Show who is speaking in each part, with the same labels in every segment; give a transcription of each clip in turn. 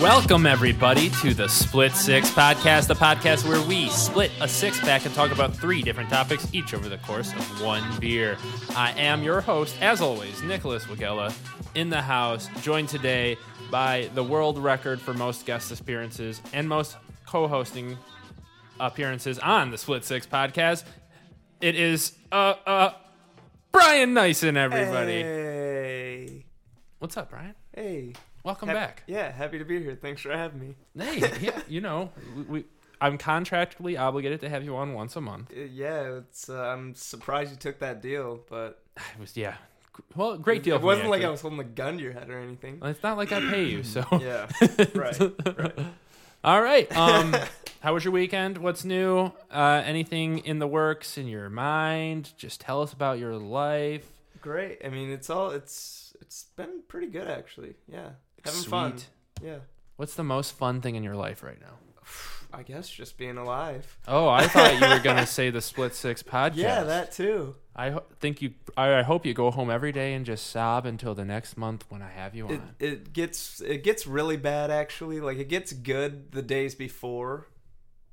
Speaker 1: Welcome, everybody, to the Split Six Podcast, the podcast where we split a six pack and talk about three different topics each over the course of one beer. I am your host, as always, Nicholas Wagella, in the house, joined today by the world record for most guest appearances and most co hosting appearances on the Split Six Podcast. It is uh, uh, Brian Nyson, everybody.
Speaker 2: Hey.
Speaker 1: What's up, Brian?
Speaker 2: Hey.
Speaker 1: Welcome
Speaker 2: Hap-
Speaker 1: back.
Speaker 2: Yeah, happy to be here. Thanks for having me.
Speaker 1: Hey, yeah, you know, we, we, I'm contractually obligated to have you on once a month.
Speaker 2: Uh, Yeah, it's uh, I'm surprised you took that deal, but
Speaker 1: It was yeah, g- well, great deal.
Speaker 2: It
Speaker 1: for me,
Speaker 2: wasn't like I
Speaker 1: actually.
Speaker 2: was holding a gun to your head or anything.
Speaker 1: It's not like I pay you, so
Speaker 2: Yeah. right. Right.
Speaker 1: All right. Um, how was your weekend? What's new? Uh, anything in the works in your mind? Just tell us about your life.
Speaker 2: Great. I mean, it's all it's it's been pretty good actually. Yeah. Having fun.
Speaker 1: Sweet.
Speaker 2: Yeah.
Speaker 1: What's the most fun thing in your life right now?
Speaker 2: I guess just being alive.
Speaker 1: Oh, I thought you were gonna say the Split Six podcast.
Speaker 2: Yeah, that too.
Speaker 1: I ho- think you. I, I hope you go home every day and just sob until the next month when I have you on.
Speaker 2: It it gets it gets really bad actually. Like it gets good the days before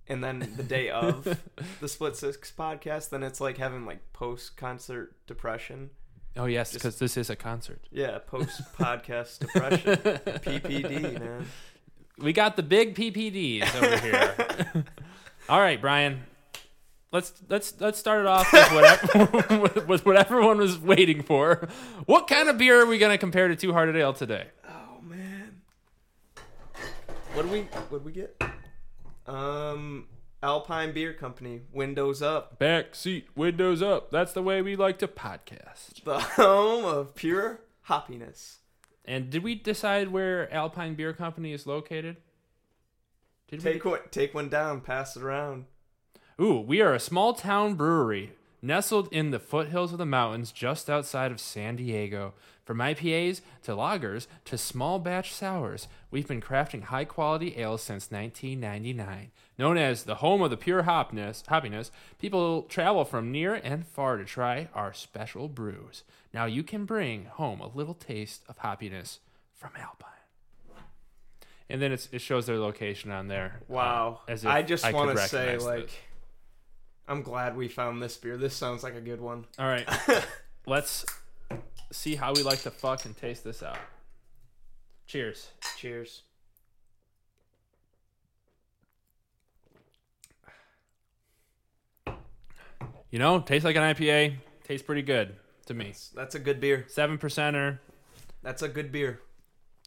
Speaker 2: and then the day of the Split Six podcast, then it's like having like post concert depression.
Speaker 1: oh yes,
Speaker 2: just-
Speaker 1: because this is a concert.
Speaker 2: Yeah, post podcast depression. PPD, man.
Speaker 1: We got the big PPDs over here. All right, Brian. Let's let's let's start it off with whatever with, with what everyone was waiting for. What kind of beer are we gonna compare to Two Hearted Ale today?
Speaker 2: Oh man. What do we what do we get? Um Alpine Beer Company, windows up.
Speaker 1: Back seat, windows up. That's the way we like to podcast.
Speaker 2: The home of pure hoppiness.
Speaker 1: And did we decide where Alpine Beer Company is located? Did
Speaker 2: Take one take one down, pass it around.
Speaker 1: Ooh, we are a small town brewery nestled in the foothills of the mountains just outside of San Diego. From IPAs to lagers to small batch sours, we've been crafting high quality ales since 1999. Known as the home of the pure hopness, hoppiness, people travel from near and far to try our special brews. Now you can bring home a little taste of hoppiness from Alpine. And then it's, it shows their location on there. uh,
Speaker 2: Wow.
Speaker 1: as if
Speaker 2: I just
Speaker 1: could
Speaker 2: want to say,
Speaker 1: recognize
Speaker 2: like,
Speaker 1: those.
Speaker 2: I'm glad we found this beer. This sounds like a good one.
Speaker 1: All right. Let's see how we like to fuck and taste this out. Cheers.
Speaker 2: Cheers.
Speaker 1: You know, tastes like an IPA. Tastes pretty good to me.
Speaker 2: That's a good beer.
Speaker 1: Seven percenter.
Speaker 2: That's a good beer.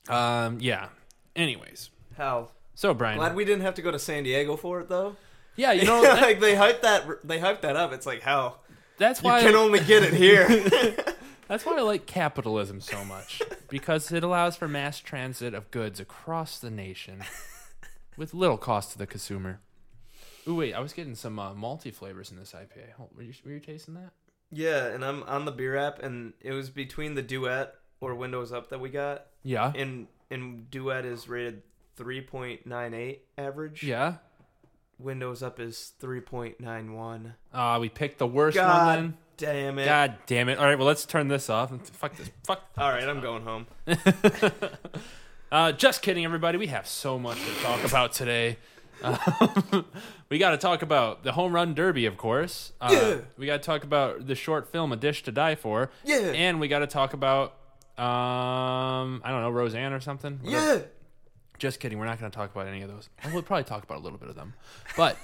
Speaker 1: Um, yeah. Anyways,
Speaker 2: Hell,
Speaker 1: so Brian.
Speaker 2: glad we didn't have to go to San Diego for it though.
Speaker 1: yeah, you know that,
Speaker 2: like they hyped that, they hyped that up. It's like hell,
Speaker 1: that's
Speaker 2: you
Speaker 1: why
Speaker 2: can only get it here.
Speaker 1: that's why I like capitalism so much because it allows for mass transit of goods across the nation with little cost to the consumer. Ooh, wait, I was getting some uh, malty flavors in this IPA. Hold, were you were you tasting that?
Speaker 2: yeah, and I'm on the beer app, and it was between the duet or Windows Up that we got,
Speaker 1: Yeah.
Speaker 2: and and duet is rated 3.98 average.
Speaker 1: Yeah.
Speaker 2: Windows Up is 3.91.
Speaker 1: Ah, we picked the worst one
Speaker 2: God
Speaker 1: then.
Speaker 2: damn it!
Speaker 1: God damn it! All right, well let's turn this off. Fuck this. Fuck.
Speaker 2: All right, I'm going home.
Speaker 1: Uh, just kidding, everybody. We have so much to talk about today. Um, we got to talk about the home run derby, of course. Uh,
Speaker 2: Yeah.
Speaker 1: We got to talk about the short film "A Dish to Die For."
Speaker 2: Yeah.
Speaker 1: And we got to talk about um, I don't know, Roseanne or something. Whatever.
Speaker 2: Yeah.
Speaker 1: Just kidding. We're not going to talk about any of those. Well, we'll probably talk about a little bit of them, but.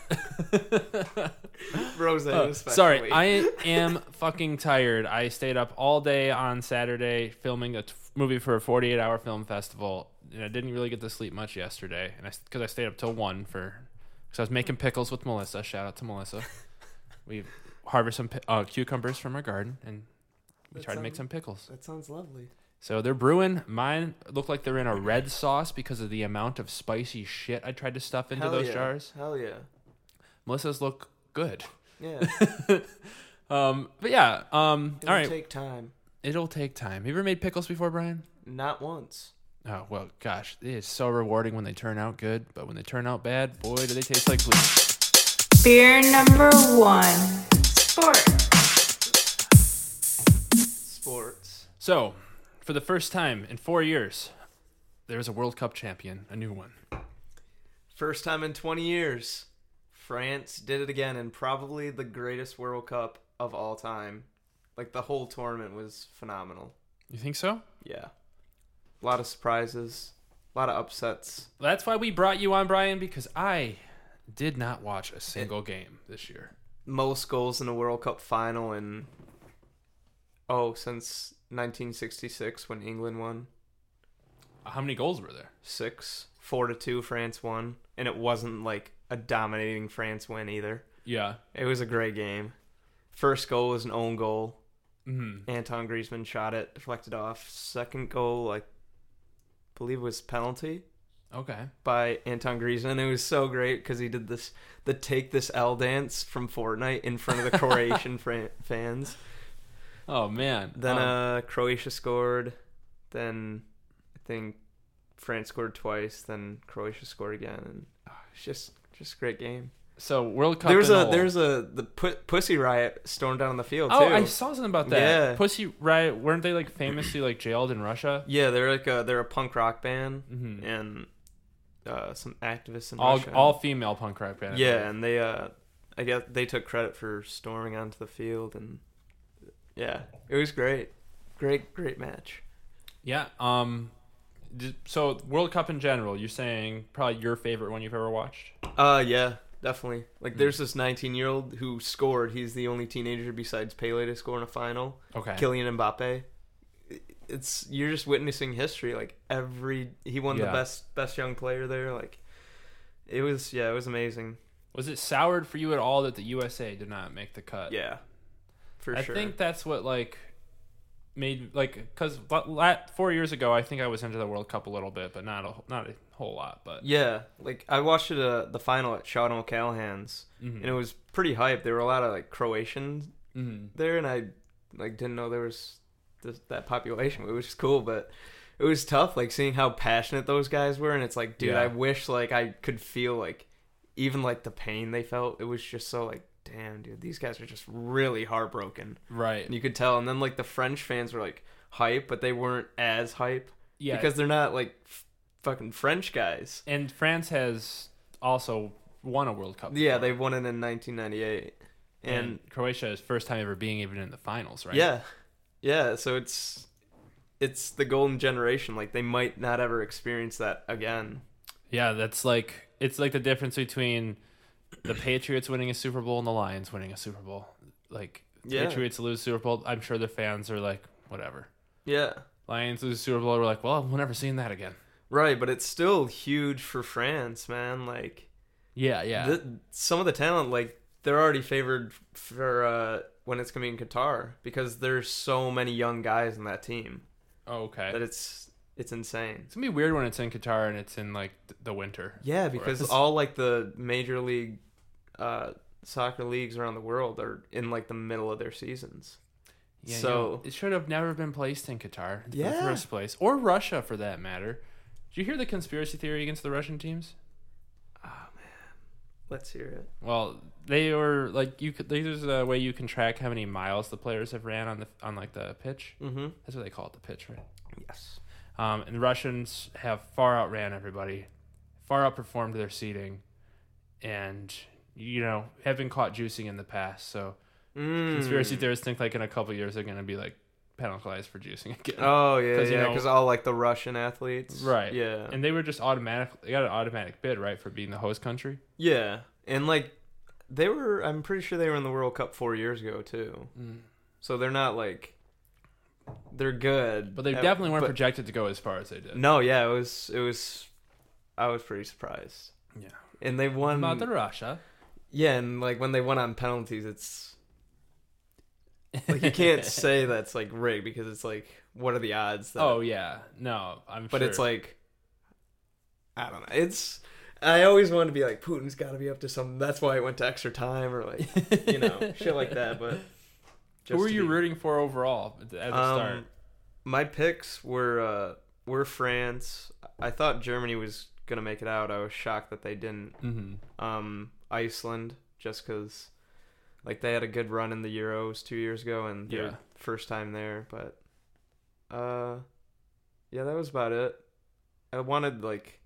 Speaker 2: Roseanne especially.
Speaker 1: Uh, Sorry, I am fucking tired. I stayed up all day on Saturday filming a t- movie for a 48 hour film festival, and I didn't really get to sleep much yesterday, and I because I stayed up till one for because I was making pickles with Melissa. Shout out to Melissa. we harvest some pi- uh, cucumbers from our garden, and we
Speaker 2: That
Speaker 1: try to make
Speaker 2: sounds-
Speaker 1: some pickles.
Speaker 2: That sounds lovely.
Speaker 1: So they're brewing. Mine look like they're in a red sauce because of the amount of spicy shit I tried to stuff into
Speaker 2: Hell
Speaker 1: those
Speaker 2: yeah.
Speaker 1: jars.
Speaker 2: Hell yeah.
Speaker 1: Melissa's look good.
Speaker 2: Yeah.
Speaker 1: Um, but yeah, um, all
Speaker 2: It'll
Speaker 1: right.
Speaker 2: take time.
Speaker 1: It'll take time. Have you ever made pickles before, Brian?
Speaker 2: Not once.
Speaker 1: Oh well, gosh, it is so rewarding when they turn out good, but when they turn out bad, boy, do they taste like bleach.
Speaker 3: Beer number one. Sport.
Speaker 2: Sports.
Speaker 1: So, for the first time in four years, There's a World Cup champion, a new one.
Speaker 2: First time in 20 years, France did it again in probably the greatest World Cup of all time. Like the whole tournament was phenomenal.
Speaker 1: You think so?
Speaker 2: Yeah. A lot of surprises, a lot of upsets.
Speaker 1: That's why we brought you on, Brian, because I did not watch a single game this year.
Speaker 2: Most goals in a World Cup final in oh, since 1966 when England won.
Speaker 1: Uh, How many goals were there?
Speaker 2: 6 4 to 2 France won, and it wasn't like a dominating France win either.
Speaker 1: Yeah.
Speaker 2: It was a great game. First goal was an own goal.
Speaker 1: Mm.
Speaker 2: Anton Griezmann shot it, deflected off. Second goal, I believe, was penalty
Speaker 1: Okay.
Speaker 2: by Anton Griezmann. It was so great because he did this the take this L dance from Fortnite in front of the Croatian fran- fans.
Speaker 1: Oh man.
Speaker 2: Then
Speaker 1: Um,
Speaker 2: uh, Croatia scored. Then I think France scored twice. Then Croatia scored again. And oh, it's just just a great game.
Speaker 1: so World Cup.
Speaker 2: There was
Speaker 1: in
Speaker 2: a
Speaker 1: all.
Speaker 2: there's a the pu- pussy riot stormed out on the field
Speaker 1: Oh,
Speaker 2: too.
Speaker 1: I saw something about that.
Speaker 2: Yeah.
Speaker 1: Pussy Riot weren't they like famously like jailed in Russia?
Speaker 2: Yeah, they're like a they're a punk rock band
Speaker 1: Mhm.
Speaker 2: and uh, some activists in
Speaker 1: All
Speaker 2: Russia.
Speaker 1: all female punk rock band. I
Speaker 2: yeah,
Speaker 1: believe.
Speaker 2: and they uh, I guess they took credit for storming onto the field and yeah, it was great, great great match.
Speaker 1: Yeah. Um. d- So World Cup in general, you're saying probably your favorite one you've ever watched.
Speaker 2: Uh yeah, definitely.
Speaker 1: Hmm.
Speaker 2: Like there's this 19 year old who scored. He's the only teenager besides Pele to score in a final.
Speaker 1: Okay.
Speaker 2: Kylian Mbappe. It's you're just witnessing history. Like every he won
Speaker 1: Yeah.
Speaker 2: the best best young player there. Like it was yeah, it was amazing.
Speaker 1: Was it soured for you at all that the USA did not make the cut?
Speaker 2: Yeah, for
Speaker 1: I
Speaker 2: sure.
Speaker 1: think that's what like made like because lat four years ago I think I was into the World Cup a little bit, but not a not a whole lot. But
Speaker 2: yeah, like I watched it, uh, the final at Sean O'Callahan's,
Speaker 1: Mhm.
Speaker 2: and it was pretty hype. There were a lot of like Croatians
Speaker 1: Mhm.
Speaker 2: there, and I like didn't know there was this, that population. It was just cool, but it was tough, like seeing how passionate those guys were. And it's like, dude,
Speaker 1: Yeah.
Speaker 2: I wish like I could feel like even like the pain they felt. It was just so like, damn, dude, these guys are just really heartbroken.
Speaker 1: right,
Speaker 2: And you could tell. And then like the French fans were like hype, but they weren't as hype.
Speaker 1: yeah,
Speaker 2: because they're not like f- fucking French guys.
Speaker 1: and France has also won a World Cup.
Speaker 2: Yeah, they won it in 1998, and,
Speaker 1: and Croatia is first time ever being even in the finals, Mm, right?
Speaker 2: yeah, yeah. So it's it's the golden generation. Like they might not ever experience that again.
Speaker 1: yeah. That's like it's like the difference between the Patriots winning a Super Bowl and the Lions winning a Super Bowl. Like
Speaker 2: Yeah.
Speaker 1: Patriots lose Super Bowl, I'm sure the fans are like whatever.
Speaker 2: Yeah,
Speaker 1: Lions lose Super Bowl, we're like, well, we're never seeing that again.
Speaker 2: right. But it's still huge for France, man. Like
Speaker 1: Yeah, yeah.
Speaker 2: th- some of the talent, like they're already favored for uh, when it's coming in Qatar because there's so many young guys in that team
Speaker 1: Oh, okay.
Speaker 2: that it's it's insane.
Speaker 1: It's gonna be weird when it's in Qatar and it's in like th- the winter.
Speaker 2: Yeah,
Speaker 1: for
Speaker 2: because
Speaker 1: us.
Speaker 2: all like the major league uh, soccer leagues around the world are in like the middle of their seasons.
Speaker 1: Yeah, you
Speaker 2: so-
Speaker 1: know, it should have never been placed in Qatar in the
Speaker 2: Yeah.
Speaker 1: first place, or Russia for that matter. Did you hear the conspiracy theory against the Russian teams?
Speaker 2: Ah, Let's hear it.
Speaker 1: Well, they were like you could. There's a way you can track how many miles the players have ran on the on like the pitch.
Speaker 2: Mm-hmm.
Speaker 1: That's what they call it, the pitch, right?
Speaker 2: Yes.
Speaker 1: Um, and the Russians have far outran everybody, far outperformed their seeding, and you know have been caught juicing in the past. So
Speaker 2: Mm. Hmm.
Speaker 1: conspiracy theorists think like in a couple years they're going to be like penalized for juicing again.
Speaker 2: Oh yeah,
Speaker 1: 'Cause, you
Speaker 2: yeah.
Speaker 1: know-
Speaker 2: Because all like the Russian athletes.
Speaker 1: Right.
Speaker 2: Yeah.
Speaker 1: And they were just automatic. They got an automatic bid, right, for being the host country.
Speaker 2: yeah, and like they were. I'm pretty sure they were in the World Cup four years ago too. So they're not like they're good,
Speaker 1: But they
Speaker 2: Uh,
Speaker 1: definitely weren't
Speaker 2: but-
Speaker 1: projected to go as far as they did.
Speaker 2: No, yeah, it was. It was. I was pretty surprised.
Speaker 1: Yeah.
Speaker 2: And they won.
Speaker 1: About the Russia.
Speaker 2: Yeah, and like when they went on penalties, it's like you can't say that's like rigged because it's like what are the odds? That,
Speaker 1: Oh yeah. No, I'm.
Speaker 2: but it's
Speaker 1: sure.
Speaker 2: like I don't know. It's I always wanted to be like Putin's got to be up to something. That's why it went to extra time or like you know shit like that. But
Speaker 1: who were
Speaker 2: to
Speaker 1: you
Speaker 2: be-
Speaker 1: rooting for overall at the, at the
Speaker 2: Um,
Speaker 1: start?
Speaker 2: My picks were uh, were France. I thought Germany was gonna make it out. I was shocked that they didn't
Speaker 1: Mm-hmm.
Speaker 2: um, Iceland just because like they had a good run in the Euros two years ago and their
Speaker 1: Yeah.
Speaker 2: first time there. But uh, yeah, that was about it. I wanted like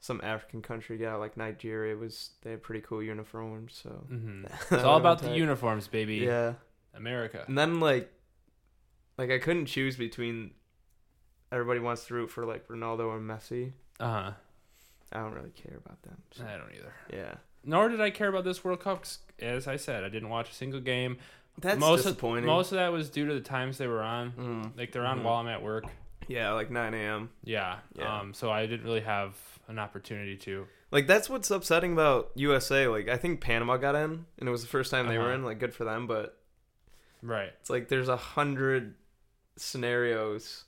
Speaker 2: some African country guy like Nigeria was they had pretty cool uniforms, so
Speaker 1: hmm
Speaker 2: that
Speaker 1: It's all
Speaker 2: would've been
Speaker 1: about the
Speaker 2: tight.
Speaker 1: uniforms, baby.
Speaker 2: Yeah.
Speaker 1: America.
Speaker 2: And then like like I couldn't choose between everybody wants to root for like Ronaldo or Messi.
Speaker 1: Uh
Speaker 2: uh-huh.
Speaker 1: huh.
Speaker 2: I don't really care about them. so,
Speaker 1: I don't either.
Speaker 2: yeah.
Speaker 1: Nor did I care about this World Cup. 'cause, as I said, I didn't watch a single game.
Speaker 2: That's
Speaker 1: most
Speaker 2: disappointing.
Speaker 1: Of, most of that was due to the times they were on.
Speaker 2: Mm.
Speaker 1: Like they're on
Speaker 2: Mhm.
Speaker 1: while I'm at work.
Speaker 2: Yeah, like 9 a.m.
Speaker 1: Yeah.
Speaker 2: Yeah.
Speaker 1: Um. So I didn't really have an opportunity to.
Speaker 2: Like that's what's upsetting about USA. Like I think Panama got in, and it was the first time they were
Speaker 1: Uh-huh.
Speaker 2: in. Like good for them, but
Speaker 1: Right.
Speaker 2: it's like there's a hundred scenarios.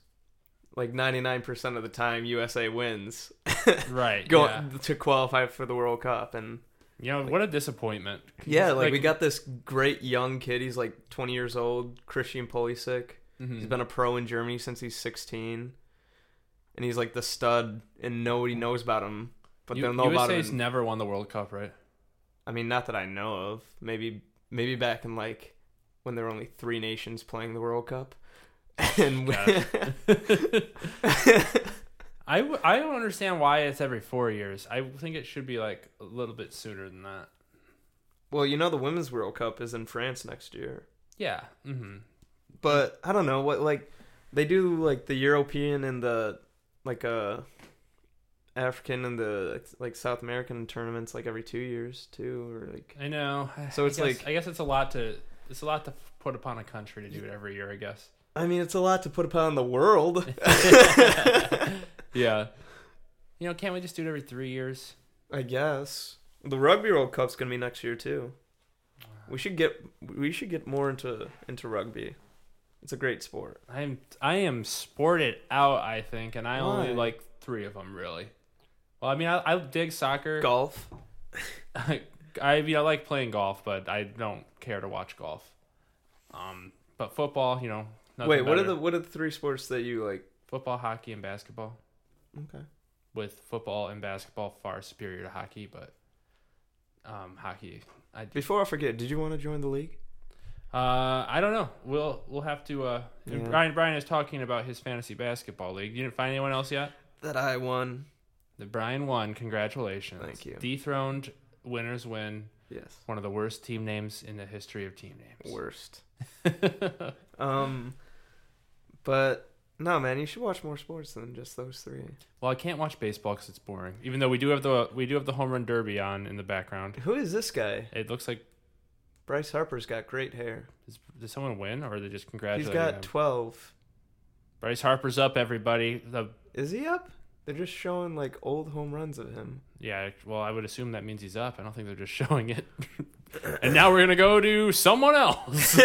Speaker 2: Like 99% of the time, USA wins
Speaker 1: Right.
Speaker 2: go
Speaker 1: yeah.
Speaker 2: to qualify for the World Cup, and
Speaker 1: You know what a disappointment.
Speaker 2: yeah, like, we got this great young kid. He's like 20 years old, Christian Pulisic.
Speaker 1: mhm.
Speaker 2: He's been a pro in Germany since he's 16, and he's like the stud, and nobody knows about him. But
Speaker 1: U-
Speaker 2: they'll know about him.
Speaker 1: USA's
Speaker 2: in-
Speaker 1: never won the World Cup, right?
Speaker 2: I mean, not that I know of. Maybe maybe back in like when there were only three nations playing the World Cup, and we-
Speaker 1: Gosh. I, w- I don't understand why it's every four years. I think it should be like a little bit sooner than that.
Speaker 2: well, you know, the Women's World Cup is in France next year.
Speaker 1: Yeah. Mm-hmm.
Speaker 2: But I don't know what like they do like the European and the like uh African and the like South American tournaments like every two years too, or like
Speaker 1: I know.
Speaker 2: So
Speaker 1: I
Speaker 2: it's
Speaker 1: guess-
Speaker 2: like-
Speaker 1: I guess it's a lot to it's a lot to f- put upon a country to do it every year. I guess.
Speaker 2: I mean, it's a lot to put upon the world.
Speaker 1: Yeah. You know, can't we just do it every three years?
Speaker 2: I guess the Rugby World Cup's gonna be next year too. We should get we should get more into into rugby. It's a great sport.
Speaker 1: I'm I am sported out. I think, and I only
Speaker 2: Why?
Speaker 1: like three of them really. Well, I mean, I, I dig soccer.
Speaker 2: Golf.
Speaker 1: I you know, I like playing golf, but I don't care to watch golf. Um, but football, you know. nothing
Speaker 2: Wait, what are
Speaker 1: better.
Speaker 2: the what are the three sports that you like?
Speaker 1: football, hockey, and basketball?
Speaker 2: Okay.
Speaker 1: With football and basketball far superior to hockey, but um, hockey. I
Speaker 2: Before I forget, did you want to join the league?
Speaker 1: uh, I don't know. We'll we'll have to. Uh, and
Speaker 2: Yeah.
Speaker 1: Brian Brian is talking about his fantasy basketball league. You didn't find anyone else yet.
Speaker 2: That I won.
Speaker 1: The Brian won. Congratulations.
Speaker 2: Thank you.
Speaker 1: Dethroned winners win.
Speaker 2: Yes.
Speaker 1: One of the worst team names in the history of team names.
Speaker 2: Worst. Um, but no, man, you should watch more sports than just those three.
Speaker 1: Well, I can't watch baseball because it's boring. Even though we do have the we do have the home run derby on in the background.
Speaker 2: Who is this guy?
Speaker 1: It looks like
Speaker 2: Bryce Harper's got great hair.
Speaker 1: is, did someone win or are they just
Speaker 2: He's
Speaker 1: congratulating him?
Speaker 2: got twelve.
Speaker 1: Bryce Harper's up, everybody. The
Speaker 2: Is he up? They're just showing like old home runs of him.
Speaker 1: yeah. Well, I would assume that means he's up. I don't think they're just showing it. and now we're gonna go to someone else.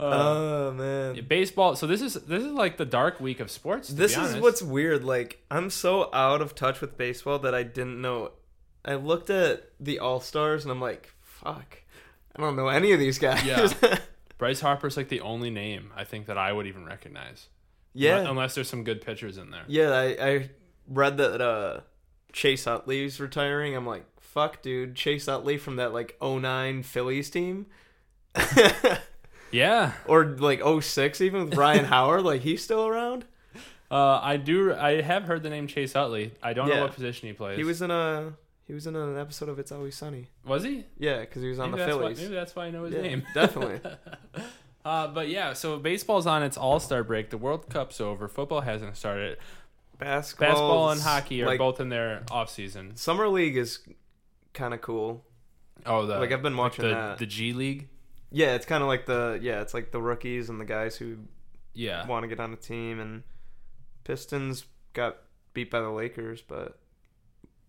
Speaker 1: Uh,
Speaker 2: oh man.
Speaker 1: baseball. So this is this is like the dark week of sports. to
Speaker 2: This
Speaker 1: be
Speaker 2: is
Speaker 1: honest.
Speaker 2: what's weird. Like, I'm so out of touch with baseball that I didn't know. I looked at the All Stars and I'm like, fuck, I don't know any of these guys.
Speaker 1: Yeah. Bryce Harper's like the only name I think that I would even recognize. Unle-
Speaker 2: yeah.
Speaker 1: Unless there's some good pitchers in there.
Speaker 2: Yeah, I, I read that uh, Chase Utley's retiring. I'm like, fuck, dude. Chase Utley from that, like, 09 Phillies team.
Speaker 1: Yeah.
Speaker 2: or, like, 06 even with Ryan Howard. Like, he's still around.
Speaker 1: Uh, I do. I have heard the name Chase Utley. I don't know
Speaker 2: Yeah.
Speaker 1: what position he plays.
Speaker 2: He was in a. He was in an episode of It's Always Sunny.
Speaker 1: was he
Speaker 2: Yeah, because he was on
Speaker 1: maybe
Speaker 2: the
Speaker 1: that's why,
Speaker 2: Phillies.
Speaker 1: maybe that's why I know his
Speaker 2: Yeah,
Speaker 1: name.
Speaker 2: definitely.
Speaker 1: Uh, but yeah, so baseball's on its All Star break. The World Cup's over. Football hasn't started.
Speaker 2: Basketball,
Speaker 1: Basketball and hockey are both in their off season.
Speaker 2: Summer league is kind of cool.
Speaker 1: Oh, the
Speaker 2: like I've been watching
Speaker 1: the,
Speaker 2: that.
Speaker 1: the G League.
Speaker 2: yeah, it's kind of like the yeah, it's like the rookies and the guys who
Speaker 1: Yeah,
Speaker 2: want to get on the team. And Pistons got beat by the Lakers, but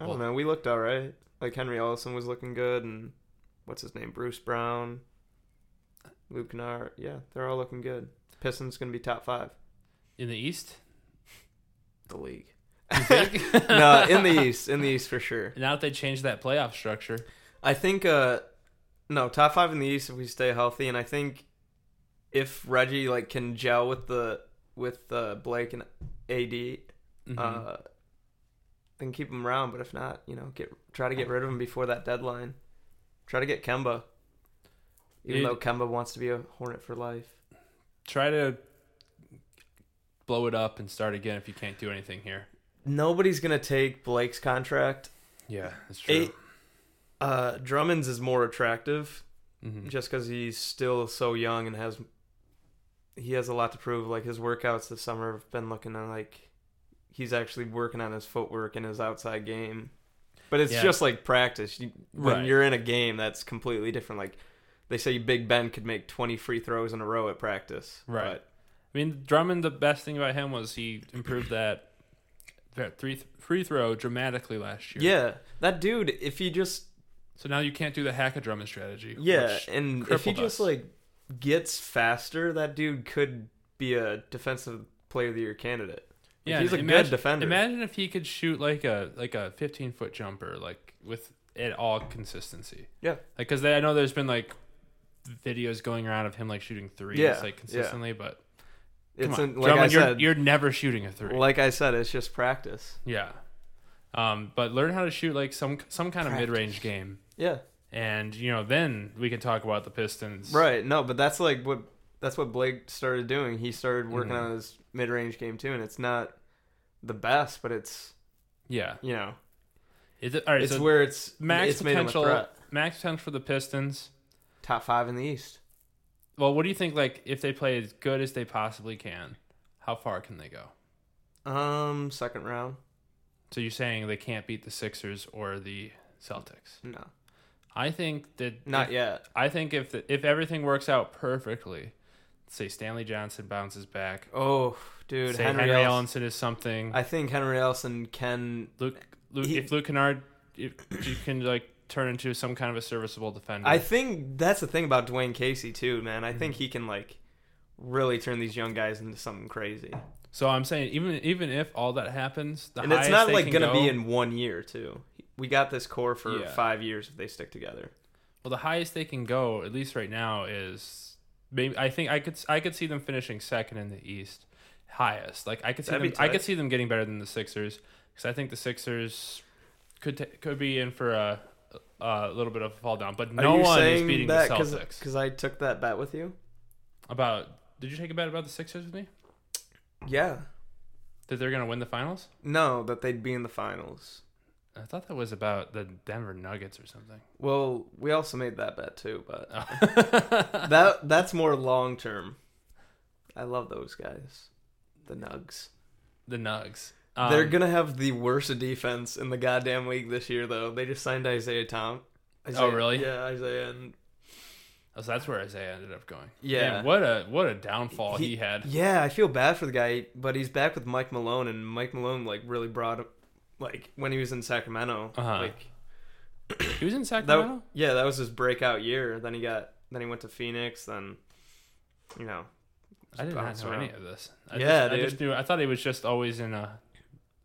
Speaker 2: I
Speaker 1: Well-
Speaker 2: don't know. We looked all right. Like Henry Ellison was looking good, and what's his name, Bruce Brown, Luke Kennard. Yeah, they're all looking good. Pistons gonna be top five.
Speaker 1: in the East.
Speaker 2: The league.
Speaker 1: You think?
Speaker 2: no, in the East, in the East for sure.
Speaker 1: now that they changed that playoff structure,
Speaker 2: I think uh no, top 5 in the East if we stay healthy and I think if Reggie like can gel with the with uh, Blake and AD
Speaker 1: Mhm.
Speaker 2: uh then keep him around, but if not, you know, get try to get rid of him before that deadline. Try to get Kemba. Even
Speaker 1: Dude.
Speaker 2: though Kemba wants to be a Hornet for life.
Speaker 1: try to blow it up and start again if you can't do anything here.
Speaker 2: Nobody's gonna take Blake's contract.
Speaker 1: Yeah, that's true.
Speaker 2: It, uh, Drummond's is more attractive,
Speaker 1: Mm-hmm.
Speaker 2: just because he's still so young and has he has a lot to prove. Like his workouts this summer have been looking at, like he's actually working on his footwork and his outside game. But it's
Speaker 1: Yeah.
Speaker 2: just like practice. You, when
Speaker 1: Right.
Speaker 2: you're in a game, that's completely different. Like they say, Big Ben could make 20 free throws in a row at practice.
Speaker 1: Right.
Speaker 2: But
Speaker 1: I mean, Drummond. The best thing about him was he improved that that three free throw dramatically last year.
Speaker 2: yeah, that dude, if he just
Speaker 1: So now you can't do the hack a Drummond strategy.
Speaker 2: Yeah,
Speaker 1: which
Speaker 2: and if he
Speaker 1: crippled
Speaker 2: just
Speaker 1: us.
Speaker 2: like gets faster, that dude could be a defensive player of the year candidate. Like,
Speaker 1: yeah,
Speaker 2: he's a
Speaker 1: and
Speaker 2: good defender.
Speaker 1: Imagine if he could shoot like a like a 15 foot jumper, like with at all consistency.
Speaker 2: yeah,
Speaker 1: Like, cause I know there's been like videos going around of him like shooting threes
Speaker 2: Yeah,
Speaker 1: like
Speaker 2: yeah.
Speaker 1: consistently, but come
Speaker 2: it's
Speaker 1: on,
Speaker 2: in, like
Speaker 1: Drummond,
Speaker 2: I
Speaker 1: you're,
Speaker 2: said.
Speaker 1: you're never shooting a three.
Speaker 2: like I said, it's just practice.
Speaker 1: yeah, um, but learn how to shoot like some some kind
Speaker 2: Practice.
Speaker 1: of mid range game,
Speaker 2: Yeah,
Speaker 1: and you know then we can talk about the Pistons.
Speaker 2: right. No, but that's like what that's what Blake started doing. He started
Speaker 1: Mm-hmm.
Speaker 2: working on his mid range game too, and it's not the best, but it's
Speaker 1: Yeah.
Speaker 2: you know
Speaker 1: Is it, all right.
Speaker 2: it's
Speaker 1: so
Speaker 2: where it's
Speaker 1: max
Speaker 2: it's made him a
Speaker 1: potential.
Speaker 2: threat.
Speaker 1: Max potential for the Pistons.
Speaker 2: top five in the East.
Speaker 1: Well, what do you think? Like, if they play as good as they possibly can, how far can they go?
Speaker 2: Um, second round.
Speaker 1: So you're saying they can't beat the Sixers or the Celtics?
Speaker 2: No,
Speaker 1: I think that
Speaker 2: not
Speaker 1: if-
Speaker 2: yet.
Speaker 1: I think if the, if everything works out perfectly, say Stanley Johnson bounces back,
Speaker 2: Oh, dude,
Speaker 1: say Henry,
Speaker 2: Ellis-
Speaker 1: Ellenson is something.
Speaker 2: I think Henry Ellison can.
Speaker 1: Luke, Luke
Speaker 2: he-
Speaker 1: if Luke Kennard, if you can like turn into some kind of a serviceable defender.
Speaker 2: I think that's the thing about Dwayne Casey too, man. I
Speaker 1: Mm-hmm.
Speaker 2: think he can like really turn these young guys into something crazy,
Speaker 1: so I'm saying even even if all that happens, the
Speaker 2: and it's
Speaker 1: highest
Speaker 2: not
Speaker 1: they
Speaker 2: like
Speaker 1: can
Speaker 2: gonna
Speaker 1: go-
Speaker 2: be in one year too. We got this core for
Speaker 1: Yeah.
Speaker 2: five years if they stick together.
Speaker 1: Well, the highest they can go, at least right now, is maybe I think I could I could see them finishing second in the East, highest. Like I could see
Speaker 2: That'd be
Speaker 1: them, I
Speaker 2: tight.
Speaker 1: could see them getting better than the Sixers because I think the Sixers could ta could be in for a a little bit of a fall down. But no
Speaker 2: Are you
Speaker 1: one is
Speaker 2: saying
Speaker 1: beating the
Speaker 2: that
Speaker 1: Celtics.
Speaker 2: because I took that bet with you?
Speaker 1: about did you take a bet about the Sixers with me
Speaker 2: Yeah,
Speaker 1: that they're gonna win the finals?
Speaker 2: no, that they'd be in the finals.
Speaker 1: I thought that was about the Denver Nuggets or something.
Speaker 2: Well, we also made that bet too, but
Speaker 1: Oh.
Speaker 2: that that's more long term. I love those guys, the Nugs.
Speaker 1: the Nugs. Um,
Speaker 2: They're gonna have the worst defense in the goddamn league this year, though. They just signed Isaiah Tom. Isaiah-
Speaker 1: Oh, really?
Speaker 2: Yeah, Isaiah. And
Speaker 1: oh, So that's where Isaiah ended up going.
Speaker 2: Yeah.
Speaker 1: Man, what a what a downfall he, had.
Speaker 2: Yeah, I feel bad for the guy, but he's back with Mike Malone, and Mike Malone like really brought him, like when he was in Sacramento.
Speaker 1: Uh-huh.
Speaker 2: Like
Speaker 1: He was in
Speaker 2: that.
Speaker 1: Sacramento.
Speaker 2: Yeah, that was his breakout year. Then he got. Then he went to Phoenix. Then, you know.
Speaker 1: I did not
Speaker 2: bounced
Speaker 1: know any
Speaker 2: around.
Speaker 1: of this. I
Speaker 2: Yeah,
Speaker 1: just, I just
Speaker 2: dude.
Speaker 1: knew. I thought he was just always in a.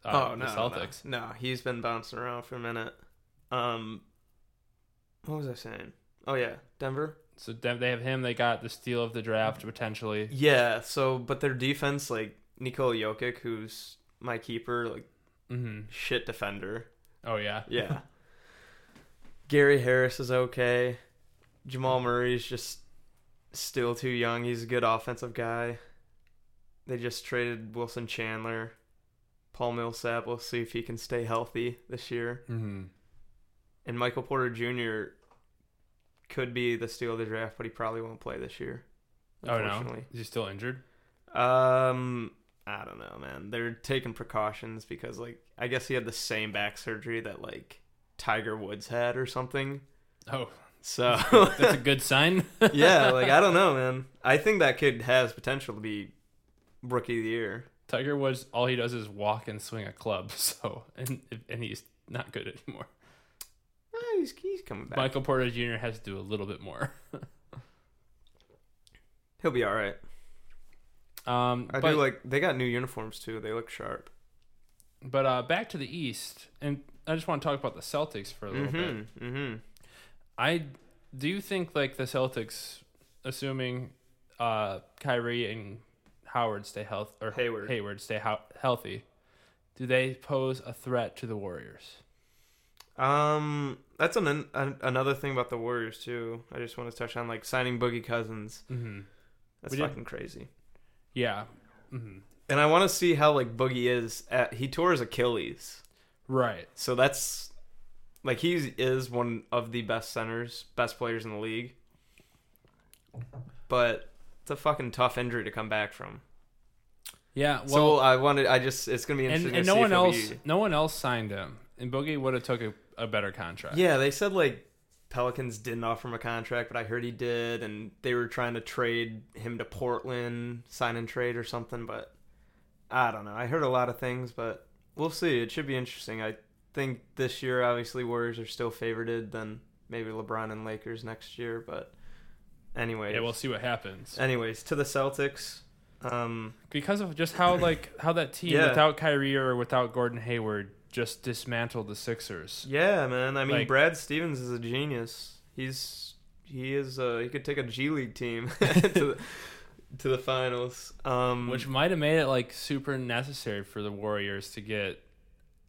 Speaker 1: Uh,
Speaker 2: oh
Speaker 1: the
Speaker 2: no,
Speaker 1: Celtics.
Speaker 2: no, no. He's been bouncing around for a minute. Um, what was I saying? Oh yeah, Denver.
Speaker 1: So then they have him. They got the steal of the draft potentially.
Speaker 2: Yeah, so but their defense, like Nikola Jokic, who's my keeper, like
Speaker 1: hmm
Speaker 2: shit defender.
Speaker 1: Oh yeah.
Speaker 2: Yeah. Gary Harris is okay. Jamal Murray's just still too young. He's a good offensive guy. They just traded Wilson Chandler. Paul Millsap, we'll see if he can stay healthy this year.
Speaker 1: hmm
Speaker 2: And Michael Porter Jr. could be the steal of the draft, but he probably won't play this year.
Speaker 1: Oh no.
Speaker 2: unfortunately.
Speaker 1: Is he still injured?
Speaker 2: Um, I don't know, man. They're taking precautions because, like, I guess he had the same back surgery that like Tiger Woods had or something.
Speaker 1: Oh,
Speaker 2: So
Speaker 1: that's a good sign.
Speaker 2: Oh. yeah, like I don't know, man. I think that kid has potential to be rookie of the year.
Speaker 1: Tiger Woods. All he does is walk and swing a club. So and and he's not good anymore.
Speaker 2: Eh, he's he's coming back.
Speaker 1: Michael Porter Jr. has to do a little bit more.
Speaker 2: He'll be all right.
Speaker 1: um,
Speaker 2: I
Speaker 1: but-
Speaker 2: do like they got new uniforms too. They look sharp.
Speaker 1: But uh, back to the East, and I just want to talk about the Celtics for a little bit.
Speaker 2: Mm-hmm. Mm-hmm.
Speaker 1: I do think like the Celtics, assuming uh, Kyrie and Howard stay health or
Speaker 2: Hayward.
Speaker 1: Hayward stay hou- healthy, do they pose a threat to the Warriors?
Speaker 2: Um, that's an, an another thing about the Warriors too. I just want to touch on like signing Boogie Cousins.
Speaker 1: Mm-hmm.
Speaker 2: That's
Speaker 1: We did-
Speaker 2: fucking crazy.
Speaker 1: Yeah. Mm-hmm.
Speaker 2: And I want to see how like Boogie is. At, he tore his Achilles,
Speaker 1: Right.
Speaker 2: so that's like he is one of the best centers, best players in the league. But it's a fucking tough injury to come back from.
Speaker 1: Yeah. Well,
Speaker 2: so I wanted. I just. It's gonna be
Speaker 1: and,
Speaker 2: interesting.
Speaker 1: and
Speaker 2: to
Speaker 1: no
Speaker 2: see
Speaker 1: one
Speaker 2: if
Speaker 1: else,
Speaker 2: it'll be-
Speaker 1: no one else signed him, and Boogie would have took a, a better contract.
Speaker 2: Yeah, they said like Pelicans didn't offer him a contract, but I heard he did, and they were trying to trade him to Portland, sign and trade or something. But I don't know. I heard a lot of things, but we'll see. It should be interesting. I think this year, obviously, Warriors are still favorited than maybe LeBron and Lakers next year. But anyways,
Speaker 1: Yeah, we'll see what happens
Speaker 2: anyways, to the Celtics. Um,
Speaker 1: because of just how like how that team
Speaker 2: Yeah.
Speaker 1: without Kyrie or without Gordon Hayward just dismantled the Sixers.
Speaker 2: Yeah, man. I mean,
Speaker 1: Like-
Speaker 2: Brad Stevens is a genius. He's he is. Uh, he could take a G League team to the, to the finals. Um,
Speaker 1: which might have made it like super necessary for the Warriors to get,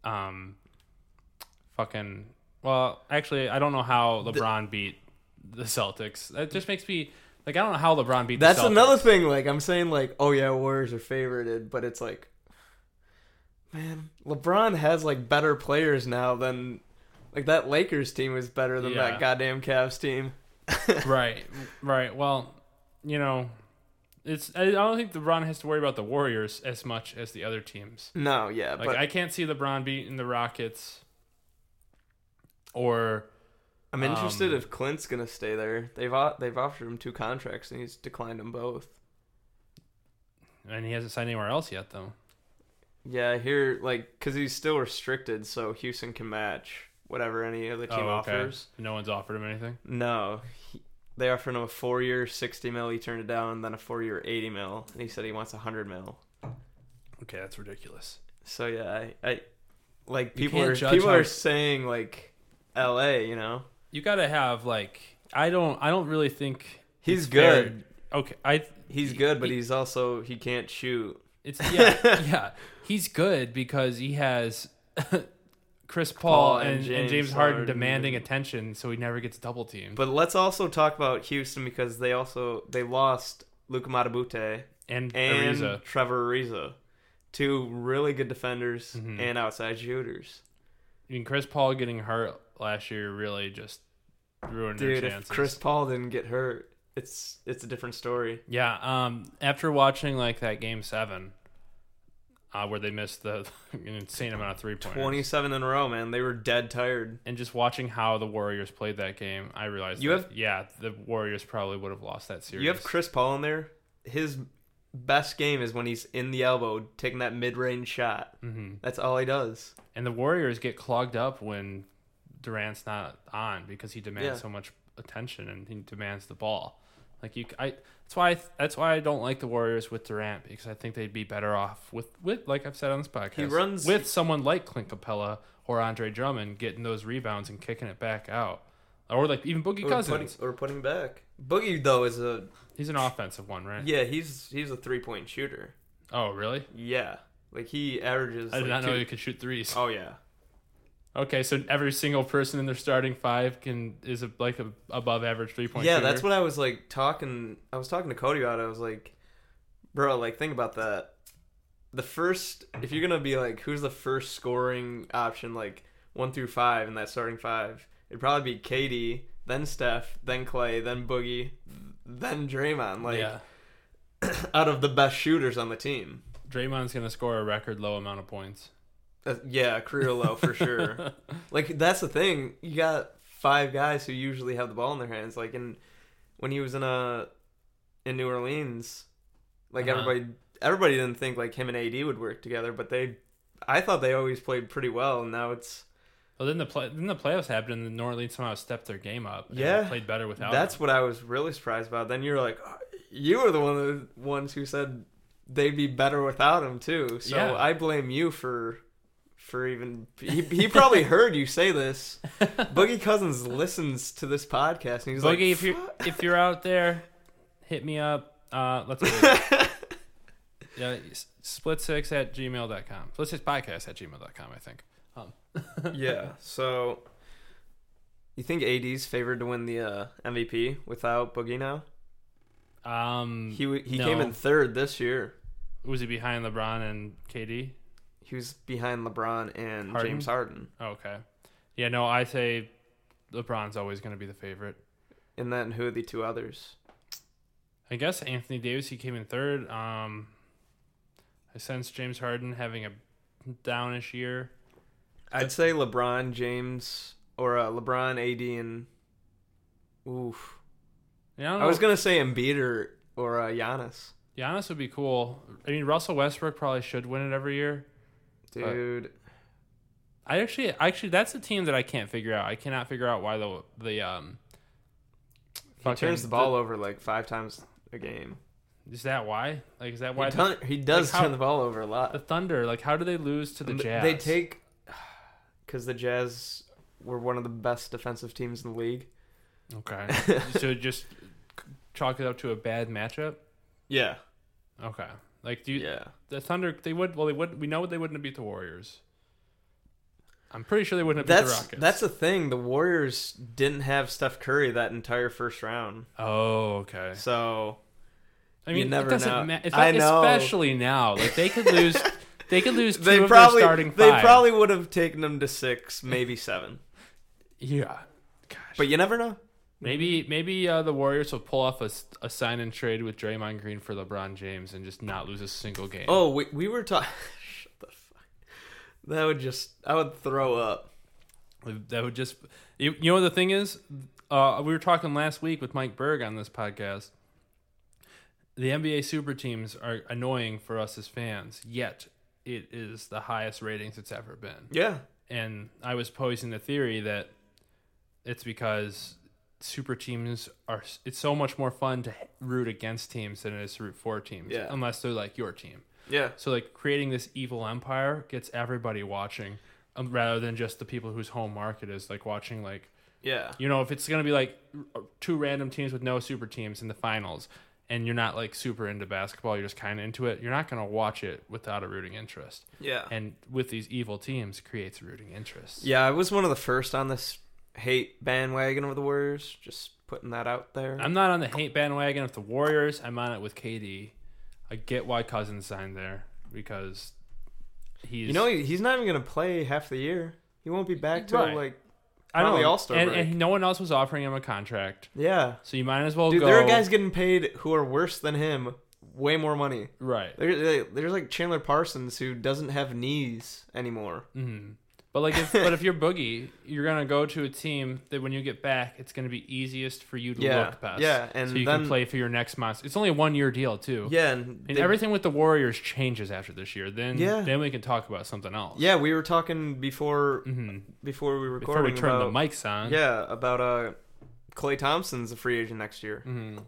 Speaker 1: um, fucking. Well, actually, I don't know how LeBron beat the Celtics. That just makes me like I don't know how LeBron beat.
Speaker 2: that's
Speaker 1: the Celtics.
Speaker 2: another thing. Like I'm saying, like oh yeah, Warriors are favorited, but it's like, man, LeBron has like better players now than like that Lakers team is better than
Speaker 1: Yeah.
Speaker 2: that goddamn Cavs team.
Speaker 1: right, right. Well, you know, it's. I don't think LeBron has to worry about the Warriors as much as the other teams.
Speaker 2: No, yeah,
Speaker 1: Like
Speaker 2: but
Speaker 1: I can't see LeBron beating the Rockets. Or
Speaker 2: I'm interested
Speaker 1: um,
Speaker 2: if Clint's gonna stay there. They've o- they've offered him two contracts and he's declined them both.
Speaker 1: and he hasn't signed anywhere else yet though.
Speaker 2: Yeah, I hear like because he's still restricted, so Houston can match whatever any other team offers.
Speaker 1: No one's offered him anything.
Speaker 2: No, he, they offered him a four-year sixty mil. He turned it down. Then a four-year eighty mil, and he said he wants a hundred mil.
Speaker 1: Okay, that's ridiculous.
Speaker 2: So yeah, I, I like
Speaker 1: You
Speaker 2: people
Speaker 1: can't
Speaker 2: are
Speaker 1: judge
Speaker 2: people
Speaker 1: how-
Speaker 2: are saying like L.A. You know,
Speaker 1: you gotta have like I don't I don't really think
Speaker 2: He's
Speaker 1: it's fair-
Speaker 2: good.
Speaker 1: Okay, I
Speaker 2: he's
Speaker 1: He-
Speaker 2: good, but
Speaker 1: he-
Speaker 2: he's also he can't shoot.
Speaker 1: it's yeah yeah he's good because he has Chris Paul, and, and James, Harden, demanding attention, so he never gets double teamed.
Speaker 2: But let's also talk about Houston because they also they lost Luka Matabute
Speaker 1: and
Speaker 2: and
Speaker 1: Ariza,
Speaker 2: Trevor Ariza, two really good defenders
Speaker 1: Mhm.
Speaker 2: and outside shooters.
Speaker 1: I mean Chris Paul getting hurt last year really just ruined
Speaker 2: Dude,
Speaker 1: their
Speaker 2: if
Speaker 1: chances.
Speaker 2: Chris Paul didn't get hurt, it's it's a different story.
Speaker 1: yeah, um, after watching like that game seven, uh, where they missed the an insane amount of three pointers,
Speaker 2: Twenty-seven in a row, man. They were dead tired.
Speaker 1: and just watching how the Warriors played that game, I realized
Speaker 2: You
Speaker 1: that,
Speaker 2: have-
Speaker 1: yeah, the Warriors probably would have lost that series.
Speaker 2: You have Chris Paul in there. His best game is when he's in the elbow, taking that mid-range shot.
Speaker 1: Mhm.
Speaker 2: That's all he does.
Speaker 1: and the Warriors get clogged up when Durant's not on because he demands
Speaker 2: Yeah.
Speaker 1: so much attention and he demands the ball. Like you, I. That's why. I, that's why I don't like the Warriors with Durant because I think they'd be better off with with like I've said on this podcast.
Speaker 2: He runs-
Speaker 1: with someone like Clint Capella or Andre Drummond getting those rebounds and kicking it back out, or like even Boogie
Speaker 2: Or putting,
Speaker 1: Cousins.
Speaker 2: or putting back. Boogie though is a
Speaker 1: He's an offensive one, right?
Speaker 2: yeah. He's he's a three-point shooter.
Speaker 1: Oh, really?
Speaker 2: Yeah, like he averages.
Speaker 1: I did
Speaker 2: like,
Speaker 1: not know
Speaker 2: two-
Speaker 1: you could shoot threes.
Speaker 2: Oh yeah.
Speaker 1: Okay, so every single person in their starting five can is a, like a above average three point.
Speaker 2: yeah that's what i was like talking i was talking to cody about it. i was like bro like think about that the first if you're gonna be like who's the first scoring option like one through five in that starting five it'd probably be katie then steph then clay then boogie then draymond like
Speaker 1: yeah,
Speaker 2: out of the best shooters on the team
Speaker 1: Draymond's gonna score a record low amount of points.
Speaker 2: Uh, yeah career low for sure like that's the thing you got five guys who usually have the ball in their hands like in when he was in a in new orleans like
Speaker 1: Uh-huh.
Speaker 2: everybody everybody didn't think like him and ad would work together but they i thought they always played pretty well and now it's
Speaker 1: Well, then the play, then the playoffs happened, and the New Orleans somehow stepped their game up. and
Speaker 2: Yeah.
Speaker 1: played better without.
Speaker 2: that's
Speaker 1: him.
Speaker 2: what i was really surprised about then you're like "Oh, you were the one of the ones who said they'd be better without him too so
Speaker 1: Yeah.
Speaker 2: i blame you for for even he, he probably heard you say this boogie cousins listens to this podcast and he's like
Speaker 1: Boogie. if you are if you're out there, hit me up. Uh, let's do it. yeah, s- split six at gmail.com. Split six podcast at gmail.com, I think. Um,
Speaker 2: Yeah. So, you think AD's favored to win the uh, MVP without Boogie now?
Speaker 1: um,
Speaker 2: He w- he
Speaker 1: no.
Speaker 2: came in third this year.
Speaker 1: Was he behind LeBron and KD?
Speaker 2: He was behind LeBron and
Speaker 1: Harden?
Speaker 2: James Harden.
Speaker 1: Okay. Yeah, no, I say LeBron's always going to be the favorite.
Speaker 2: And then who are the two others?
Speaker 1: I guess Anthony Davis, he came in third. Um, I sense James Harden having a downish year.
Speaker 2: I'd say LeBron James or uh, LeBron AD and oof.
Speaker 1: And I, don't
Speaker 2: I
Speaker 1: know,
Speaker 2: was gonna say Embiid or or uh, Giannis.
Speaker 1: Giannis would be cool. I mean, Russell Westbrook probably should win it every year. But-
Speaker 2: Dude,
Speaker 1: I actually, actually, that's a team that I can't figure out. I cannot figure out why the the um.
Speaker 2: he turns the ball over like five times a game.
Speaker 1: Is that why? Like, is that
Speaker 2: He,
Speaker 1: why
Speaker 2: done, he does
Speaker 1: like how-
Speaker 2: turn the ball over a
Speaker 1: the
Speaker 2: lot.
Speaker 1: Thunder? Like, how do they lose to the Jazz?
Speaker 2: Um, They take because the Jazz were one of the best defensive teams in the league.
Speaker 1: Okay. so just chalk it up to a bad matchup.
Speaker 2: Yeah,
Speaker 1: Okay. Like do you,
Speaker 2: yeah.
Speaker 1: the Thunder? They would. Well, they would. We know they wouldn't have beat the Warriors. I'm pretty sure they wouldn't have beat the
Speaker 2: That's
Speaker 1: Rockets.
Speaker 2: that's the thing. The Warriors didn't have Steph Curry that entire first round,
Speaker 1: oh okay.
Speaker 2: so
Speaker 1: I
Speaker 2: You
Speaker 1: mean,
Speaker 2: never
Speaker 1: it doesn't
Speaker 2: know.
Speaker 1: matter.
Speaker 2: I know.
Speaker 1: Especially now, like they could lose. they could lose two
Speaker 2: they
Speaker 1: of
Speaker 2: probably
Speaker 1: their starting
Speaker 2: they
Speaker 1: five.
Speaker 2: probably would have taken them to six, maybe seven.
Speaker 1: yeah. Gosh.
Speaker 2: But you never know.
Speaker 1: Maybe maybe uh, the Warriors will pull off a, s- a sign and trade with Draymond Green for LeBron James and just not lose a single game.
Speaker 2: Oh, we we were talking. Shut the fuck. That would just I would throw up.
Speaker 1: That would just you, you know what the thing is uh, we were talking last week with Mike Berg on this podcast. The NBA super teams are annoying for us as fans, yet it is the highest ratings it's ever been.
Speaker 2: Yeah,
Speaker 1: And I was posing the theory that it's because super teams are it's so much more fun to root against teams than it is to root for teams
Speaker 2: Yeah.
Speaker 1: unless they're like your team.
Speaker 2: yeah.
Speaker 1: So like creating this evil empire gets everybody watching, um, rather than just the people whose home market is like watching. Like
Speaker 2: Yeah.
Speaker 1: you know, if it's gonna be like r- two random teams with no super teams in the finals, and you're not like super into basketball, you're just kind of into it. You're not gonna watch it without a rooting interest.
Speaker 2: Yeah.
Speaker 1: And with these evil teams, creates rooting interest.
Speaker 2: yeah, I was one of the first on this hate bandwagon of the Warriors, just putting that out there.
Speaker 1: I'm not on the hate bandwagon with the Warriors. I'm on it with KD. I get why Cousins signed there because he's
Speaker 2: you know, he- he's not even going to play half the year. He won't be back till
Speaker 1: Right.
Speaker 2: like
Speaker 1: I know
Speaker 2: probably All-Star
Speaker 1: and,
Speaker 2: break.
Speaker 1: and no one else was offering him a contract.
Speaker 2: yeah.
Speaker 1: So you might as well
Speaker 2: Dude,
Speaker 1: go.
Speaker 2: there are guys getting paid who are worse than him, way more money.
Speaker 1: right?
Speaker 2: There, there- there's like Chandler Parsons who doesn't have knees anymore.
Speaker 1: Mhm. But like, if, but if you're Boogie, you're gonna go to a team that when you get back, it's gonna be easiest for you to
Speaker 2: Yeah,
Speaker 1: look best.
Speaker 2: yeah, and
Speaker 1: so you
Speaker 2: then-
Speaker 1: can play for your next month. It's only a one year deal too.
Speaker 2: Yeah, and,
Speaker 1: and
Speaker 2: they-
Speaker 1: everything with the Warriors changes after this year. Then
Speaker 2: Yeah.
Speaker 1: then we can talk about something else.
Speaker 2: Yeah, we were talking before
Speaker 1: Mhm.
Speaker 2: before we
Speaker 1: Before we
Speaker 2: recorded.
Speaker 1: turn
Speaker 2: about,
Speaker 1: the mics on.
Speaker 2: Yeah, about uh, Clay Thompson's a free agent next year.
Speaker 1: Mhm.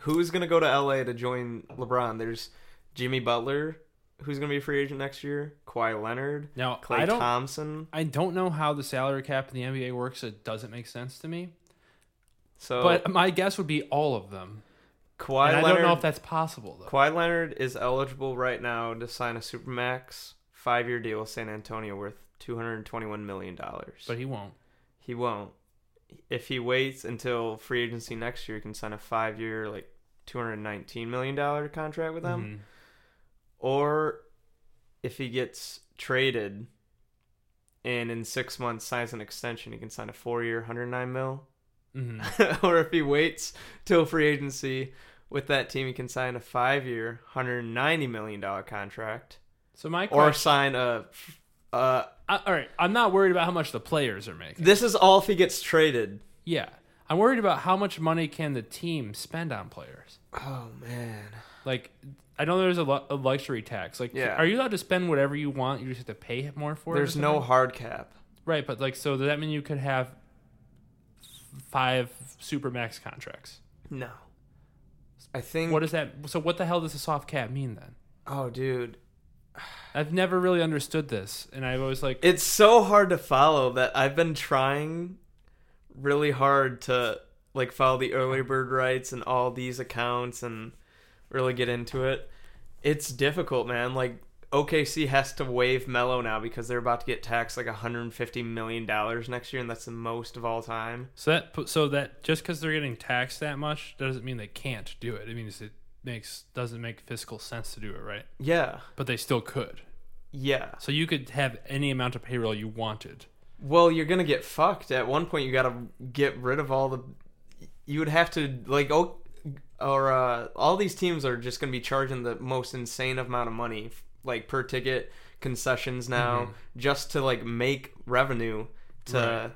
Speaker 2: Who's gonna go to LA to join LeBron? There's Jimmy Butler, who's gonna be a free agent next year. Kawhi Leonard,
Speaker 1: Now
Speaker 2: Clay
Speaker 1: I don't
Speaker 2: Thompson.
Speaker 1: I don't know how the salary cap in the NBA works. It doesn't make sense to me.
Speaker 2: So,
Speaker 1: But my guess would be all of them.
Speaker 2: Kawhi
Speaker 1: and I
Speaker 2: Leonard.
Speaker 1: don't know if that's possible though.
Speaker 2: Kawhi Leonard is eligible right now to sign a supermax five-year deal with San Antonio worth two hundred twenty-one million dollars.
Speaker 1: But he won't.
Speaker 2: He won't. If he waits until free agency next year, he can sign a five year, like $219 million contract with them.
Speaker 1: Mhm.
Speaker 2: Or if he gets traded and in six months signs an extension, he can sign a four year, 109 mil.
Speaker 1: Mhm.
Speaker 2: or if he waits till free agency with that team, he can sign a five year, $190 million contract.
Speaker 1: So my
Speaker 2: Or
Speaker 1: question,
Speaker 2: sign a. Uh,
Speaker 1: I, all right, I'm not worried about how much the players are making.
Speaker 2: this is all if he gets traded.
Speaker 1: yeah, I'm worried about how much money can the team spend on players.
Speaker 2: Oh, man.
Speaker 1: Like, I know there's a, lu- a luxury tax. Like,
Speaker 2: Yeah.
Speaker 1: are you allowed to spend whatever you want? You just have to pay more for it. or
Speaker 2: There's no
Speaker 1: something?
Speaker 2: hard cap.
Speaker 1: right, but like, so does that mean you could have five supermax contracts?
Speaker 2: No. I think.
Speaker 1: What is that? So what the hell does a soft cap mean then?
Speaker 2: Oh, dude.
Speaker 1: I've never really understood this, and I've always like,
Speaker 2: It's so hard to follow that I've been trying really hard to like follow the early bird rights and all these accounts and really get into it. It's difficult, man. Like OKC has to waive Melo now because they're about to get taxed like 150 million dollars next year and that's the most of all time.
Speaker 1: so that so that just because they're getting taxed that much doesn't mean they can't do it. It means it makes doesn't make fiscal sense to do it right,
Speaker 2: Yeah.
Speaker 1: but they still could.
Speaker 2: Yeah.
Speaker 1: So you could have any amount of payroll you wanted.
Speaker 2: Well, you're gonna get fucked. At one point, you gotta get rid of all the. You would have to like oh, or uh, all these teams are just gonna be charging the most insane amount of money, like per ticket concessions now,
Speaker 1: Mm-hmm.
Speaker 2: just to like make revenue to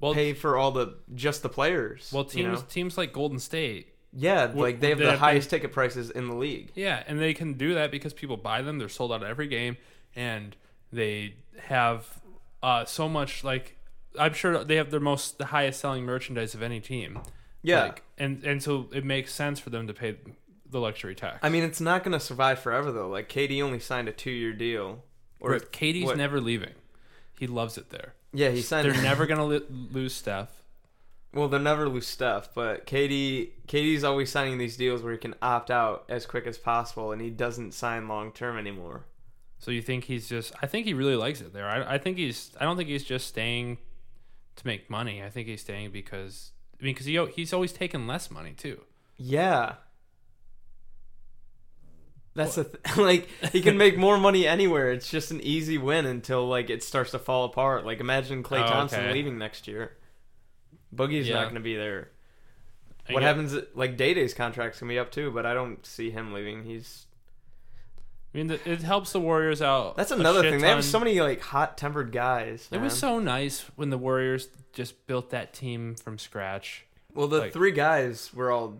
Speaker 1: Well,
Speaker 2: pay for all the just the players.
Speaker 1: well, teams
Speaker 2: you know?
Speaker 1: teams like Golden State,
Speaker 2: yeah, like they have
Speaker 1: they
Speaker 2: the
Speaker 1: have been-
Speaker 2: highest ticket prices in the league.
Speaker 1: yeah, and they can do that because people buy them. They're sold out every game, and they have uh, so much like I'm sure they have their most the highest selling merchandise of any team.
Speaker 2: Yeah,
Speaker 1: Like, and and so it makes sense for them to pay the luxury tax.
Speaker 2: I mean it's not gonna survive forever though. Like KD only signed a two-year deal. Or
Speaker 1: But Katie's
Speaker 2: what-
Speaker 1: never leaving. He loves it there.
Speaker 2: yeah, he signed.
Speaker 1: They're never gonna li- lose Steph.
Speaker 2: Well, they'll never lose Steph, but KD KD's always signing these deals where he can opt out as quick as possible, and he doesn't sign long term anymore.
Speaker 1: So you think he's just? I think he really likes it there. I, I think he's. I don't think he's just staying to make money. I think he's staying because I mean, because he al- he's always taken less money too.
Speaker 2: Yeah, that's the th- like he can make more money anywhere. It's just an easy win until like it starts to fall apart. Like imagine Clay
Speaker 1: Oh,
Speaker 2: Thompson
Speaker 1: okay.
Speaker 2: leaving next year. Boogie's
Speaker 1: Yeah.
Speaker 2: not going to be there.
Speaker 1: I
Speaker 2: what
Speaker 1: get-
Speaker 2: happens? Like Day Day's contract's going to be up too, but I don't see him leaving. He's
Speaker 1: I mean, the, it helps the Warriors out.
Speaker 2: that's
Speaker 1: a
Speaker 2: another
Speaker 1: shit
Speaker 2: thing. They have
Speaker 1: ton.
Speaker 2: so many like hot tempered guys.
Speaker 1: It was
Speaker 2: man.
Speaker 1: so nice when the Warriors just built that team from scratch,
Speaker 2: Well, the
Speaker 1: Like-
Speaker 2: three guys were all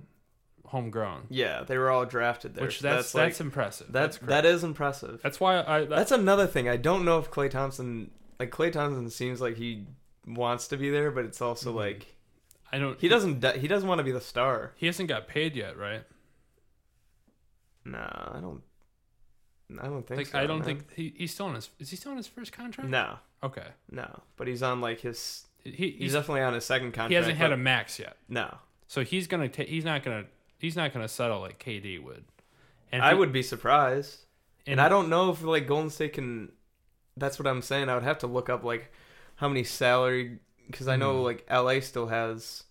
Speaker 1: homegrown,
Speaker 2: yeah, they were all drafted there.
Speaker 1: which
Speaker 2: so
Speaker 1: that's that's,
Speaker 2: like,
Speaker 1: impressive.
Speaker 2: that-
Speaker 1: that's great.
Speaker 2: that is impressive.
Speaker 1: that's why I that,
Speaker 2: That's another thing. I don't know if Clay Thompson like Clay Thompson seems like he wants to be there, but it's
Speaker 1: Mm-hmm.
Speaker 2: also like
Speaker 1: I don't
Speaker 2: he doesn't de- he doesn't want to be the star.
Speaker 1: he hasn't got paid yet, right?
Speaker 2: Nah, I don't. I don't think.
Speaker 1: Like
Speaker 2: so,
Speaker 1: I don't
Speaker 2: man.
Speaker 1: think he, he's still on his is he still on his first contract?
Speaker 2: No,
Speaker 1: Okay.
Speaker 2: no. But he's on like his.
Speaker 1: He he's,
Speaker 2: He's definitely on his second contract.
Speaker 1: he hasn't had
Speaker 2: but-
Speaker 1: a max yet.
Speaker 2: No,
Speaker 1: So he's gonna ta- he's not gonna he's not gonna settle like KD would. And if
Speaker 2: I
Speaker 1: he-
Speaker 2: would be surprised.
Speaker 1: and,
Speaker 2: And I don't know if like Golden State can. That's what I'm saying. I would have to look up like how many salary because I
Speaker 1: Hmm.
Speaker 2: know like LA still has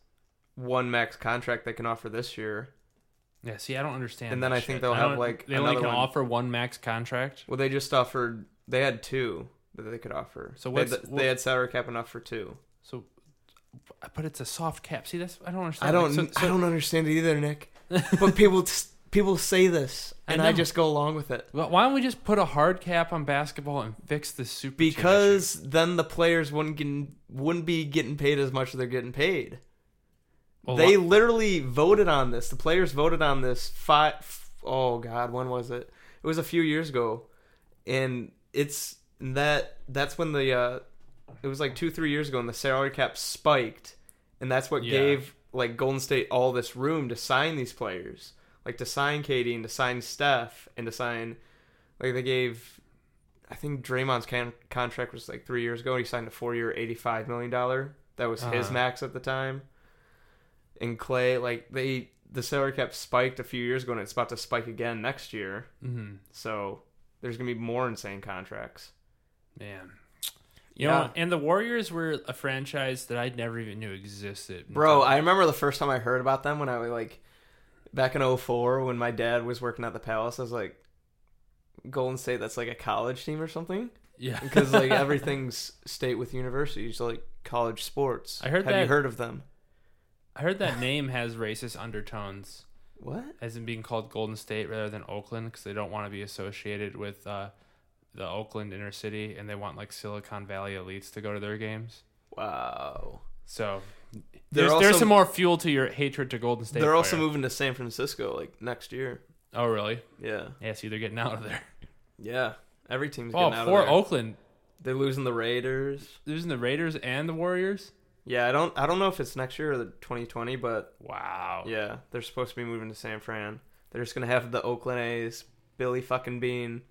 Speaker 2: one max contract they can offer this year.
Speaker 1: yeah. See, I don't understand.
Speaker 2: And then
Speaker 1: that
Speaker 2: I think
Speaker 1: shit.
Speaker 2: they'll
Speaker 1: don't-
Speaker 2: have, like,
Speaker 1: they only
Speaker 2: another
Speaker 1: can
Speaker 2: one.
Speaker 1: offer one max contract.
Speaker 2: Well, they just offered. They had two that they could offer.
Speaker 1: So
Speaker 2: they,
Speaker 1: what's-
Speaker 2: they had salary cap enough for two.
Speaker 1: So, but it's a soft cap. See, that's I don't understand.
Speaker 2: I don't.
Speaker 1: Like, so, so,
Speaker 2: I don't understand it either, Nick. but people people say this,
Speaker 1: I
Speaker 2: and I,
Speaker 1: know.
Speaker 2: just go along with it
Speaker 1: wh- Why don't we just put a hard cap on basketball and fix this super? team issue?
Speaker 2: because then the players wouldn't get, wouldn't be getting paid as much as they're getting paid.
Speaker 1: Well,
Speaker 2: they
Speaker 1: why-
Speaker 2: literally voted on this. The players voted on this five oh god, when was it? It was a few years ago, and it's that that's when the uh, it was like two three years ago, and the salary cap spiked, and that's what
Speaker 1: Yeah.
Speaker 2: gave like Golden State all this room to sign these players, like to sign Katie and to sign Steph and to sign like they gave. I think Draymond's can- contract was like three years ago. and He signed a four-year, eighty-five million dollar. That was his
Speaker 1: Uh-huh.
Speaker 2: max at the time. And Clay, like they, the salary cap spiked a few years ago, and it's about to spike again next year.
Speaker 1: Mhm.
Speaker 2: So there's gonna be more insane contracts.
Speaker 1: man. You know, and the Warriors were a franchise that I never even knew existed.
Speaker 2: bro. I remember the first time I heard about them when I was like back in 04 when my dad was working at the Palace. I was like, Golden State, that's like a college team or something.
Speaker 1: yeah,
Speaker 2: because like everything's state with universities, like college sports.
Speaker 1: I heard
Speaker 2: Have you
Speaker 1: that-
Speaker 2: heard of them?
Speaker 1: I heard that name has racist undertones.
Speaker 2: What?
Speaker 1: as in being called Golden State rather than Oakland because they don't want to be associated with uh, the Oakland inner city and they want like Silicon Valley elites to go to their games.
Speaker 2: Wow.
Speaker 1: So
Speaker 2: They're
Speaker 1: there's,
Speaker 2: also-
Speaker 1: there's some more fuel to your hatred to Golden State.
Speaker 2: They're also
Speaker 1: player.
Speaker 2: moving to San Francisco like next year.
Speaker 1: Oh really?
Speaker 2: Yeah.
Speaker 1: Yeah, so they're getting out of there.
Speaker 2: Yeah. Every team's
Speaker 1: Oh,
Speaker 2: getting out
Speaker 1: poor
Speaker 2: of there.
Speaker 1: Oakland
Speaker 2: They're losing the Raiders.
Speaker 1: losing the Raiders and the Warriors.
Speaker 2: Yeah, I don't I don't know if it's next year or the 2020, but
Speaker 1: Wow.
Speaker 2: yeah, they're supposed to be moving to San Fran. They're just going to have the Oakland A's, Billy fucking Bean,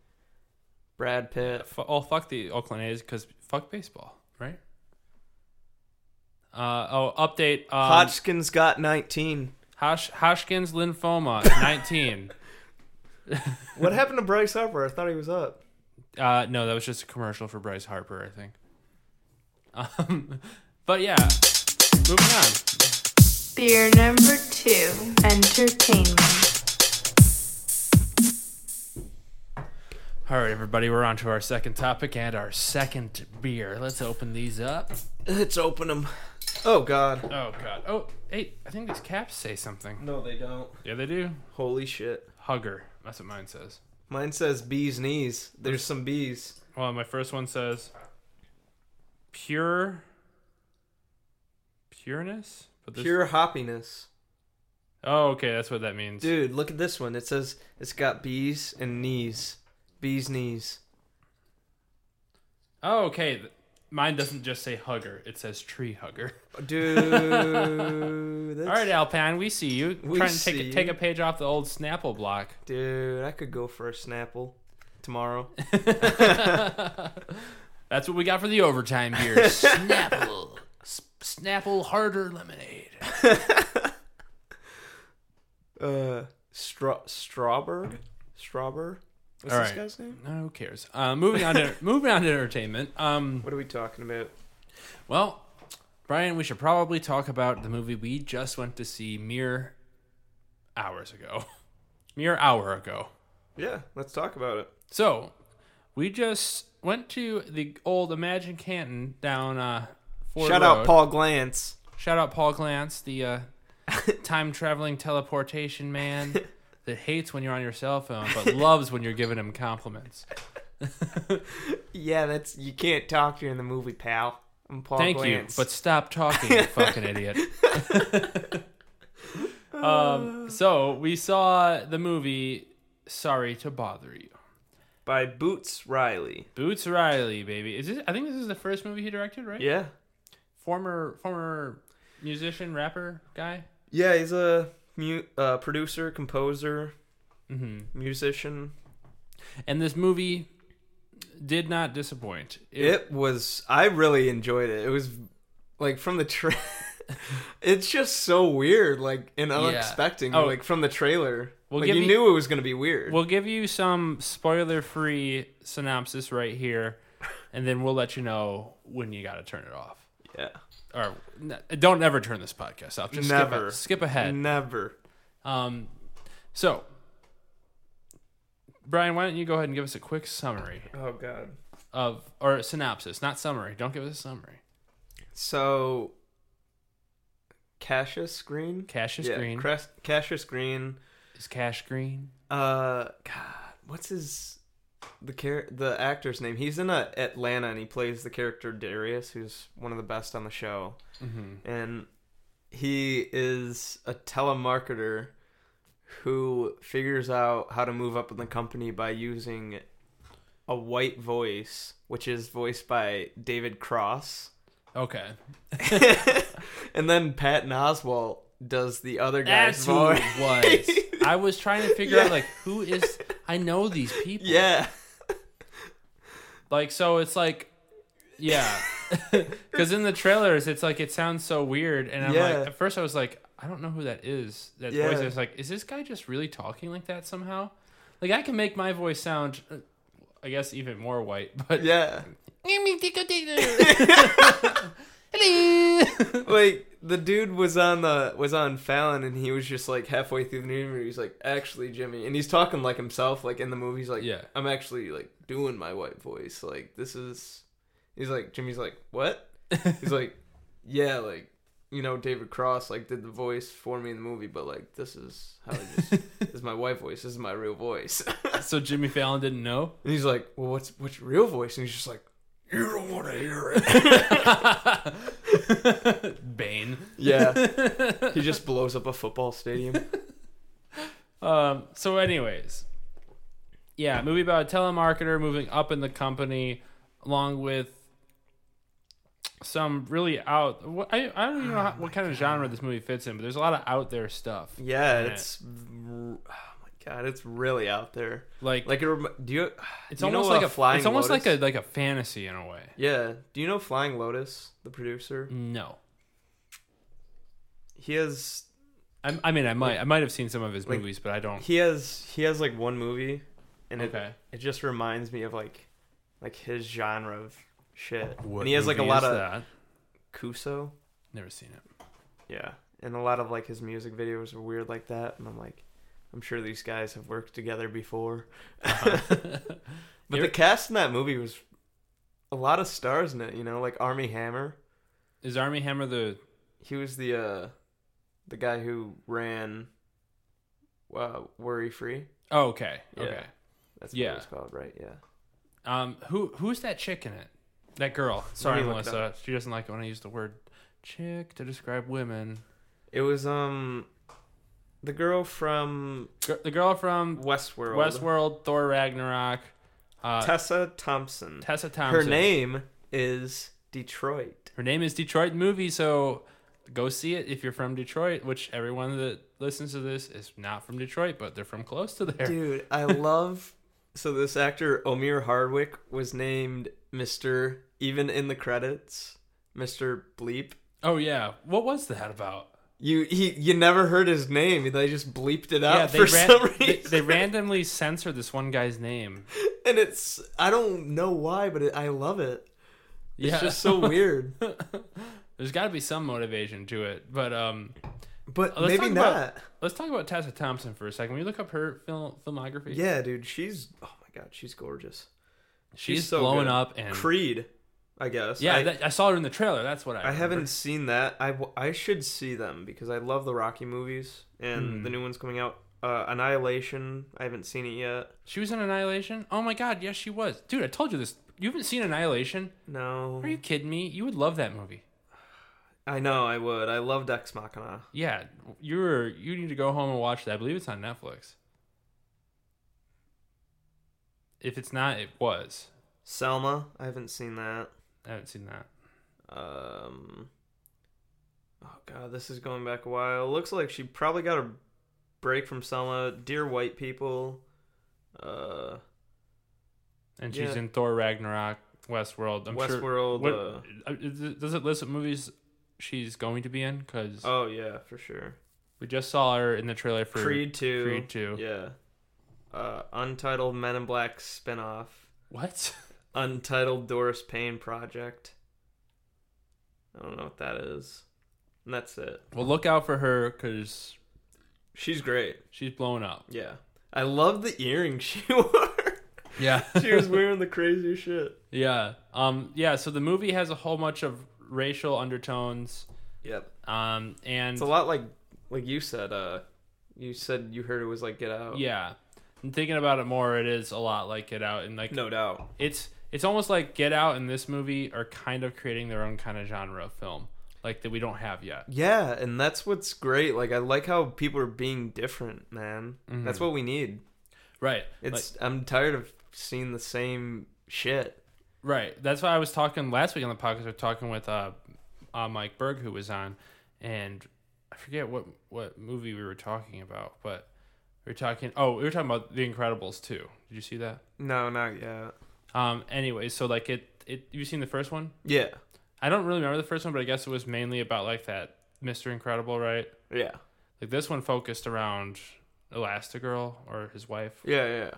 Speaker 2: Brad Pitt.
Speaker 1: F- oh fuck the Oakland A's because fuck baseball, right? Uh, oh, update. Um,
Speaker 2: Hodgkin's got 19.
Speaker 1: Hosh- Hoshkin's lymphoma, 19.
Speaker 2: What happened to Bryce Harper? I thought he was up.
Speaker 1: Uh, no, that was just a commercial for Bryce Harper, I think. Um, but yeah, moving on.
Speaker 3: Beer number two, entertainment.
Speaker 1: All right, everybody, we're on to our second topic and our second beer. Let's open these up.
Speaker 2: Let's open them. Oh God.
Speaker 1: Oh, God. Oh, hey, I think these caps say something.
Speaker 2: No, they don't.
Speaker 1: Yeah, they do.
Speaker 2: Holy shit.
Speaker 1: Hugger. That's what mine says.
Speaker 2: Mine says bees knees. There's some bees.
Speaker 1: Well, my first one says pure pureness. But there's-
Speaker 2: Pure hoppiness.
Speaker 1: Oh, okay, that's what that means.
Speaker 2: Dude, look at this one. It says it's got bees and knees. Bees knees.
Speaker 1: Oh, okay. th- Mine doesn't just say hugger; it says tree hugger.
Speaker 2: Dude. that's-
Speaker 1: All right, Alpine, we see you.
Speaker 2: We
Speaker 1: Trying to take
Speaker 2: see
Speaker 1: a,
Speaker 2: you.
Speaker 1: take a page off the old Snapple block.
Speaker 2: Dude, I could go for a Snapple tomorrow.
Speaker 1: That's what we got for the overtime beer. Snapple, S- Snapple harder lemonade.
Speaker 2: Uh, stra- Strawber? Strawber? What's
Speaker 1: All
Speaker 2: this
Speaker 1: right.
Speaker 2: guy's name?
Speaker 1: No, who cares? Uh, moving on to moving on to entertainment. Um,
Speaker 2: What are we talking about?
Speaker 1: well, Brian, we should probably talk about the movie we just went to see mere hours ago, mere hour ago.
Speaker 2: Yeah, let's talk about it.
Speaker 1: So, we just went to the old Imagine Canton down uh, Ford
Speaker 2: Shout
Speaker 1: Road.
Speaker 2: out Paul Glantz.
Speaker 1: Shout out Paul Glantz, the uh, time traveling teleportation man that hates when you're on your cell phone but loves when you're giving him compliments.
Speaker 2: Yeah, that's you can't talk during the movie, pal. I'm Paul
Speaker 1: Thank you,
Speaker 2: Glantz.
Speaker 1: but stop talking, you fucking idiot. um, so we saw the movie Sorry to Bother You.
Speaker 2: by Boots Riley.
Speaker 1: Boots Riley, baby. Is this, I think this is the first movie he directed, right?
Speaker 2: Yeah.
Speaker 1: Former former musician, rapper guy.
Speaker 2: Yeah, he's a mu- uh, producer, composer,
Speaker 1: Mm-hmm.
Speaker 2: musician.
Speaker 1: And this movie did not disappoint.
Speaker 2: It was. I really enjoyed it. It was like from the tra- It's just so weird, like and unexpected,
Speaker 1: Oh.
Speaker 2: like from the trailer.
Speaker 1: Well,
Speaker 2: like
Speaker 1: give
Speaker 2: you
Speaker 1: me-
Speaker 2: knew it was gonna be weird.
Speaker 1: We'll give you some spoiler free synopsis right here, and then we'll let you know when you got to turn it off.
Speaker 2: yeah,
Speaker 1: Or n- don't ever turn this podcast off. Just skip a-
Speaker 2: Never.
Speaker 1: Skip, ahead.
Speaker 2: never.
Speaker 1: Um, so, Brian, why don't you go ahead and give us a quick summary
Speaker 2: Oh god.
Speaker 1: of, or a synopsis, not summary. Don't give us a summary.
Speaker 2: So, Cassius Green.
Speaker 1: Cassius Green
Speaker 2: Cras- Cassius Green.
Speaker 1: is Cash Green.
Speaker 2: Uh, God, what's his the char- the actor's name? He's in uh Atlanta and he plays the character Darius, who's one of the best on the show,
Speaker 1: Mm-hmm.
Speaker 2: and he is a telemarketer who figures out how to move up in the company by using a white voice, which is voiced by David Cross,
Speaker 1: Okay.
Speaker 2: and then Patton Oswalt does the other guy's
Speaker 1: That's who
Speaker 2: voice.
Speaker 1: it was. I was trying to figure out,
Speaker 2: Yeah.
Speaker 1: like, who is, I know these people.
Speaker 2: Yeah.
Speaker 1: Like so it's like yeah. Cuz in the trailers it's like it sounds so weird and I'm
Speaker 2: Yeah.
Speaker 1: like at first I was like I don't know who that is. That
Speaker 2: Yeah.
Speaker 1: voice is like is this guy just really talking like that somehow? Like I can make my voice sound uh, I guess even more white, but
Speaker 2: Yeah.
Speaker 1: Hello.
Speaker 2: like the dude was on the was on Fallon and he was just like halfway through the interview he's like actually Jimmy and he's talking like himself like in the movie he's like
Speaker 1: Yeah.
Speaker 2: I'm actually like doing my white voice like this is he's like Jimmy's like what he's like yeah like you know David Cross like did the voice for me in the movie but like this is how I just this is my white voice this is my real voice
Speaker 1: so Jimmy Fallon didn't know.
Speaker 2: and he's like well what's what's your real voice and he's just like you don't want to hear it
Speaker 1: Bane.
Speaker 2: yeah he just blows up a football stadium
Speaker 1: Um, so, anyways, yeah, movie about a telemarketer moving up in the company, along with some really out. wh- I, I don't even know how, what kind of genre this movie fits in, but there's a lot of out there stuff.
Speaker 2: Yeah,
Speaker 1: in it.
Speaker 2: it's r- oh my god, it's really out there.
Speaker 1: like,
Speaker 2: Like, it rem- do you?
Speaker 1: it's
Speaker 2: do you know
Speaker 1: almost
Speaker 2: uh,
Speaker 1: like a
Speaker 2: flying.
Speaker 1: It's almost
Speaker 2: Lotus?
Speaker 1: like a like a fantasy in a Mm. way.
Speaker 2: Yeah. Do you know Flying Lotus, the producer?
Speaker 1: No,
Speaker 2: He has
Speaker 1: I, I mean I might I might have seen some of his
Speaker 2: Like-
Speaker 1: movies, but I don't.
Speaker 2: he has he has like one movie, and it
Speaker 1: Okay.
Speaker 2: it just reminds me of like like his genre of shit.
Speaker 1: What
Speaker 2: and he has like a
Speaker 1: movie
Speaker 2: lot
Speaker 1: is
Speaker 2: of
Speaker 1: that?
Speaker 2: Kuso.
Speaker 1: Never seen it.
Speaker 2: Yeah, and a lot of like his music videos are weird like that, and I'm like, I'm sure these guys have worked together before.
Speaker 1: Uh-huh.
Speaker 2: but the
Speaker 1: You're-
Speaker 2: cast in that movie was a lot of stars in it, you know, like Army Hammer.
Speaker 1: Is Army Hammer the
Speaker 2: He was the uh the guy who ran uh, Worry Free.
Speaker 1: Oh, okay.
Speaker 2: Yeah.
Speaker 1: Okay.
Speaker 2: That's
Speaker 1: Yeah.
Speaker 2: what it's called, right? Yeah.
Speaker 1: Um who who's that chick in it? That girl. Sorry,
Speaker 2: me look it
Speaker 1: Melissa. She doesn't like it when I use the word chick to describe women.
Speaker 2: It was um the girl from
Speaker 1: Gir- the girl from
Speaker 2: Westworld.
Speaker 1: Westworld, Thor Ragnarok, uh,
Speaker 2: Tessa Thompson.
Speaker 1: Tessa Thompson.
Speaker 2: Her name is Detroit.
Speaker 1: Her name is Detroit Movie, so go see it if you're from Detroit, which everyone that listens to this is not from Detroit, but they're from close to there.
Speaker 2: Dude, I love. So this actor Omir Hardwick was named Mister, even in the credits, Mister Bleep.
Speaker 1: Oh yeah. What was that about?
Speaker 2: You he you never heard his name. They just bleeped it out
Speaker 1: yeah,
Speaker 2: Uh, for some reason.
Speaker 1: they, they randomly censored this one guy's name.
Speaker 2: and it's I don't know why, but it, I love it.
Speaker 1: Yeah.
Speaker 2: It's just so weird.
Speaker 1: There's got to be some motivation to it, but um,
Speaker 2: But
Speaker 1: Let's talk
Speaker 2: maybe not.
Speaker 1: about- let's talk about Tessa Thompson for a second. When you look up her film, filmography,
Speaker 2: Yeah, dude, she's oh my god, she's gorgeous.
Speaker 1: she's,
Speaker 2: she's so
Speaker 1: blowing
Speaker 2: good.
Speaker 1: up and
Speaker 2: Creed, I guess.
Speaker 1: yeah,
Speaker 2: I,
Speaker 1: I, that, I saw her in the trailer. That's what I.
Speaker 2: I
Speaker 1: remember.
Speaker 2: haven't seen that. I, w- I should see them because I love the Rocky movies and
Speaker 1: Hmm.
Speaker 2: the new one's coming out. Uh, Annihilation. I haven't seen it yet.
Speaker 1: She was in Annihilation. Oh my god, yes, she was. Dude, I told you this. You haven't seen Annihilation?
Speaker 2: No.
Speaker 1: Are you kidding me? You would love that movie.
Speaker 2: I know I would. I love Dex Machina.
Speaker 1: Yeah, you're. You need to go home and watch that. I believe it's on Netflix. If it's not, it was.
Speaker 2: Selma. I haven't seen that.
Speaker 1: I haven't seen that.
Speaker 2: Um. Oh god, this is going back a while. Looks like she probably got a break from Selma. Dear White People. Uh,
Speaker 1: And she's
Speaker 2: Yeah.
Speaker 1: in Thor Ragnarok, Westworld. I'm sure.
Speaker 2: Westworld.
Speaker 1: What,
Speaker 2: uh,
Speaker 1: uh, is- does it list what movies she's going to be in? Because
Speaker 2: oh yeah, for sure.
Speaker 1: we just saw her in the trailer for
Speaker 2: Creed two.
Speaker 1: Creed 2.
Speaker 2: Yeah. Uh, Untitled Men in Black spinoff.
Speaker 1: What?
Speaker 2: Untitled Doris Payne project. I don't know what that is. And that's it.
Speaker 1: well, look out for her because
Speaker 2: She's great.
Speaker 1: she's blowing up.
Speaker 2: Yeah. I love the earrings she wore.
Speaker 1: Yeah.
Speaker 2: she was wearing the craziest shit.
Speaker 1: yeah. Um. Yeah. So the movie has a whole bunch of racial undertones.
Speaker 2: Yep.
Speaker 1: Um. And
Speaker 2: It's a lot like like you said, uh you said you heard it was like get out.
Speaker 1: yeah, and thinking about it more, it is a lot like Get Out, and like
Speaker 2: No doubt.
Speaker 1: it's it's almost like Get Out and this movie are kind of creating their own kind of genre of film, like that we don't have yet.
Speaker 2: Yeah, and that's what's great. Like I like how people are being different, man.
Speaker 1: Mm-hmm.
Speaker 2: That's what we need.
Speaker 1: Right.
Speaker 2: It's I'm tired of seeing the same shit.
Speaker 1: Right. That's why I was talking last week on the podcast. I was talking with uh, uh, Mike Berg, who was on, and I forget what what movie we were talking about, but we were talking. Oh, we were talking about The Incredibles too. Did you see that?
Speaker 2: No, not yet.
Speaker 1: Um. Anyway, so like it it you seen the first one?
Speaker 2: Yeah,
Speaker 1: I don't really remember the first one, but I guess it was mainly about like that Mister Incredible, right?
Speaker 2: yeah,
Speaker 1: Like this one focused around Elastigirl or his wife,
Speaker 2: yeah, yeah.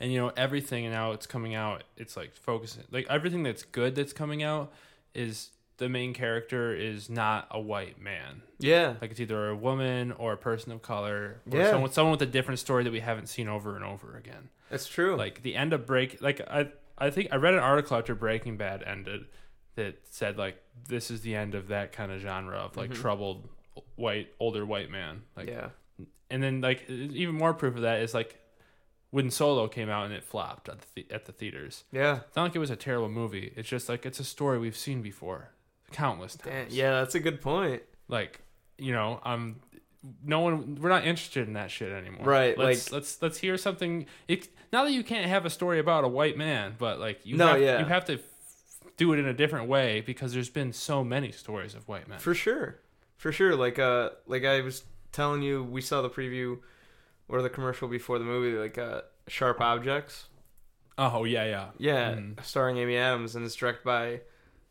Speaker 1: and you know everything now it's coming out it's like focusing like everything that's good that's coming out is the main character is not a white man
Speaker 2: Yeah,
Speaker 1: like it's either a woman or a person of color or
Speaker 2: Yeah.
Speaker 1: someone, someone with a different story that we haven't seen over and over again
Speaker 2: that's true.
Speaker 1: like the end of break like i i think i read an article after breaking bad ended that said like this is the end of that kind of genre of
Speaker 2: Mm-hmm.
Speaker 1: like troubled white older white man like
Speaker 2: yeah,
Speaker 1: and then like even more proof of that is like when Solo came out and it flopped at the, at the theaters.
Speaker 2: yeah,
Speaker 1: It's not like it was a terrible movie. It's just like it's a story we've seen before, countless
Speaker 2: Damn,
Speaker 1: times.
Speaker 2: Eh, yeah. That's a good point.
Speaker 1: Like you know, um, no one we're not interested in that shit anymore.
Speaker 2: Right,
Speaker 1: Let's
Speaker 2: like-
Speaker 1: let's let's hear something. It, not that you can't have a story about a white man, but like you
Speaker 2: No,
Speaker 1: have,
Speaker 2: yeah.
Speaker 1: you have to. Do it in a different way because there's been so many stories of white men.
Speaker 2: For sure. For sure. Like uh like I was telling you we saw the preview or the commercial before the movie, like uh Sharp Objects.
Speaker 1: oh yeah, yeah,
Speaker 2: Yeah.
Speaker 1: Mhm.
Speaker 2: Starring Amy Adams and it's directed by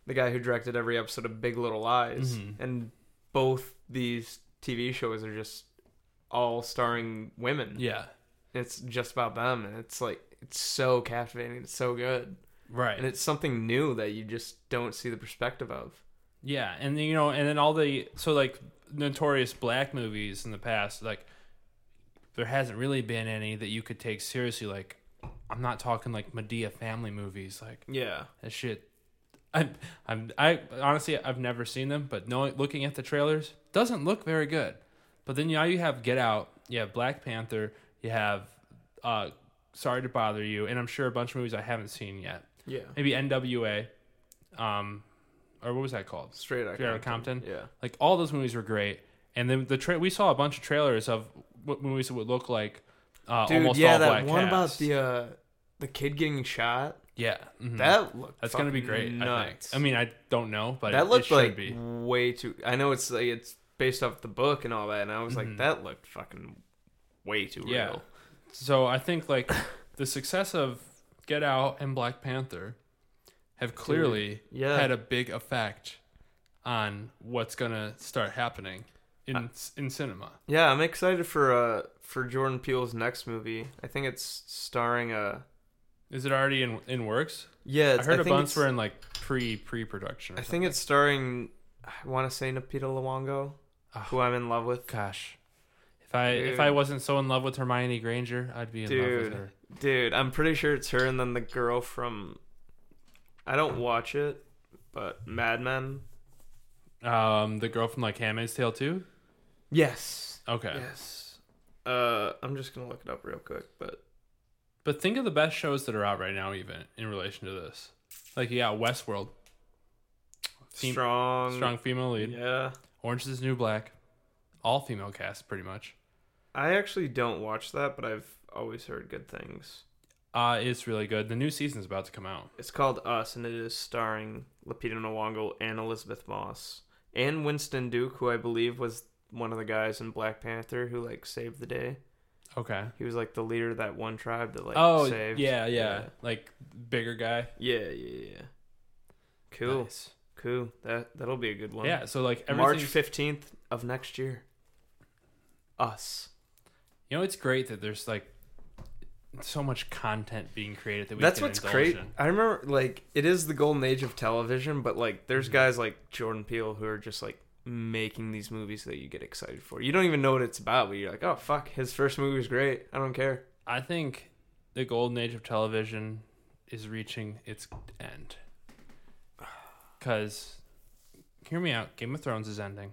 Speaker 2: the guy who directed every episode of Big Little Lies.
Speaker 1: Mhm.
Speaker 2: And both these TV shows are just all starring women.
Speaker 1: yeah,
Speaker 2: It's just about them and it's like it's so captivating, it's so good.
Speaker 1: right.
Speaker 2: And it's something new that you just don't see the perspective of.
Speaker 1: Yeah, and then, you know, and then all the so like notorious black movies in the past, like there hasn't really been any that you could take seriously. Like, I'm not talking like Medea family movies. Like
Speaker 2: Yeah.
Speaker 1: that shit. I'm, I'm, I honestly, I've never seen them, but knowing, looking at the trailers, doesn't look very good. But then now you have Get Out, you have Black Panther, you have uh, Sorry to Bother You, and I'm sure a bunch of movies I haven't seen yet.
Speaker 2: Yeah.
Speaker 1: Maybe NWA, um, or what was that called?
Speaker 2: Straight out.
Speaker 1: Straight Outta Compton.
Speaker 2: Yeah.
Speaker 1: Like all those movies were great, and then the tra- we saw a bunch of trailers of what movies would look like. Uh,
Speaker 2: Dude,
Speaker 1: almost
Speaker 2: yeah,
Speaker 1: all
Speaker 2: that
Speaker 1: black
Speaker 2: one about
Speaker 1: cast.
Speaker 2: the uh, the kid getting shot.
Speaker 1: yeah mhm.
Speaker 2: That looked.
Speaker 1: that's gonna be
Speaker 2: fucking
Speaker 1: great. I, think.
Speaker 2: Nuts.
Speaker 1: I mean, I don't know, but it-
Speaker 2: that
Speaker 1: it
Speaker 2: looked
Speaker 1: should
Speaker 2: like
Speaker 1: be.
Speaker 2: way too. I know it's like it's based off the book and all that, and I was like, that looked fucking way too
Speaker 1: Mm-hmm. Yeah.
Speaker 2: real.
Speaker 1: So I think like the success of Get Out and Black Panther have clearly
Speaker 2: yeah.
Speaker 1: had a big effect on what's gonna start happening in in cinema.
Speaker 2: Yeah, I'm excited for uh for Jordan Peele's next movie. I think it's starring uh
Speaker 1: Is it already in in works?
Speaker 2: yeah.
Speaker 1: I heard a
Speaker 2: a
Speaker 1: bunch were in like pre pre production.
Speaker 2: I think it's starring. I want to say Napita Luongo,
Speaker 1: Oh.
Speaker 2: who I'm in love with.
Speaker 1: gosh, if I if I
Speaker 2: Dude. wasn't
Speaker 1: wasn't so in love with Hermione Granger, I'd be in love with
Speaker 2: Dude,
Speaker 1: her.
Speaker 2: dude, I'm pretty sure it's her and then the girl from. I don't watch it, but Mad Men.
Speaker 1: Um, the girl from like Handmaid's Tale too.
Speaker 2: Yes.
Speaker 1: Okay,
Speaker 2: Yes. Uh, I'm just gonna look it up real quick, but
Speaker 1: but think of the best shows that are out right now, even in relation to this. Like yeah, Westworld, Fem-
Speaker 2: strong,
Speaker 1: strong female lead.
Speaker 2: Um, Yeah,
Speaker 1: Orange is the New Black, all female cast pretty much.
Speaker 2: I actually don't watch that, but I've always heard good things.
Speaker 1: Uh, it's really good. The new season's about to come out.
Speaker 2: It's called Us, and it is starring Lupita Nyong'o and Elizabeth Moss and Winston Duke, who I believe was one of the guys in Black Panther who like saved the day.
Speaker 1: Okay.
Speaker 2: He was like the leader of that one tribe that like
Speaker 1: oh
Speaker 2: saved.
Speaker 1: yeah, yeah, like bigger guy.
Speaker 2: yeah, yeah, yeah. yeah. Cool,
Speaker 1: Nice.
Speaker 2: cool. That that'll be a good one.
Speaker 1: Yeah. So like
Speaker 2: March
Speaker 1: everything's
Speaker 2: fifteenth of next year. Us.
Speaker 1: You know, it's great that there's like so much content being created that we
Speaker 2: That's
Speaker 1: can
Speaker 2: what's
Speaker 1: indulge
Speaker 2: great.
Speaker 1: in.
Speaker 2: I remember like it is the golden age of television, but like there's
Speaker 1: Mm-hmm.
Speaker 2: guys like Jordan Peele who are just like making these movies that you get excited for. You don't even know what it's about, but you're like, oh fuck, his first movie was great. I don't care.
Speaker 1: I think the golden age of television is reaching its end. Cause, hear me out. Game of Thrones is ending.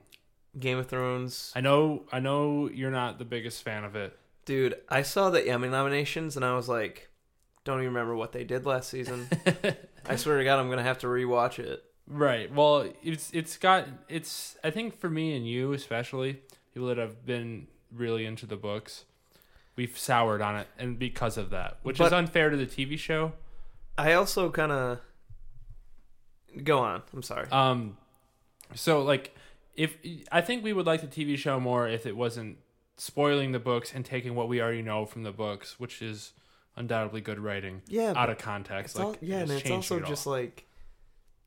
Speaker 2: Game of Thrones,
Speaker 1: I know. I know you're not the biggest fan of it.
Speaker 2: dude. I saw the Emmy nominations and I was like, don't even remember what they did last season. I swear to God, I'm gonna have to rewatch it.
Speaker 1: Right. Well, it's it's got it's I think for me and you especially, people that have been really into the books, we've soured on it and because of that, which is
Speaker 2: But-
Speaker 1: unfair to the TV show.
Speaker 2: I also kind of go on. I'm sorry.
Speaker 1: Um so like if I think we would like the TV show more if it wasn't spoiling the books and taking what we already know from the books, which is undoubtedly good writing
Speaker 2: yeah,
Speaker 1: out of context
Speaker 2: It's
Speaker 1: like
Speaker 2: all, yeah, and
Speaker 1: just
Speaker 2: it's also
Speaker 1: changing it all.
Speaker 2: just like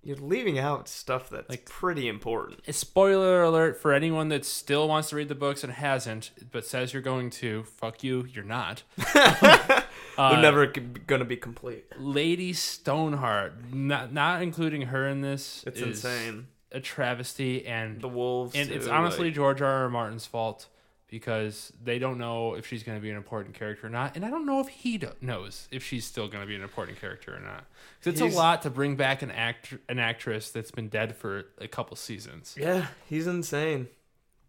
Speaker 2: you're leaving out stuff that's
Speaker 1: Like-
Speaker 2: pretty important.
Speaker 1: spoiler alert for anyone that still wants to read the books and hasn't, but says you're going to. Fuck you, you're not. Uh,
Speaker 2: They're never c- gonna be complete.
Speaker 1: Lady Stoneheart, not not including her in this,
Speaker 2: It's
Speaker 1: is
Speaker 2: insane.
Speaker 1: A travesty, and
Speaker 2: The wolves,
Speaker 1: and it's
Speaker 2: too,
Speaker 1: honestly
Speaker 2: like-
Speaker 1: George R. R. Martin's fault because they don't know if she's going to be an important character or not, and I don't know if he do- knows if she's still going to be an important character or not. 'Cause it's
Speaker 2: He's-
Speaker 1: a lot to bring back an act an actress that's been dead for a couple seasons.
Speaker 2: yeah, he's insane.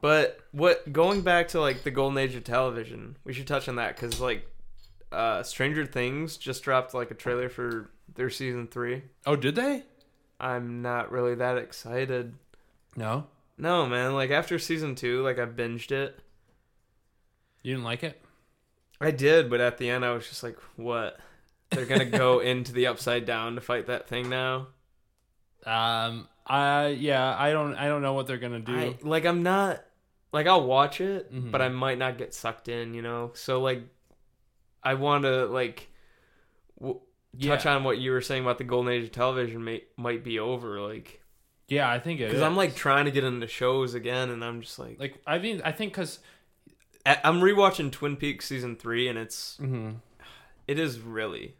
Speaker 2: But what going back to like the golden age of television, we should touch on that because like uh, Stranger Things just dropped like a trailer for their season three.
Speaker 1: Oh, did they?
Speaker 2: I'm not really that excited.
Speaker 1: No,
Speaker 2: No, man. Like after season two, like I binged it.
Speaker 1: you didn't like it.
Speaker 2: I did, but at the end, I was just like, "What? They're gonna go into the upside down to fight that thing now?"
Speaker 1: Um. I yeah. I don't. I don't know what they're gonna do.
Speaker 2: I, like, I'm not like I'll watch it,
Speaker 1: Mhm.
Speaker 2: but I might not get sucked in, you know. So like, I want to like w-
Speaker 1: yeah.
Speaker 2: touch on what you were saying about the golden age of television may- might be over, like
Speaker 1: yeah. I think it.
Speaker 2: because I'm
Speaker 1: is.
Speaker 2: like trying to get into shows again, and I'm just like,
Speaker 1: like I mean I think because
Speaker 2: I- I'm rewatching Twin Peaks season three, and it's
Speaker 1: Mm-hmm.
Speaker 2: it is really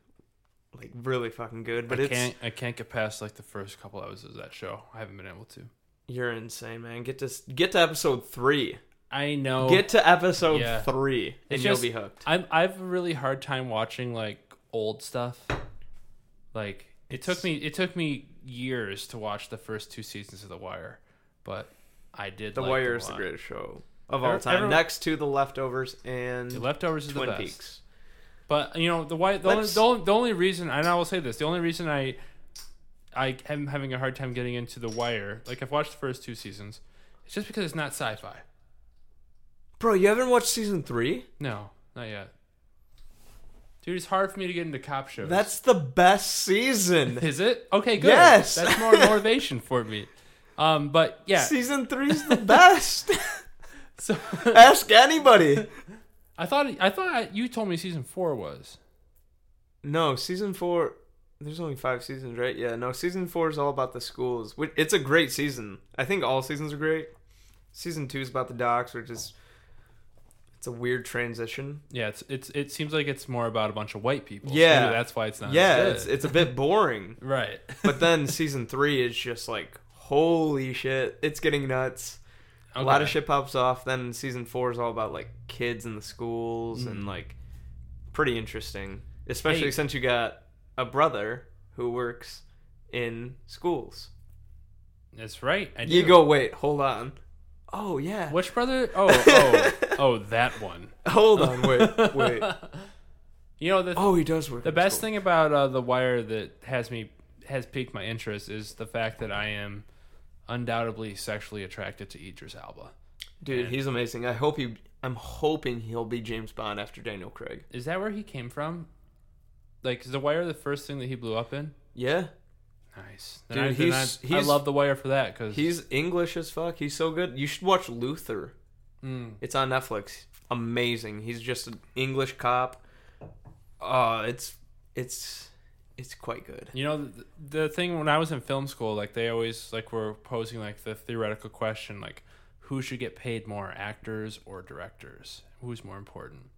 Speaker 2: like really fucking good, but
Speaker 1: I
Speaker 2: it's
Speaker 1: can't I can't get past like the first couple hours of that show. I haven't been able to.
Speaker 2: You're insane, man. Get to get to episode three.
Speaker 1: I know.
Speaker 2: Get to episode
Speaker 1: Oh. Yeah.
Speaker 2: three, and
Speaker 1: It's
Speaker 2: you'll
Speaker 1: just-
Speaker 2: be hooked.
Speaker 1: I'm I have a really hard time watching like old stuff. Like it took me it took me years to watch the first two seasons of The Wire, but I did.
Speaker 2: The
Speaker 1: like
Speaker 2: Wire
Speaker 1: them
Speaker 2: is
Speaker 1: a
Speaker 2: the
Speaker 1: lot.
Speaker 2: greatest show of
Speaker 1: Ever-
Speaker 2: all time,
Speaker 1: everyone-
Speaker 2: next to The Leftovers and
Speaker 1: The leftovers is
Speaker 2: Twin
Speaker 1: the best.
Speaker 2: Peaks.
Speaker 1: But you know the why the only,
Speaker 2: Let's-
Speaker 1: the only the only reason, and I will say this: the only reason I I am having a hard time getting into The Wire, like I've watched the first two seasons, it's just because it's not sci-fi.
Speaker 2: Bro, you haven't watched season three?
Speaker 1: No, not yet. Dude, it's hard for me to get into cop shows.
Speaker 2: That's the best season.
Speaker 1: Is it? Okay, good.
Speaker 2: Yes.
Speaker 1: That's more motivation for me. Um, but yeah,
Speaker 2: Season three's the best.
Speaker 1: so
Speaker 2: Ask anybody.
Speaker 1: I thought I thought you told me season four was.
Speaker 2: No, season four. There's only five seasons, right? Yeah. No, season four is all about the schools. which- It's a great season. I think all seasons are great. Season two is about the docks, which is it's a weird transition.
Speaker 1: Yeah, it's it's it seems like it's more about a bunch of white people. so
Speaker 2: Yeah.
Speaker 1: maybe that's why it's not. as
Speaker 2: yeah,
Speaker 1: good.
Speaker 2: it's it's a bit boring.
Speaker 1: right.
Speaker 2: But then season three is just like holy shit, it's getting nuts.
Speaker 1: Okay.
Speaker 2: A lot of shit pops off. Then season four is all about like kids in the schools and like pretty interesting, especially
Speaker 1: Mm-hmm. Hey.
Speaker 2: since you got a brother who works in schools.
Speaker 1: That's right. I
Speaker 2: You
Speaker 1: do.
Speaker 2: go, wait, hold on. Oh yeah.
Speaker 1: Which brother? Oh, oh, oh, that one.
Speaker 2: Hold on, wait, wait.
Speaker 1: You know the
Speaker 2: Oh, he does work.
Speaker 1: the best thing about uh, the Wire that has me has piqued my interest is the fact that I am undoubtedly sexually attracted to Idris Alba.
Speaker 2: dude, he's amazing. I hope he. I'm hoping he'll be James Bond after Daniel Craig.
Speaker 1: Is that where he came from? Like, is The Wire the first thing that he blew up in?
Speaker 2: Yeah,
Speaker 1: Nice. Then
Speaker 2: Dude,
Speaker 1: I, then
Speaker 2: he's-
Speaker 1: I, I
Speaker 2: he's-
Speaker 1: love The Wire for that because
Speaker 2: he's English as fuck. He's so good. You should watch Luther.
Speaker 1: mm.
Speaker 2: It's on Netflix. Amazing. He's just an English cop. Uh, it's it's it's quite good.
Speaker 1: you know the, the thing when I was in film school, like they always like were posing like the theoretical question, like who should get paid more, actors or directors? Who's more important?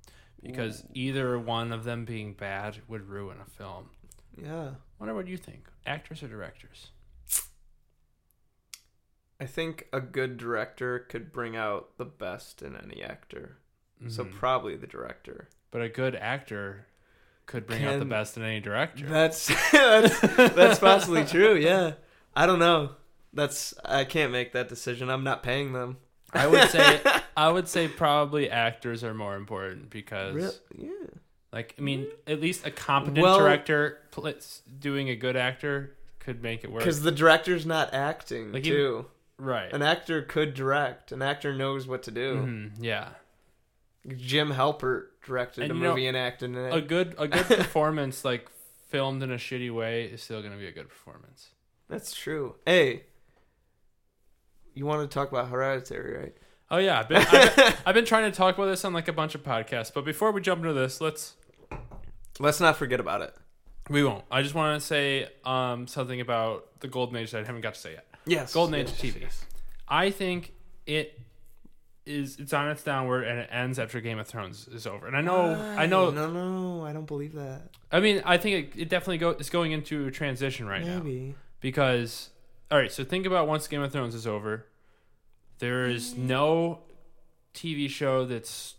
Speaker 1: Because either one of them being bad would ruin a film.
Speaker 2: Yeah,
Speaker 1: Wonder what you think, actors or directors?
Speaker 2: I think a good director could bring out the best in any actor. So
Speaker 1: Mhm.
Speaker 2: probably the director.
Speaker 1: but a good actor could bring out the
Speaker 2: Can-
Speaker 1: best in any director.
Speaker 2: That's that's that's possibly true. Yeah, I don't know. That's I can't make that decision. I'm not paying them.
Speaker 1: I would say I would say probably actors are more important because
Speaker 2: Yeah.
Speaker 1: like I mean at least a competent
Speaker 2: Well-
Speaker 1: director pl- doing a good actor could make it work.
Speaker 2: Because the director's not acting
Speaker 1: Like, even-
Speaker 2: too.
Speaker 1: Right.
Speaker 2: An actor could direct. An actor knows what to do.
Speaker 1: Mhm, yeah.
Speaker 2: Jim Halpert directed
Speaker 1: And
Speaker 2: a
Speaker 1: you know,
Speaker 2: movie and acted in it.
Speaker 1: A good a good performance like filmed in a shitty way is still going to be a good performance.
Speaker 2: That's true. Hey, you want to talk about Hereditary, right?
Speaker 1: Oh yeah, I've been, I've, been, I've been trying to talk about this on like a bunch of podcasts, but before we jump into this, let's
Speaker 2: Let's not forget about it.
Speaker 1: we won't. I just want to say um, something about the Golden Age that I haven't got to say yet.
Speaker 2: Yes.
Speaker 1: Golden Age
Speaker 2: yes,
Speaker 1: TV.
Speaker 2: yes.
Speaker 1: I think it is it's on its downward and it ends after Game of Thrones is over. And I know I know
Speaker 2: No, no, I don't believe that.
Speaker 1: I mean I think it, it definitely go it's going into a transition right now.
Speaker 2: Maybe.
Speaker 1: Because all right, so think about once Game of Thrones is over, there is
Speaker 2: Mm.
Speaker 1: no TV show that's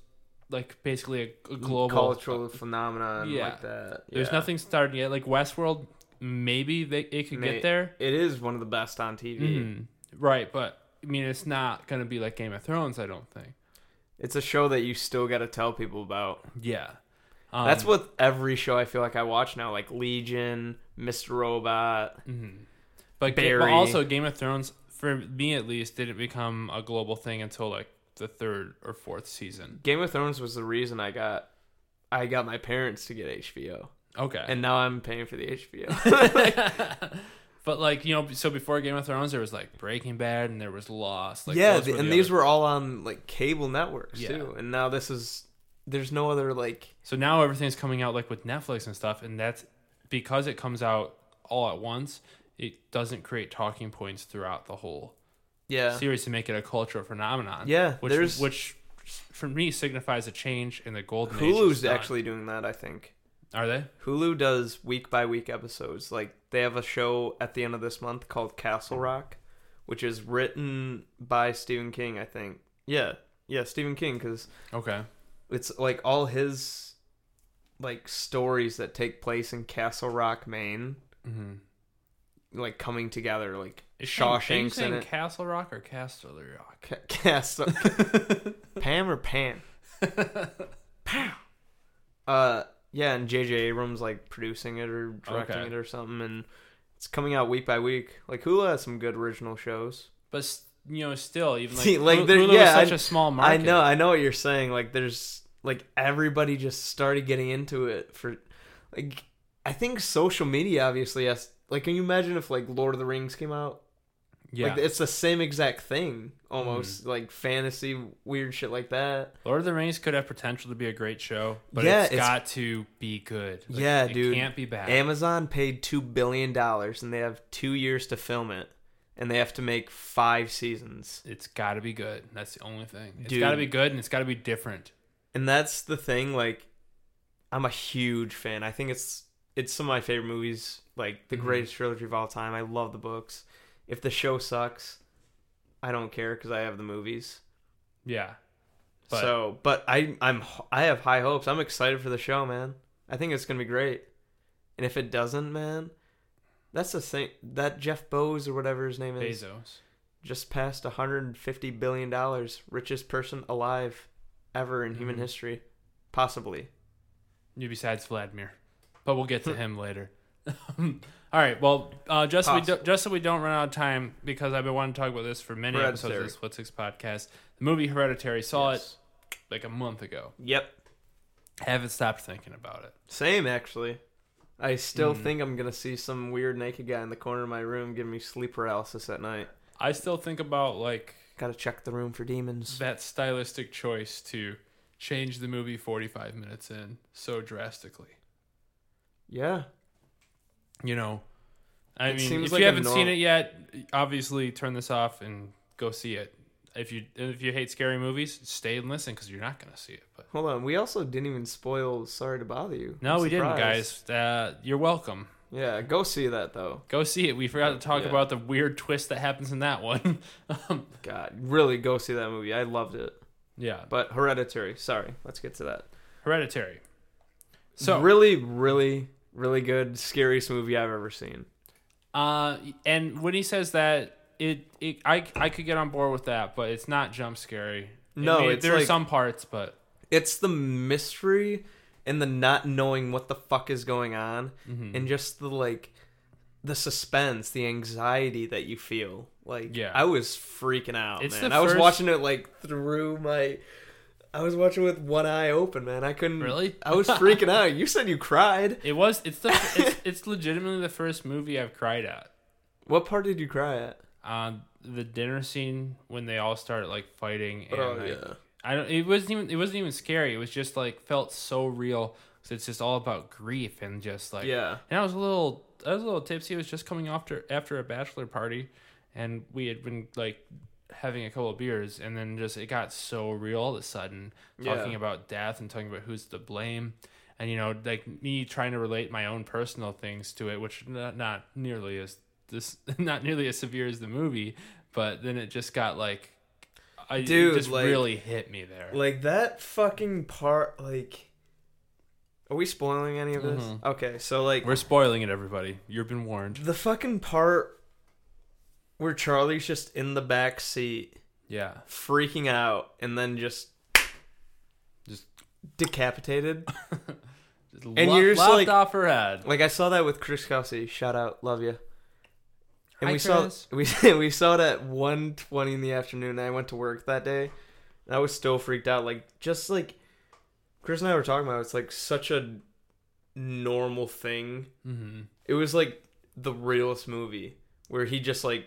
Speaker 1: like basically a, a global
Speaker 2: Mm, Cultural phenomenon
Speaker 1: Yeah.
Speaker 2: like that.
Speaker 1: There's
Speaker 2: Yeah.
Speaker 1: nothing started yet. Like Westworld, maybe they it could
Speaker 2: May-
Speaker 1: get there.
Speaker 2: It is one of the best on TV.
Speaker 1: Mm, right, but I mean it's not gonna be like Game of Thrones, I don't think.
Speaker 2: It's a show that you still got to tell people about.
Speaker 1: Yeah. Um,
Speaker 2: That's what every show I feel like I watch now, like Legion, Mr. Robot.
Speaker 1: Mm-hmm. But, Ga- but
Speaker 2: Barry.
Speaker 1: also, Game of Thrones, for me at least, didn't become a global thing until like the third or fourth season.
Speaker 2: Game of Thrones was the reason I got I got my parents to get HBO.
Speaker 1: Okay.
Speaker 2: And now I'm paying for the HBO.
Speaker 1: but like you know, so before Game of Thrones, there was like Breaking Bad and there was Lost. Like,
Speaker 2: yeah,
Speaker 1: those
Speaker 2: the,
Speaker 1: the
Speaker 2: and these
Speaker 1: other-
Speaker 2: were all on like cable networks
Speaker 1: Yeah.
Speaker 2: too. And now this is there's no other like
Speaker 1: So now everything's coming out like with Netflix and stuff, and that's because it comes out all at once. It doesn't create talking points throughout the whole
Speaker 2: yeah.
Speaker 1: series to make it a cultural phenomenon.
Speaker 2: Yeah,
Speaker 1: which
Speaker 2: there's-
Speaker 1: which for me signifies a change in the golden age. is
Speaker 2: Hulu's
Speaker 1: done.
Speaker 2: actually doing that, I think.
Speaker 1: are they?
Speaker 2: Hulu does week by week episodes. Like they have a show at the end of this month called Castle Rock, which is written by Stephen King, I think. Yeah, Yeah, Stephen King, because
Speaker 1: Okay.
Speaker 2: it's like all his like stories that take place in Castle Rock, Maine,
Speaker 1: Mm-hmm.
Speaker 2: like coming together, like
Speaker 1: Is Are you
Speaker 2: Shawshank's in
Speaker 1: saying
Speaker 2: it.
Speaker 1: Castle Rock or Castle Rock?
Speaker 2: Ca- Castle Pam or Pam. Uh, yeah, and J.J. Abrams like producing it or directing
Speaker 1: Okay.
Speaker 2: it or something, and it's coming out week by week. Like Hulu has some good original shows.
Speaker 1: but s- you know, still, even like,
Speaker 2: See, like,
Speaker 1: Hulu,
Speaker 2: there-
Speaker 1: Hulu
Speaker 2: yeah,
Speaker 1: is such
Speaker 2: I-
Speaker 1: a small market.
Speaker 2: I know, I know what you're saying. Like, there's like everybody just started getting into it for, like, I think social media obviously has. Like, can you imagine if like Lord of the Rings came out?
Speaker 1: Yeah, Mm.
Speaker 2: Like, it's the same exact thing, almost like fantasy weird shit like that.
Speaker 1: Lord of the Rings could have potential to be a great show, but
Speaker 2: Yeah,
Speaker 1: it's
Speaker 2: it's-
Speaker 1: got to be good. Like,
Speaker 2: yeah,
Speaker 1: it
Speaker 2: dude.
Speaker 1: can't be bad.
Speaker 2: Amazon paid two billion dollars, and they have two years to film it, and they have to make five seasons.
Speaker 1: it's got to be good. That's the only thing. It's
Speaker 2: Dude.
Speaker 1: got to be good, and it's got to be different.
Speaker 2: And that's the thing. Like, I'm a huge fan. I think it's it's some of my favorite movies. Like the
Speaker 1: Mhm.
Speaker 2: greatest trilogy of all time. I love the books. If the show sucks, I don't care because I have the movies.
Speaker 1: Yeah, But-
Speaker 2: so, but I I'm I have high hopes. I'm excited for the show, man. I think it's gonna be great. And if it doesn't, man, that's the thing. That Jeff Bezos or whatever his name is
Speaker 1: Bezos.
Speaker 2: just passed 150 billion dollars, richest person alive ever in human
Speaker 1: Mhm.
Speaker 2: history, possibly.
Speaker 1: You besides Vladimir, but we'll get to him later. All right. Well, uh, just so we do,
Speaker 2: Possible.
Speaker 1: just so we don't run out of time, because I've been wanting to talk about this for many episodes of
Speaker 2: Hereditary.
Speaker 1: this Split Six podcast. The movie Hereditary saw
Speaker 2: Yes.
Speaker 1: it like a month ago.
Speaker 2: Yep.
Speaker 1: Haven't stopped thinking about it.
Speaker 2: Same actually. I still
Speaker 1: Mm.
Speaker 2: think I'm gonna see some weird naked guy in the corner of my room giving me sleep paralysis at night.
Speaker 1: I still think about like
Speaker 2: Gotta check the room for demons.
Speaker 1: that stylistic choice to change the movie 45 minutes in so drastically.
Speaker 2: Yeah.
Speaker 1: You know, I
Speaker 2: It
Speaker 1: mean,
Speaker 2: seems
Speaker 1: if
Speaker 2: like
Speaker 1: you
Speaker 2: a
Speaker 1: haven't seen
Speaker 2: norm-
Speaker 1: it yet, obviously turn this off and go see it. If you and if you hate scary movies, stay and listen because you're not gonna see it. But
Speaker 2: Hold on. We also didn't even spoil Sorry to Bother You.
Speaker 1: no,
Speaker 2: I'm
Speaker 1: we didn't,
Speaker 2: surprised.
Speaker 1: guys. Uh, you're welcome.
Speaker 2: Yeah, go see that though.
Speaker 1: Go see it. We forgot to talk
Speaker 2: Yeah.
Speaker 1: about the weird twist that happens in that one. um,
Speaker 2: God, really go see that movie. I loved it.
Speaker 1: yeah,
Speaker 2: But Hereditary. Sorry. Let's get to that.
Speaker 1: Hereditary. So
Speaker 2: really, really, really good, scariest movie I've ever seen.
Speaker 1: Uh, and when he says that, it, it I, I could get on board with that, but it's not jump scary. I
Speaker 2: No,
Speaker 1: mean,
Speaker 2: it's
Speaker 1: there are
Speaker 2: like-
Speaker 1: some parts, but
Speaker 2: It's the mystery and the not knowing what the fuck is going on,
Speaker 1: Mm-hmm.
Speaker 2: and just the like, the suspense, the anxiety that you feel. Like,
Speaker 1: Yeah.
Speaker 2: I was freaking out,
Speaker 1: It's
Speaker 2: man.
Speaker 1: the
Speaker 2: I was
Speaker 1: first-
Speaker 2: watching it like through my. I was watching with one eye open, man. I couldn't
Speaker 1: Really?
Speaker 2: I was freaking out. You said you cried.
Speaker 1: it was it's the it's, it's legitimately the first movie I've cried at.
Speaker 2: What part did you cry at?
Speaker 1: Uh, the dinner scene when they all start like fighting. And,
Speaker 2: Oh,
Speaker 1: like,
Speaker 2: yeah.
Speaker 1: I don't. It wasn't even. It wasn't even scary. It was just like felt so real. 'cause it's just all about grief and just like
Speaker 2: Yeah.
Speaker 1: And I was a little, I was a little tipsy. I was just coming after after a bachelor party, and we had been like having a couple of beers, and then just it got so real all of a sudden,
Speaker 2: Yeah.
Speaker 1: talking about death and talking about who's to blame, and you know, like me trying to relate my own personal things to it, which not, not nearly as this, not nearly as severe as the movie, but then it just got like, I
Speaker 2: Dude,
Speaker 1: it just
Speaker 2: like-
Speaker 1: really hit me there.
Speaker 2: Like that fucking part like Are we spoiling any of this?
Speaker 1: Mhm.
Speaker 2: Okay, so like
Speaker 1: We're spoiling it, everybody. You've been warned.
Speaker 2: the fucking part where Charlie's just in the back seat
Speaker 1: Yeah,
Speaker 2: freaking out and then just
Speaker 1: Just-
Speaker 2: decapitated.
Speaker 1: and
Speaker 2: you're just like-
Speaker 1: off her head.
Speaker 2: like I saw that with Chris Kelsey. Shout out, love you. And
Speaker 1: Hi,
Speaker 2: we saw
Speaker 1: Chris.
Speaker 2: we we saw it at 1.20 in the afternoon. I went to work that day, and I was still freaked out. Like just like Chris and I were talking about, it's like such a normal thing.
Speaker 1: Mm-hmm.
Speaker 2: It was like the realest movie where he just like,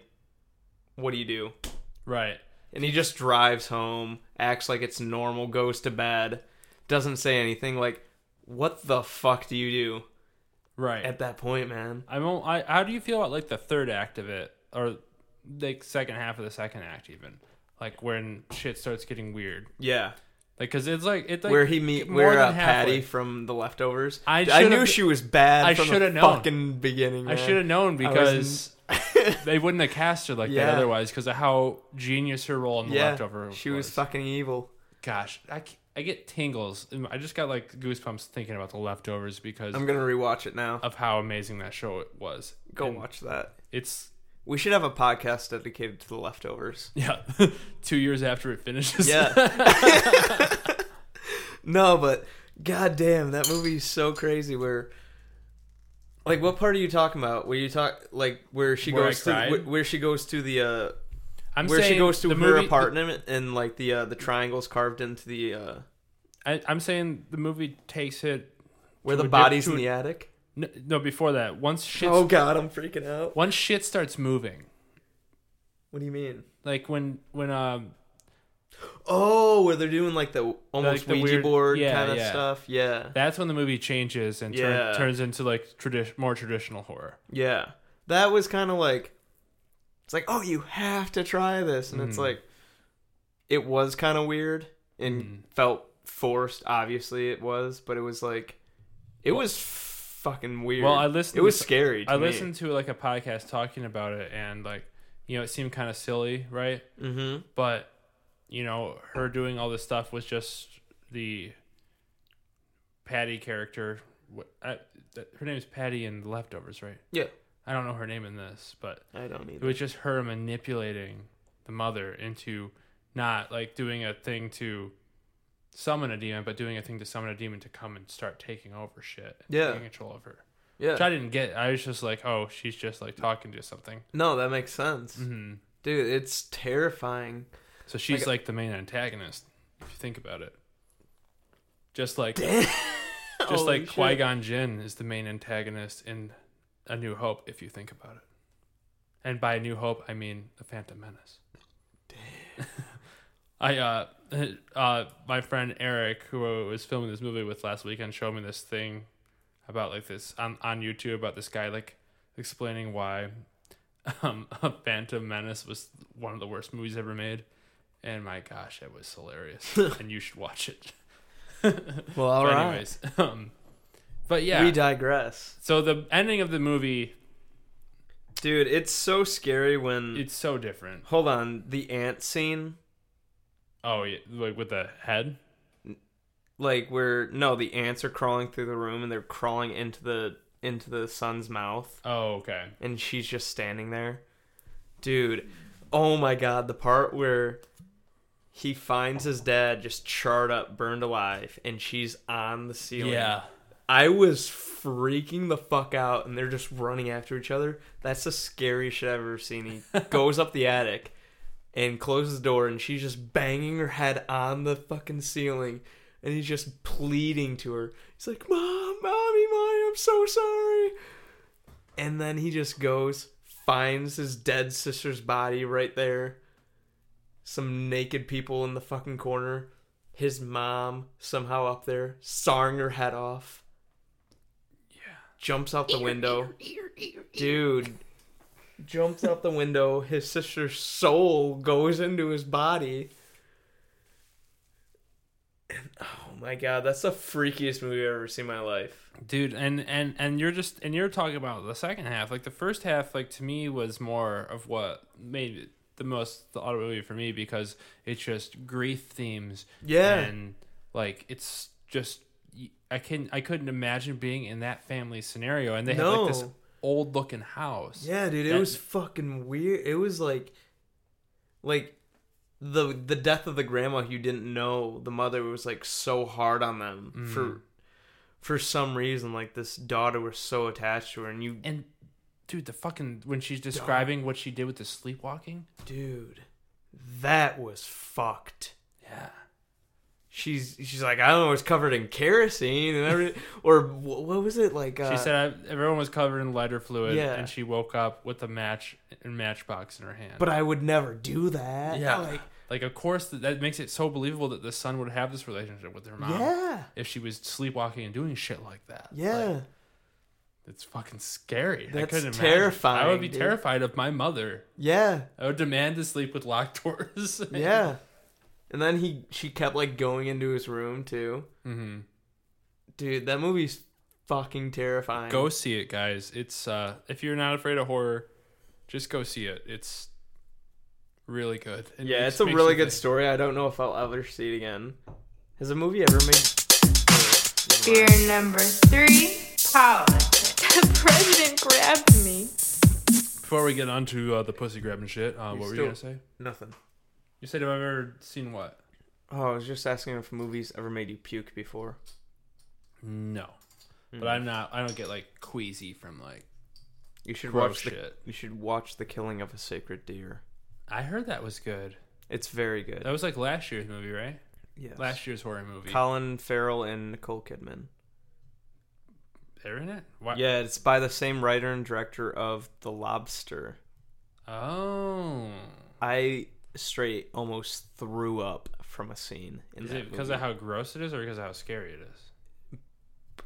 Speaker 2: what do you do?
Speaker 1: Right.
Speaker 2: And he just drives home, acts like it's normal, goes to bed, doesn't say anything. Like, what the fuck do you do
Speaker 1: Right.
Speaker 2: at that point, man?
Speaker 1: I'm. al- I. How do you feel about like the third act of it, or like second half of the second act, even like when shit starts getting weird?
Speaker 2: Yeah.
Speaker 1: Like, cause it's like it's like
Speaker 2: where he meet
Speaker 1: more
Speaker 2: where
Speaker 1: than
Speaker 2: uh,
Speaker 1: halfway.
Speaker 2: Patty from the leftovers.
Speaker 1: I
Speaker 2: I
Speaker 1: should've-
Speaker 2: knew she was bad.
Speaker 1: I
Speaker 2: from the
Speaker 1: should've known.
Speaker 2: Fucking beginning.
Speaker 1: I
Speaker 2: man.
Speaker 1: should have known
Speaker 2: I
Speaker 1: because they wouldn't have cast her like
Speaker 2: Yeah.
Speaker 1: that otherwise because of how genius her role in the
Speaker 2: yeah,
Speaker 1: leftover
Speaker 2: she was fucking evil.
Speaker 1: Gosh, I, c- I get tingles. I just got like goosebumps thinking about the leftovers because
Speaker 2: I'm gonna rewatch it now.
Speaker 1: of how amazing that show was.
Speaker 2: Go
Speaker 1: And
Speaker 2: watch that.
Speaker 1: It's
Speaker 2: We should have a podcast dedicated to the leftovers.
Speaker 1: yeah, two years after it finishes.
Speaker 2: Yeah. no, but goddamn, that movie is so crazy. Where, like, what part are you talking about? Where you talk like where she
Speaker 1: Where I
Speaker 2: goes to
Speaker 1: cried?
Speaker 2: where, where she goes to the uh
Speaker 1: I'm
Speaker 2: where she
Speaker 1: saying
Speaker 2: goes to
Speaker 1: the
Speaker 2: her
Speaker 1: movie,
Speaker 2: apartment and like the uh the triangles carved into the uh
Speaker 1: I, I'm saying the movie takes it.
Speaker 2: where
Speaker 1: to
Speaker 2: the
Speaker 1: a di-
Speaker 2: bodies
Speaker 1: to
Speaker 2: in
Speaker 1: a-
Speaker 2: the attic.
Speaker 1: No, no, before that, once shit,
Speaker 2: Oh god, I'm freaking out.
Speaker 1: once shit starts moving,
Speaker 2: What do you mean?
Speaker 1: like when when um
Speaker 2: Oh, where they're doing like the
Speaker 1: Like
Speaker 2: almost
Speaker 1: the
Speaker 2: Ouija
Speaker 1: weird-
Speaker 2: board
Speaker 1: yeah,
Speaker 2: kind of
Speaker 1: yeah.
Speaker 2: stuff. Yeah.
Speaker 1: That's when the movie changes and turn,
Speaker 2: Yeah.
Speaker 1: turns into like tradi- more traditional horror.
Speaker 2: Yeah. That was kind of like it's like, "Oh, you have to try this." And it's
Speaker 1: Mm-hmm.
Speaker 2: like it was kind of weird and
Speaker 1: Mm-hmm.
Speaker 2: felt forced, obviously it was, but it was like it was fucking weird.
Speaker 1: Well, I listened.
Speaker 2: It was scary to
Speaker 1: I
Speaker 2: me.
Speaker 1: listened to like a podcast talking about it, and like you know, it seemed kind of silly, right?
Speaker 2: Mhm.
Speaker 1: But you know, her doing all this stuff was just the Patty character. What I, th- her name's Patty in The Leftovers, right?
Speaker 2: Yeah.
Speaker 1: I don't know her name in this, but
Speaker 2: I don't need
Speaker 1: it was just her manipulating the mother into not like doing a thing to summon a demon, but doing a thing to summon a demon to come and start taking over shit. and
Speaker 2: Yeah.
Speaker 1: Taking control of her.
Speaker 2: Yeah.
Speaker 1: Which I didn't get. I was just like, oh, she's just like talking to something.
Speaker 2: No, that makes sense.
Speaker 1: hmm
Speaker 2: Dude, it's terrifying.
Speaker 1: So she's
Speaker 2: Like-
Speaker 1: like, the main antagonist, if you think about it. Just like just
Speaker 2: Holy
Speaker 1: like
Speaker 2: shit.
Speaker 1: Qui Gon Jinn is the main antagonist in A New Hope, if you think about it. And by New Hope, I mean The Phantom Menace. I uh, uh, my friend Eric, who I was filming this movie with last weekend, showed me this thing about like this on on YouTube about this guy like explaining why um Phantom Menace was one of the worst movies ever made. And my gosh, it was hilarious. and you should watch it.
Speaker 2: Well, all
Speaker 1: but
Speaker 2: right.
Speaker 1: anyways, um, but yeah.
Speaker 2: We digress.
Speaker 1: so the ending of the movie,
Speaker 2: Dude, it's so scary when
Speaker 1: it's so different.
Speaker 2: Hold on, the ant scene
Speaker 1: Oh, yeah, like with the head.
Speaker 2: like where no the ants are crawling through the room and they're crawling into the into the sun's mouth
Speaker 1: Oh, okay.
Speaker 2: and she's just standing there dude oh my god the part where he finds his dad just charred up burned alive and she's on the ceiling i was freaking the fuck out and they're just running after each other that's the scariest shit i've ever seen he goes up the attic and closes the door and she's just banging her head on the fucking ceiling and he's just pleading to her he's like mom mommy mommy i'm so sorry and then he just goes finds his dead sister's body right there some naked people in the fucking corner his mom somehow up there sawing her head off yeah jumps out the window dude jumps out the window. His sister's soul goes into his body. And- oh my god, that's the freakiest movie I've ever seen in my life.
Speaker 1: dude and and and you're just and you're talking about the second half like the first half like to me was more of what made it the most the automobile for me because it's just grief themes
Speaker 2: Yeah.
Speaker 1: and like it's just i can i couldn't imagine being in that family scenario and they had like this
Speaker 2: No.
Speaker 1: old looking house
Speaker 2: Yeah, dude, it
Speaker 1: That-
Speaker 2: was fucking weird. It was like, like the the death of the grandma you didn't know. The mother was like so hard on them for for some reason. Like this daughter was so attached to her, and you,
Speaker 1: and dude the fucking when she's describing what she did with the sleepwalking
Speaker 2: dude, that was fucked.
Speaker 1: yeah
Speaker 2: she's she's like I don't know, it was covered in kerosene and everything, or wh- what was it like? Uh,
Speaker 1: she said I, everyone was covered in lighter fluid
Speaker 2: Yeah.
Speaker 1: and she woke up with a match and matchbox in her hand
Speaker 2: but I would never do that.
Speaker 1: Yeah.
Speaker 2: like,
Speaker 1: Like, of course, that, that makes it so believable that the son would have this relationship with her mom.
Speaker 2: yeah,
Speaker 1: If she was sleepwalking and doing shit like that.
Speaker 2: yeah.
Speaker 1: Like, it's fucking scary. I
Speaker 2: That's
Speaker 1: couldn't imagine.
Speaker 2: terrifying,
Speaker 1: I would be
Speaker 2: dude.
Speaker 1: terrified of my mother.
Speaker 2: yeah,
Speaker 1: I would demand to sleep with locked doors.
Speaker 2: yeah, And then he she kept like going into his room too.
Speaker 1: Mm-hmm.
Speaker 2: Dude, that movie's fucking terrifying.
Speaker 1: Go see it, guys. It's uh, if you're not afraid of horror, just go see it. It's really good. It
Speaker 2: Yeah,
Speaker 1: makes-
Speaker 2: it's a
Speaker 1: makes
Speaker 2: really
Speaker 1: you
Speaker 2: good
Speaker 1: think.
Speaker 2: story. I don't know if I'll ever see it again. Has a movie ever made?
Speaker 3: Fear number three, politics. The president grabbed me.
Speaker 1: Before we get on to uh, the pussy grabbing shit, uh, what were you
Speaker 2: still-
Speaker 1: gonna say?
Speaker 2: Nothing.
Speaker 1: You said have I ever seen what?
Speaker 2: Oh, I was just asking if movies ever made you puke before.
Speaker 1: No, but I'm not. I don't get like queasy from like
Speaker 2: You should
Speaker 1: gross
Speaker 2: watch the.
Speaker 1: shit.
Speaker 2: You should watch the Killing of a Sacred Deer.
Speaker 1: I heard that was good.
Speaker 2: It's very good.
Speaker 1: That was like last year's movie, right?
Speaker 2: yes.
Speaker 1: Last year's horror movie.
Speaker 2: Colin Farrell and Nicole Kidman.
Speaker 1: They're in it. Why-
Speaker 2: Yeah, it's by the same writer and director of The Lobster.
Speaker 1: Oh.
Speaker 2: I straight almost threw up from a scene. In
Speaker 1: Is
Speaker 2: that
Speaker 1: it because
Speaker 2: movie.
Speaker 1: of how gross it is, or because of how scary it is?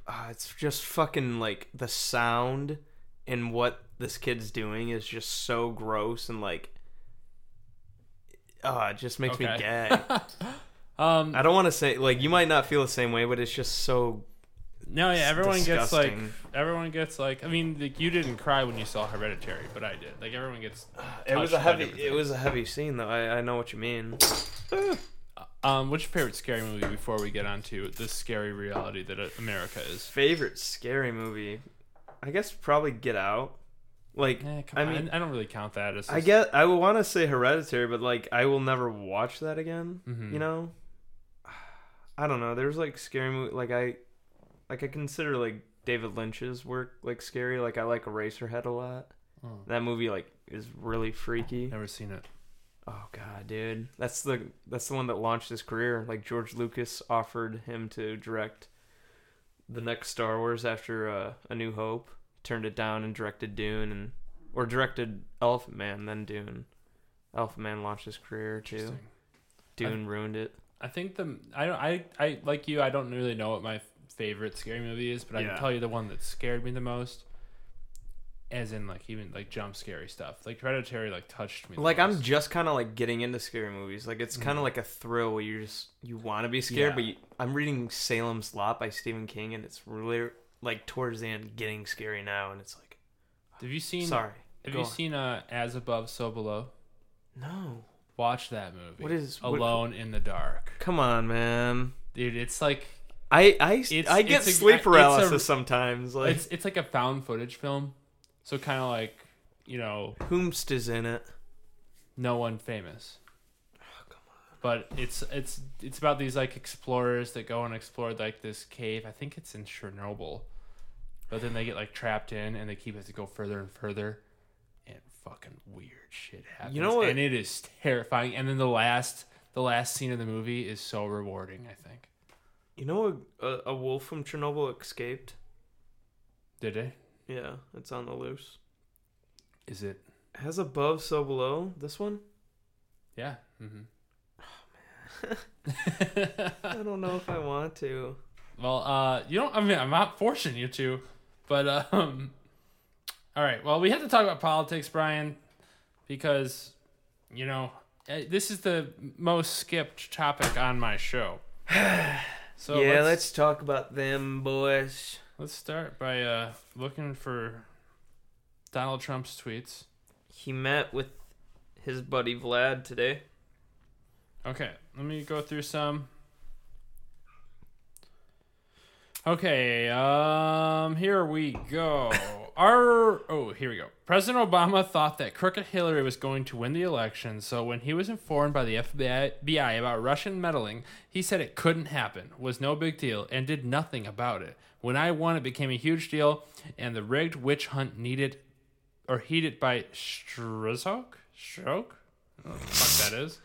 Speaker 2: Ah, it's just fucking like the sound and what this kid's doing is just so gross and like ah, it just makes me
Speaker 1: Okay.
Speaker 2: gag.
Speaker 1: Um.
Speaker 2: I don't want to say like you might not feel the same way, but it's just so
Speaker 1: No. Yeah. Everyone gets like.
Speaker 2: disgusting.
Speaker 1: Everyone gets like. I mean, like, you didn't cry when you saw Hereditary, but I did. Like everyone gets.
Speaker 2: it was
Speaker 1: touched by
Speaker 2: a heavy
Speaker 1: different
Speaker 2: it
Speaker 1: things.
Speaker 2: was a heavy scene though. I, I know what you mean.
Speaker 1: Um. What's your favorite scary movie before we get on to this scary reality that uh, America is?
Speaker 2: Favorite scary movie, I guess probably Get Out. Like
Speaker 1: Eh, come
Speaker 2: I
Speaker 1: on,
Speaker 2: mean,
Speaker 1: I don't really count that as.
Speaker 2: I guess I would want to say Hereditary, but like I will never watch that again.
Speaker 1: Mhm.
Speaker 2: You know, I don't know. There's like scary movie. Like I, like I consider like David Lynch's work like scary. Like I like Eraserhead a lot.
Speaker 1: Oh.
Speaker 2: That movie like is really freaky.
Speaker 1: never seen it.
Speaker 2: Oh god, dude, that's the that's the one that launched his career. Like George Lucas offered him to direct the next Star Wars after uh, A New Hope, turned it down and directed Dune, and or directed Elephant Man, then Dune. Elephant Man launched his career too.
Speaker 1: Interesting.
Speaker 2: Dune ruined it.
Speaker 1: I think the I don't I I like you. I don't really know what my favorite scary movie is, but I
Speaker 2: Yeah.
Speaker 1: can tell you the one that scared me the most. As in, like even like jump scary stuff. Like Hereditary, like touched me. the
Speaker 2: Like I'm
Speaker 1: most.
Speaker 2: just kind of like getting into scary movies. Like it's kind of like a thrill where you just you want to be scared,
Speaker 1: Yeah.
Speaker 2: but you, I'm reading Salem's Lot by Stephen King, and it's really like towards the end getting scary now, and it's like
Speaker 1: Have you seen?
Speaker 2: sorry.
Speaker 1: Have
Speaker 2: go
Speaker 1: you
Speaker 2: on.
Speaker 1: seen uh, As Above, So Below?
Speaker 2: No.
Speaker 1: Watch that movie.
Speaker 2: What is- what-
Speaker 1: Alone in the Dark?
Speaker 2: Come on, man.
Speaker 1: Dude, it's like
Speaker 2: I I,
Speaker 1: It's-
Speaker 2: I get
Speaker 1: it's a-
Speaker 2: sleep
Speaker 1: it's a-
Speaker 2: paralysis sometimes. Like
Speaker 1: it's it's like a found footage film. So kind of like you know,
Speaker 2: Hoomst is in it.
Speaker 1: no one famous.
Speaker 2: Oh,
Speaker 1: But it's it's it's about these like explorers that go and explore like this cave. I think it's in Chernobyl, but then they get like trapped in and they keep have to go further and further, and fucking weird shit happens.
Speaker 2: know what-
Speaker 1: And it is terrifying. And then the last the last scene of the movie is so rewarding. I think
Speaker 2: You know a, a, a wolf from Chernobyl escaped?
Speaker 1: did it?
Speaker 2: Yeah, it's on the loose.
Speaker 1: Is it?
Speaker 2: Has above so below this one?
Speaker 1: Yeah. Mm-hmm.
Speaker 2: Mm-hmm. I don't know if I want
Speaker 1: Oh,
Speaker 2: to.
Speaker 1: Well, uh, you don't. I mean, I'm not forcing you to, but um, all right. Well, we have to talk about politics, Brian, because you know eh, this is the most skipped topic on my show. So
Speaker 2: yeah, let's,
Speaker 1: let's
Speaker 2: talk about them boys.
Speaker 1: let's start by uh, looking for Donald Trump's tweets.
Speaker 2: He met with his buddy Vlad today.
Speaker 1: Okay, let me go through some. Okay, um, here we go. Our oh, here we go. President Obama thought that crooked Hillary was going to win the election, so when he was informed by the FBI about Russian meddling, he said it couldn't happen, was no big deal, and did nothing about it. When I won, it became a huge deal, and the rigged witch hunt needed or heated by Strzok? Stroke? I don't know what the fuck that is.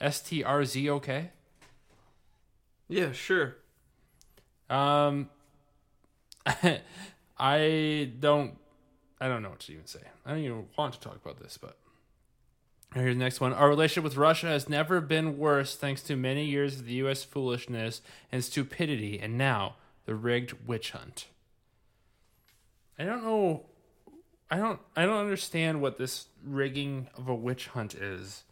Speaker 1: S T R Z O K.
Speaker 2: Yeah, sure.
Speaker 1: Um, I don't, I don't know what to even say. I don't even want to talk about this, but here's the next one. Our relationship with Russia has never been worse, thanks to many years of the U.S. foolishness and stupidity, and now the rigged witch hunt. I don't know. I don't. I don't understand what this rigging of a witch hunt is.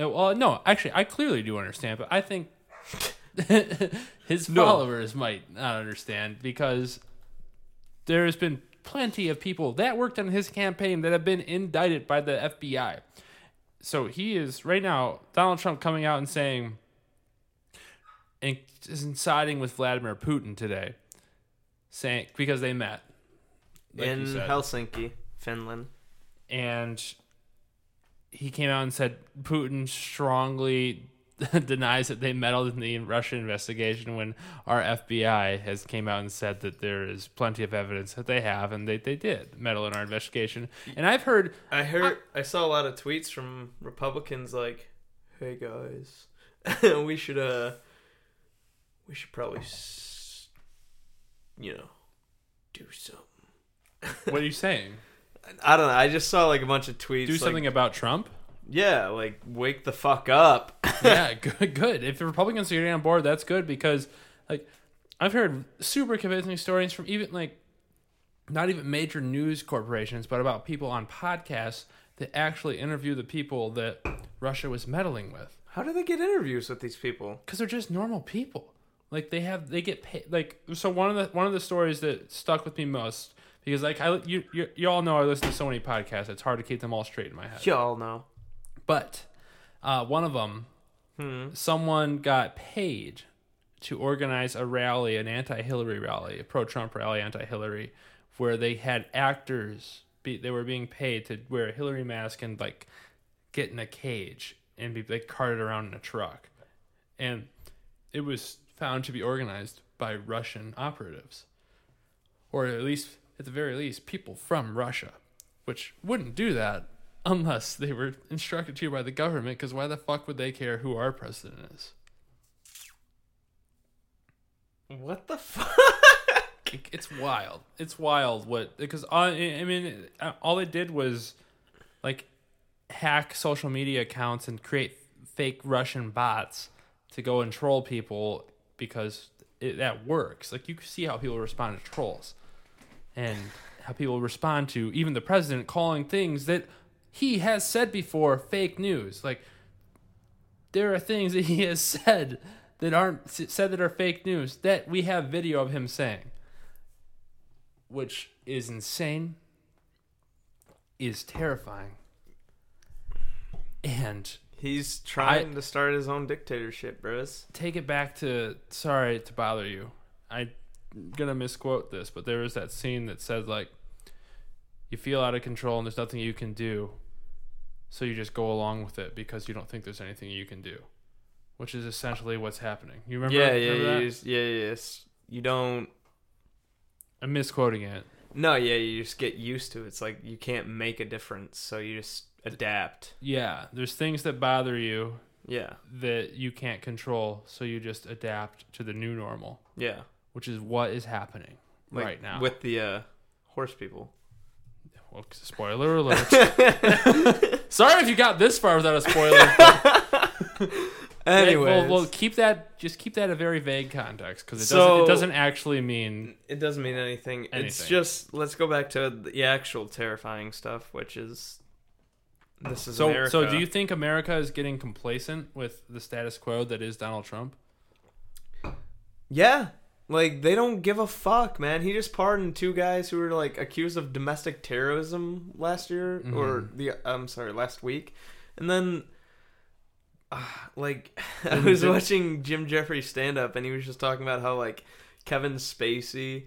Speaker 1: Uh, Well, no, actually, I clearly do understand, but I think his
Speaker 2: No.
Speaker 1: followers might not understand because there has been plenty of people that worked on his campaign that have been indicted by the FBI. So he is right now Donald Trump coming out and saying and is siding with Vladimir Putin today, saying because they met like you
Speaker 2: in
Speaker 1: said.
Speaker 2: Helsinki, Finland.
Speaker 1: and he came out and said Putin strongly denies that they meddled in the Russian investigation when our FBI has came out and said that there is plenty of evidence that they have and that they did meddle in our investigation. And I've heard
Speaker 2: I heard I saw a lot of tweets from Republicans like, "Hey guys, we should uh we should probably s- you know, do something."
Speaker 1: what are you saying?
Speaker 2: I don't know. I just saw like a bunch of tweets
Speaker 1: Do
Speaker 2: like,
Speaker 1: something about Trump?
Speaker 2: Yeah, like wake the fuck up.
Speaker 1: yeah, good, good. If the Republicans are getting on board, that's good because, like, I've heard super convincing stories from even like, not even major news corporations, but about people on podcasts that actually interview the people that Russia was meddling with
Speaker 2: How do they get interviews with these people?
Speaker 1: because they're just normal people. Like they have, they get paid. Like so, one of the one of the stories that stuck with me most because like I you you, you all know I listen to so many podcasts. It's hard to keep them all straight in my head.
Speaker 2: Y'all know.
Speaker 1: But uh, one of them, someone got paid to organize a rally, an anti-Hillary rally, a pro-Trump rally, anti-Hillary, where they had actors. Be, they were being paid to wear a Hillary mask and like get in a cage and be like carted around in a truck, and it was found to be organized by Russian operatives, or at least at the very least people from Russia, which wouldn't do that unless they were instructed to by the government. Because why the fuck would they care who our president is?
Speaker 2: What the fuck?
Speaker 1: It- It's wild. It's wild. What? Because I, I mean, uh, all they did was like hack social media accounts and create fake Russian bots to go and troll people because it, that works. Like you can see how people respond to trolls and how people respond to even the president calling things that he has said before fake news. Like there are things that he has said that aren't said that are fake news that we have video of him saying which is insane, is terrifying, and
Speaker 2: He's trying to start his own dictatorship, bros.
Speaker 1: take it back to sorry to bother you. I'm gonna misquote this, but there was that scene that said like you feel out of control and there's nothing you can do, so you just go along with it because you don't think there's anything you can do, which is essentially what's happening. You remember?
Speaker 2: Yeah, yeah,
Speaker 1: remember
Speaker 2: yeah,
Speaker 1: that?
Speaker 2: yeah, yeah. yes. You don't
Speaker 1: I'm misquoting it.
Speaker 2: No, yeah, you just get used to it. It's like you can't make a difference, so you just adapt.
Speaker 1: Yeah, there's things that bother you
Speaker 2: Yeah.
Speaker 1: that you can't control, so you just adapt to the new normal,
Speaker 2: Yeah.
Speaker 1: which is what is happening
Speaker 2: Like,
Speaker 1: right now.
Speaker 2: With the uh horse people.
Speaker 1: well, spoiler alert. Sorry if you got this far without a spoiler. but-
Speaker 2: Anyway,
Speaker 1: we'll, we'll keep that. Just keep that a very vague context because it
Speaker 2: So-
Speaker 1: doesn't. It doesn't actually mean.
Speaker 2: it doesn't mean anything. It's
Speaker 1: Anything.
Speaker 2: just let's go back to the actual terrifying stuff, which is this is
Speaker 1: So,
Speaker 2: America.
Speaker 1: so do you think America is getting complacent with the status quo that is Donald Trump?
Speaker 2: Yeah. Like they don't give a fuck, man. He just pardoned two guys who were like accused of domestic terrorism last year or the I'm sorry, last week. And then uh, like I was watching Jim Jeffrey stand up and he was just talking about how like Kevin Spacey,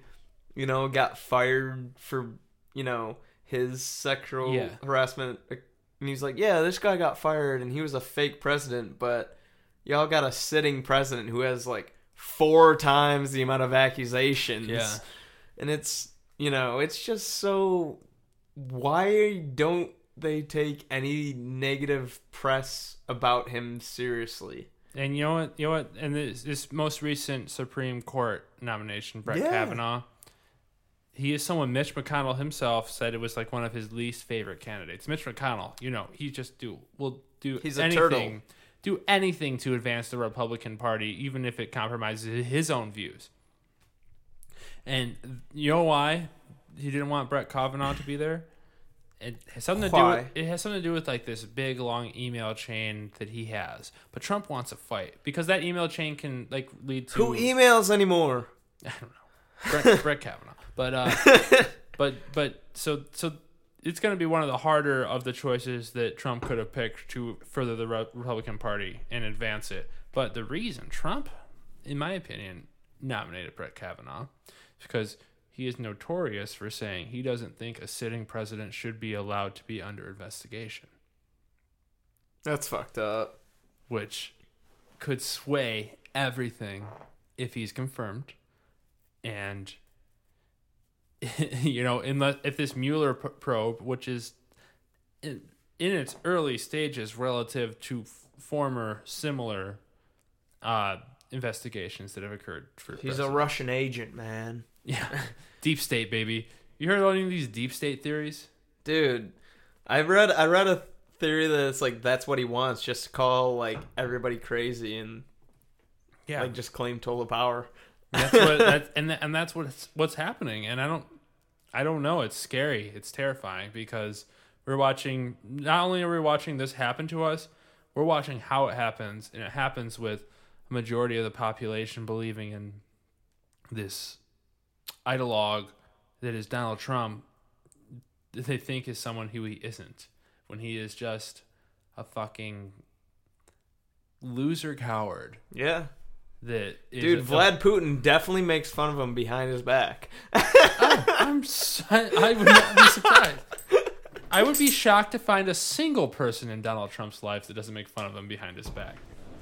Speaker 2: you know, got fired for, you know, his sexual
Speaker 1: Yeah.
Speaker 2: harassment and he's like, "Yeah, this guy got fired and he was a fake president, but y'all got a sitting president who has like four times the amount of accusations.
Speaker 1: Yeah.
Speaker 2: And it's, you know, it's just so. Why don't they take any negative press about him seriously?
Speaker 1: And you know what? You know what? And this, this most recent Supreme Court nomination, Brett
Speaker 2: Yeah.
Speaker 1: Kavanaugh. He is someone Mitch McConnell himself said it was like one of his least favorite candidates. Mitch McConnell, you know, he just do will do
Speaker 2: He's a turtle.
Speaker 1: anything, do anything to advance the Republican Party, even if it compromises his own views. And you know why he didn't want Brett Kavanaugh to be there? it has something to
Speaker 2: Why?
Speaker 1: do. With, it has something to do with like this big long email chain that he has. But Trump wants a fight because that email chain can like lead to
Speaker 2: Who emails anymore?
Speaker 1: I don't know Brett, Brett Kavanaugh. But uh, but but so so it's going to be one of the harder of the choices that Trump could have picked to further the Re- Republican Party and advance it. But the reason Trump, in my opinion, nominated Brett Kavanaugh is because he is notorious for saying he doesn't think a sitting president should be allowed to be under investigation,
Speaker 2: That's fucked up.
Speaker 1: which could sway everything if he's confirmed. And you know, unless if this Mueller p- probe, which is in, in its early stages relative to f- former similar uh, investigations that have occurred for
Speaker 2: He's a
Speaker 1: presidents.
Speaker 2: Russian agent, man.
Speaker 1: yeah deep state baby. You heard all of these deep state theories?
Speaker 2: Dude, I read I read a theory that it's like that's what he wants, just to call like everybody crazy and
Speaker 1: Yeah,
Speaker 2: like just claim total power.
Speaker 1: that's what that's, and tha- and that's what's what's happening. And I don't I don't know. It's scary. It's terrifying because we're watching. Not only are we watching this happen to us, we're watching how it happens, and it happens with a majority of the population believing in this ideologue that is Donald Trump. That they think is someone who he isn't, when he is just a fucking loser coward
Speaker 2: Yeah.
Speaker 1: that is
Speaker 2: Dude,
Speaker 1: a-
Speaker 2: Vlad Putin definitely makes fun of him behind his back.
Speaker 1: I'm si I would not be surprised. I would be shocked to find a single person in Donald Trump's life that doesn't make fun of him behind his back.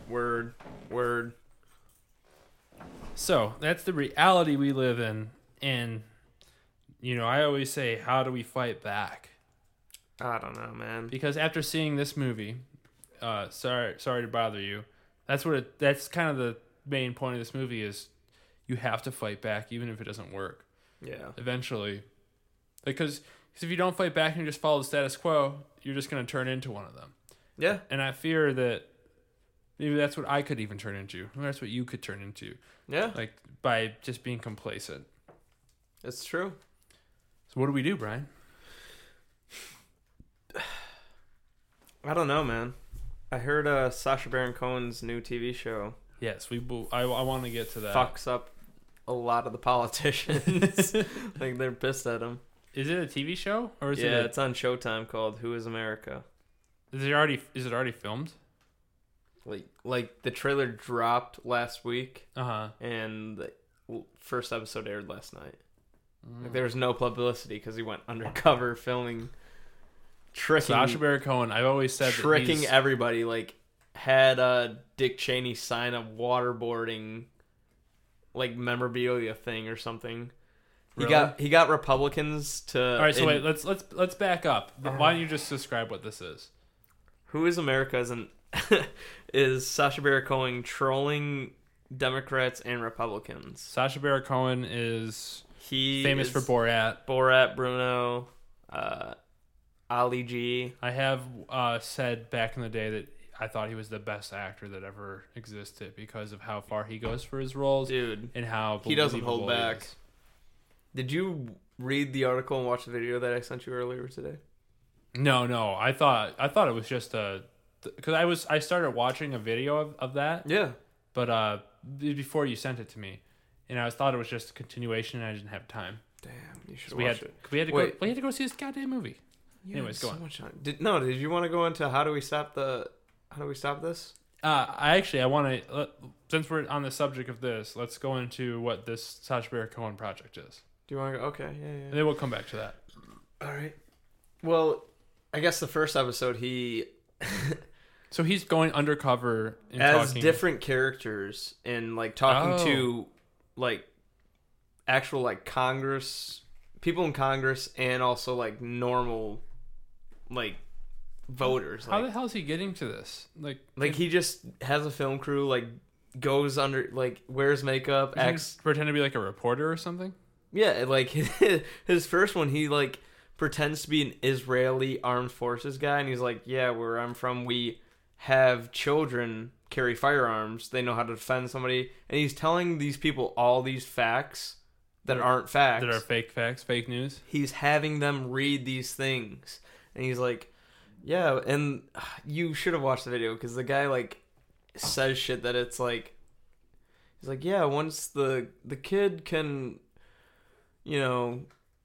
Speaker 2: Word. Word.
Speaker 1: So that's the reality we live in. And, you know, I always say, how do we fight back?
Speaker 2: I don't know, man.
Speaker 1: Because after seeing this movie, uh, sorry, sorry to bother you. That's what it, that's kind of the main point of this movie is you have to fight back, even if it doesn't work.
Speaker 2: Yeah.
Speaker 1: eventually. Because 'cause if you don't fight back and you just follow the status quo, you're just going to turn into one of them.
Speaker 2: Yeah.
Speaker 1: And I fear that maybe that's what I could even turn into. Maybe that's what you could turn into,
Speaker 2: Yeah.
Speaker 1: like by just being complacent.
Speaker 2: It's true.
Speaker 1: So what do we do, Brian?
Speaker 2: I don't know, man. I heard uh Sasha Baron Cohen's new TV show
Speaker 1: Yes, we. bo- I, I want to get to that.
Speaker 2: fucks up a lot of the politicians. like they're pissed at him.
Speaker 1: Is it a TV show or is
Speaker 2: yeah,
Speaker 1: it?
Speaker 2: it's on Showtime called "Who Is America."
Speaker 1: A, is it already? Is it already filmed?
Speaker 2: Like, like the trailer dropped last week,
Speaker 1: Uh huh.
Speaker 2: and the w- first episode aired last night. Like, there was no publicity because he went undercover filming, tricking,
Speaker 1: Sasha Baron Cohen. I've always said that
Speaker 2: tricking
Speaker 1: he's-
Speaker 2: everybody. Like, had uh, Dick Cheney sign a waterboarding, like memorabilia thing or something.
Speaker 1: Really?
Speaker 2: He got he got Republicans to.
Speaker 1: All right, so
Speaker 2: in-
Speaker 1: wait. Let's let's let's back up. Why don't you just describe what this is?
Speaker 2: Who is America is an is Sasha Baron Cohen trolling Democrats and Republicans.
Speaker 1: Sasha Baron Cohen is
Speaker 2: He
Speaker 1: famous
Speaker 2: is
Speaker 1: for Borat.
Speaker 2: Borat, Bruno, uh, Ali G.
Speaker 1: I have uh, said back in the day that I thought he was the best actor that ever existed because of how far he goes for his roles
Speaker 2: Dude,
Speaker 1: and how
Speaker 2: He doesn't
Speaker 1: believable
Speaker 2: hold
Speaker 1: he
Speaker 2: back.
Speaker 1: is.
Speaker 2: did you read the article and watch the video that I sent you earlier today?
Speaker 1: No, no, I thought I thought it was just a because I was I started watching a video of, of that,
Speaker 2: Yeah,
Speaker 1: but uh, b- before you sent it to me, and I was thought it was just a continuation, and I didn't have time.
Speaker 2: damn, you should
Speaker 1: 'Cause We had
Speaker 2: watch it.
Speaker 1: we had to go,
Speaker 2: Wait.
Speaker 1: we had to go see this goddamn movie.
Speaker 2: You
Speaker 1: anyways, go
Speaker 2: had so
Speaker 1: on.
Speaker 2: much time. Did, no, did you want to go into how do we stop the how do we stop this?
Speaker 1: Uh, I actually I want to since we're on the subject of this, let's go into what this Sacha Baron Cohen project is,
Speaker 2: Do you want to go? Okay, yeah, yeah.
Speaker 1: and then we'll come back to that.
Speaker 2: All right. Well, I guess the first episode he
Speaker 1: So he's going undercover and
Speaker 2: as
Speaker 1: talking.
Speaker 2: different characters and like talking
Speaker 1: Oh.
Speaker 2: to like actual like congress people in congress and also like normal like voters
Speaker 1: How
Speaker 2: like,
Speaker 1: the hell is he getting to this? Like,
Speaker 2: like he just has a film crew like goes under like wears makeup
Speaker 1: does he
Speaker 2: acts
Speaker 1: pretend to be like a reporter or something.
Speaker 2: yeah like his first one he like pretends to be an israeli armed forces guy and he's like yeah where i'm from we have children carry firearms they know how to defend somebody and he's telling these people all these facts that aren't facts
Speaker 1: That are fake facts, fake news.
Speaker 2: he's having them read these things and he's like, "Yeah," and uh, you should have watched the video because the guy like says shit that it's like, he's like, "Yeah, once the the kid can, you know,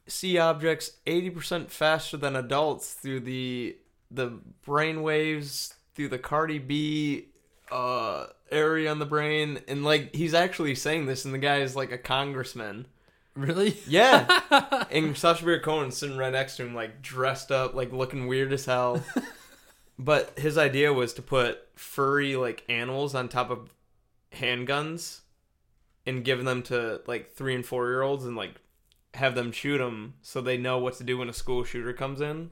Speaker 2: see objects eighty percent faster than adults through the the brain waves through the Cardi B." uh area on the brain and like he's actually saying this and the guy is like a congressman
Speaker 1: Really?
Speaker 2: yeah. and Sacha Baron Cohen's sitting right next to him, like dressed up, like looking weird as hell. but his idea was to put furry like animals on top of handguns and give them to like three and four year olds and like have them shoot them so they know what to do when a school shooter comes in.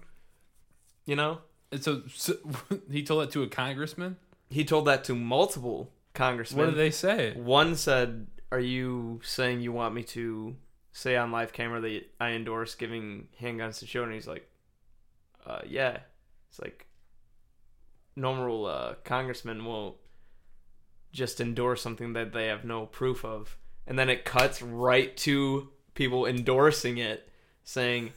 Speaker 2: You know,
Speaker 1: And so, so he told that to a congressman.
Speaker 2: he told that to multiple congressmen.
Speaker 1: What did they say?
Speaker 2: One said, "Are you saying you want me to say on live camera that I endorse giving handguns to children?" He's like, uh, "Yeah." It's like normal uh, congressman will just endorse something that they have no proof of, and then it cuts right to people endorsing it, saying.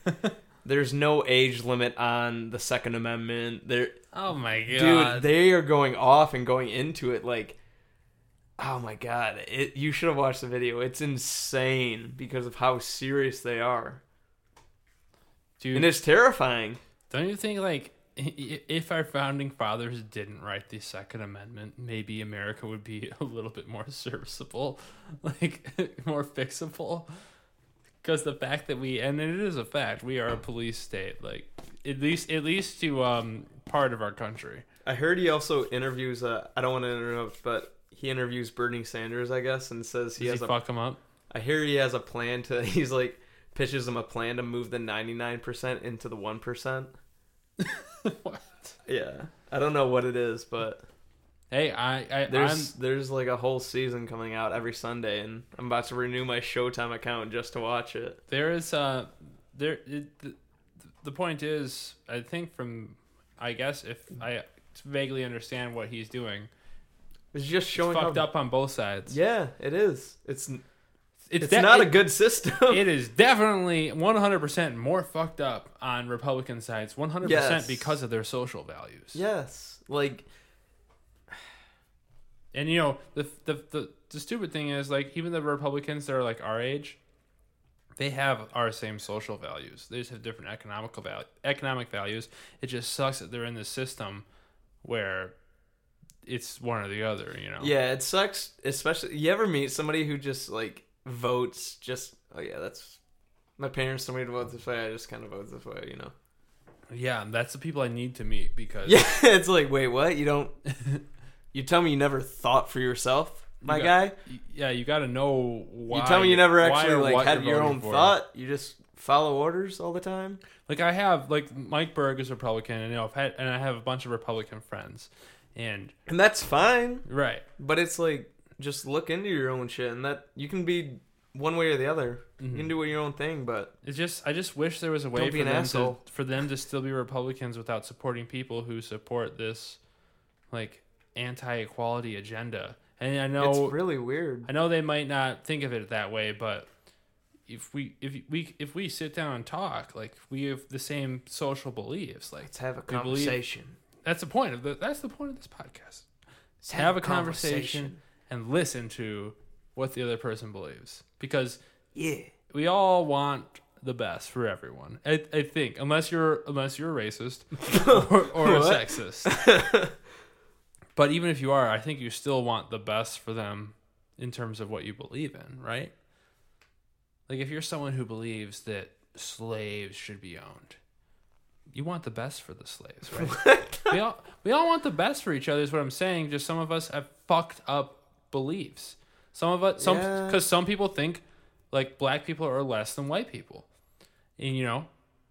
Speaker 2: There's no age limit on the Second Amendment. There,
Speaker 1: Oh my
Speaker 2: dude
Speaker 1: god!
Speaker 2: they are going off and going into it like oh my god it, you should have watched the video it's insane because of how serious they are
Speaker 1: Dude,
Speaker 2: and it's terrifying
Speaker 1: don't you think like i- i- if our founding fathers didn't write the Second Amendment, maybe America would be a little bit more serviceable, like more fixable. Because the fact that we and it is a fact we are a police state, like at least at least to um part of our country.
Speaker 2: i heard he also interviews uh, i don't want to interrupt but he interviews bernie sanders i guess and says he
Speaker 1: Does
Speaker 2: has
Speaker 1: he
Speaker 2: a. I
Speaker 1: fuck him up?
Speaker 2: hear he has a plan to he's like pitches him a plan to move the 99% into the 1%
Speaker 1: what?
Speaker 2: yeah i don't know what it is but
Speaker 1: Hey, I, I I'm,
Speaker 2: There's there's like a whole season coming out every Sunday, and I'm about to renew my Showtime account just to watch it.
Speaker 1: there is uh there it, the, the point is i think from i guess if i vaguely understand what he's doing
Speaker 2: It's just
Speaker 1: it's
Speaker 2: showing
Speaker 1: fucked
Speaker 2: how-
Speaker 1: up on both sides
Speaker 2: Yeah, it is. It's it's,
Speaker 1: it's,
Speaker 2: not a
Speaker 1: it,
Speaker 2: good system.
Speaker 1: it is definitely 100% more fucked up on republican sides 100%
Speaker 2: Yes.
Speaker 1: because of their social values
Speaker 2: yes, like
Speaker 1: and you know the, the the the stupid thing is like even the republicans that are like our age they have our same social values they just have different economical val- economic values it just sucks that they're in this system where it's one or the other you know
Speaker 2: yeah, it sucks. Especially you ever meet somebody who just like votes just oh yeah, that's my parents told me to vote this way. I just kind of vote this way, you know.
Speaker 1: yeah that's the people i need to meet because
Speaker 2: Yeah, it's like wait, what? You don't you tell me you never thought for yourself, my
Speaker 1: You
Speaker 2: guy.
Speaker 1: got- yeah you got to know why
Speaker 2: you tell me you never
Speaker 1: why
Speaker 2: actually
Speaker 1: or
Speaker 2: like
Speaker 1: what
Speaker 2: had
Speaker 1: you're
Speaker 2: your
Speaker 1: voting
Speaker 2: own
Speaker 1: for.
Speaker 2: thought. You just follow orders all the time.
Speaker 1: like I have like Mike Berg is Republican and you know, I've had and I have a bunch of Republican friends and
Speaker 2: And that's fine,
Speaker 1: right
Speaker 2: but it's like just look into your own shit and that you can be one way or the other. You
Speaker 1: Mm-hmm.
Speaker 2: can do your own thing, but
Speaker 1: It's just I just wish there was a way
Speaker 2: Don't
Speaker 1: for
Speaker 2: be an
Speaker 1: them
Speaker 2: asshole.
Speaker 1: to for them to still be Republicans without supporting people who support this like anti-equality agenda. And I know
Speaker 2: it's really weird.
Speaker 1: I know they might not think of it that way, but if we if we if we sit down and talk, like we have the same social beliefs, like
Speaker 2: Let's have a
Speaker 1: believe-
Speaker 2: conversation.
Speaker 1: that's the point of the that's the point of this podcast. have a conversation and listen to what the other person believes because
Speaker 2: Yeah.
Speaker 1: we all want the best for everyone. I, I think unless you're unless you're a racist or, or a
Speaker 2: What?
Speaker 1: sexist. but even if you are, I think you still want the best for them in terms of what you believe in, right? Like if you're someone who believes that slaves should be owned, you want the best for the slaves, right? we all we all want the best for each other is what I'm saying. Just some of us have fucked up beliefs. Some of us some
Speaker 2: Yeah.
Speaker 1: because some people think like black people are less than white people. And you know,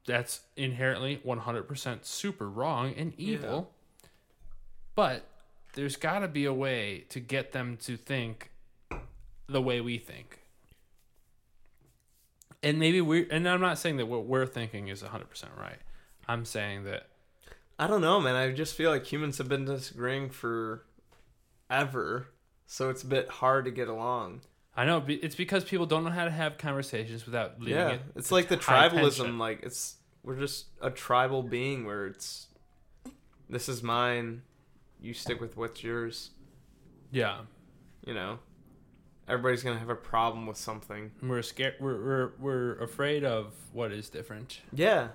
Speaker 1: that's inherently 100% super wrong and evil. But there's got to be a way to get them to think the way we think. And maybe we and I'm not saying that what we're thinking is 100% right. I'm saying that
Speaker 2: I don't know, man. I just feel like humans have been disagreeing for ever, so it's a bit hard to get along.
Speaker 1: I know be- it's because people don't know how to have conversations without leaving
Speaker 2: yeah,
Speaker 1: it.
Speaker 2: it's like the
Speaker 1: high
Speaker 2: tribalism.
Speaker 1: tension.
Speaker 2: Like it's we're just a tribal being where it's this is mine, you stick with what's yours.
Speaker 1: Yeah.
Speaker 2: You know, everybody's gonna have a problem with something.
Speaker 1: We're scared. We're we're, we're afraid of what is different
Speaker 2: Yeah,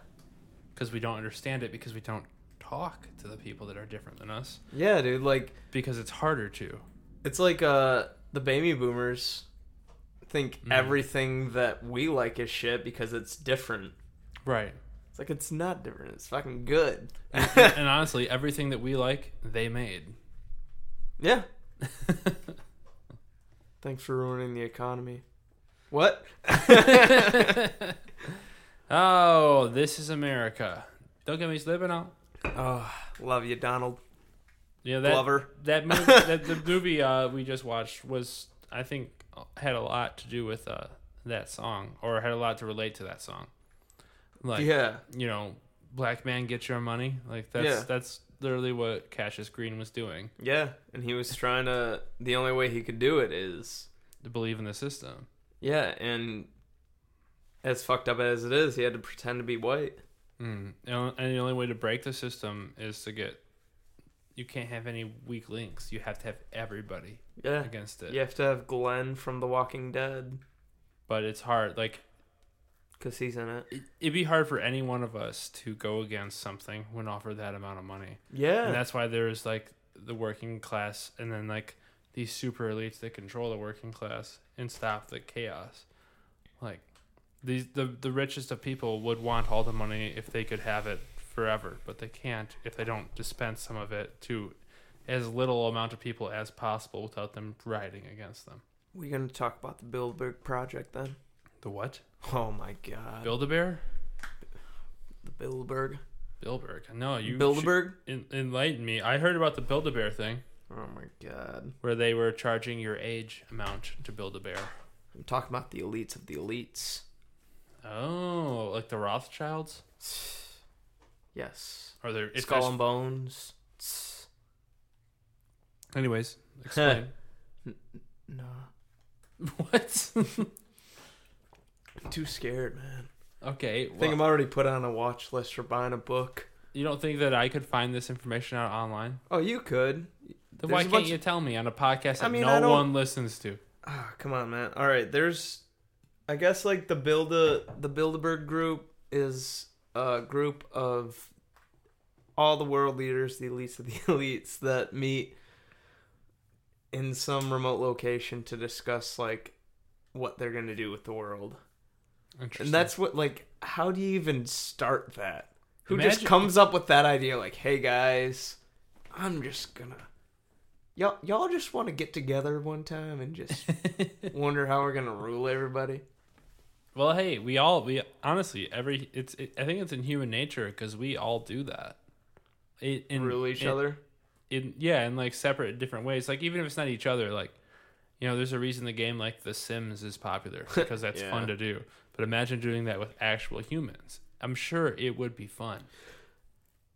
Speaker 1: because we don't understand it because we don't talk to the people that are different than us
Speaker 2: yeah, dude. Like
Speaker 1: because it's harder to.
Speaker 2: it's like uh the baby boomers think
Speaker 1: Mhm.
Speaker 2: everything that we like is shit because it's different.
Speaker 1: Right.
Speaker 2: It's like it's not different. It's fucking good.
Speaker 1: and honestly, everything that we like, they made.
Speaker 2: yeah. Thanks for ruining the economy. What?
Speaker 1: oh, this is America. Don't get me slipping out.
Speaker 2: Oh, love you, Donald
Speaker 1: Yeah, that
Speaker 2: Glover.
Speaker 1: that movie, that the movie uh, we just watched was, I think, had a lot to do with uh, that song, or had a lot to relate to that song. Like,
Speaker 2: yeah.
Speaker 1: you know, black man, get your money. Like that's
Speaker 2: Yeah.
Speaker 1: that's literally what Cassius Green was doing.
Speaker 2: Yeah, and he was trying to. The only way he could do it is
Speaker 1: To believe in the system.
Speaker 2: yeah, and as fucked up as it is, he had to pretend to be white.
Speaker 1: Mm. And and the only way to break the system is to get. You can't have any weak links. You have to have everybody
Speaker 2: Yeah,
Speaker 1: against it.
Speaker 2: you have to have Glenn from The Walking Dead
Speaker 1: But it's hard. Like
Speaker 2: because he's in it.
Speaker 1: it, it'd be hard for any one of us to go against something when offered that amount of money. And
Speaker 2: Yeah,
Speaker 1: that's why there's like the working class and then like these super elites that control the working class and stop the chaos. Like these the the richest of people would want all the money if they could have it forever, but they can't if they don't dispense some of it to as little amount of people as possible without them riding against them.
Speaker 2: we're gonna talk about the Bilderberg Project then.
Speaker 1: The what?
Speaker 2: Oh my God,
Speaker 1: Build a bear?
Speaker 2: the Bilderberg,
Speaker 1: Bilderberg. No, Oh, you
Speaker 2: Bilderberg.
Speaker 1: en- enlighten me. I heard about the Build a Bear thing
Speaker 2: Oh my God,
Speaker 1: where they were charging your age amount to build a bear.
Speaker 2: I'm talking about the elites of the elites.
Speaker 1: Oh, like the Rothschilds?
Speaker 2: Yes,
Speaker 1: Or they're
Speaker 2: Skull and Bones.
Speaker 1: Anyways, explain.
Speaker 2: No,
Speaker 1: what?
Speaker 2: too scared, man.
Speaker 1: okay.
Speaker 2: I
Speaker 1: Well,
Speaker 2: think I'm already put on a watch list for buying a book.
Speaker 1: you don't think that I could find this information out online?
Speaker 2: Oh, you could.
Speaker 1: Then
Speaker 2: There's
Speaker 1: why
Speaker 2: a
Speaker 1: can't
Speaker 2: bunch
Speaker 1: you tell me on a podcast that
Speaker 2: I mean, I
Speaker 1: no
Speaker 2: don't-
Speaker 1: one listens to?
Speaker 2: Ah, come on, man. All right, there's, I guess like the Bilda the Bilderberg group is a group of all the world leaders, the elites of the elites that meet in some remote location to discuss like what they're gonna do with the world.
Speaker 1: Interesting.
Speaker 2: And that's what like how do you even start that? Who just
Speaker 1: Imagine-
Speaker 2: comes up with that idea like, "Hey guys, I'm just gonna y'all y'all just want to get together one time and just wonder how we're gonna rule everybody."
Speaker 1: well, hey, we all we honestly every it's it, I think it's in human nature because we all do that. It, in,
Speaker 2: rule each
Speaker 1: in-
Speaker 2: other.
Speaker 1: in yeah in like separate different ways like even if it's not each other like you know there's a reason the game like the sims is popular because that's
Speaker 2: Yeah.
Speaker 1: fun to do but imagine doing that with actual humans i'm sure it would be fun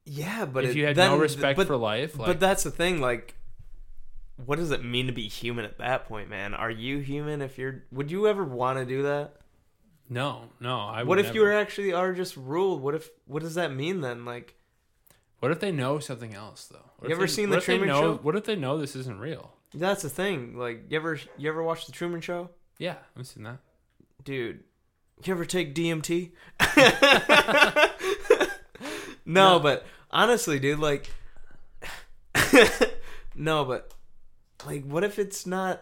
Speaker 2: Yeah, but
Speaker 1: if
Speaker 2: it-
Speaker 1: you had
Speaker 2: then-
Speaker 1: no respect
Speaker 2: but,
Speaker 1: for life like
Speaker 2: but that's the thing like what does it mean to be human at that point, man? Are you human if you're would you ever want to do that?
Speaker 1: no no i
Speaker 2: what
Speaker 1: would
Speaker 2: if you
Speaker 1: never.
Speaker 2: were actually are just ruled? What if what does that mean then? Like
Speaker 1: what if they know something else though what
Speaker 2: You
Speaker 1: if
Speaker 2: ever
Speaker 1: they-
Speaker 2: seen
Speaker 1: what
Speaker 2: the
Speaker 1: if they
Speaker 2: Truman
Speaker 1: know-
Speaker 2: Show?
Speaker 1: what if they know this isn't real
Speaker 2: That's the thing. Like, you ever you ever watch the Truman Show,
Speaker 1: yeah i've seen that
Speaker 2: dude? You ever take DMT?
Speaker 1: No.
Speaker 2: no, but honestly, dude, like, no, but like, what if it's not?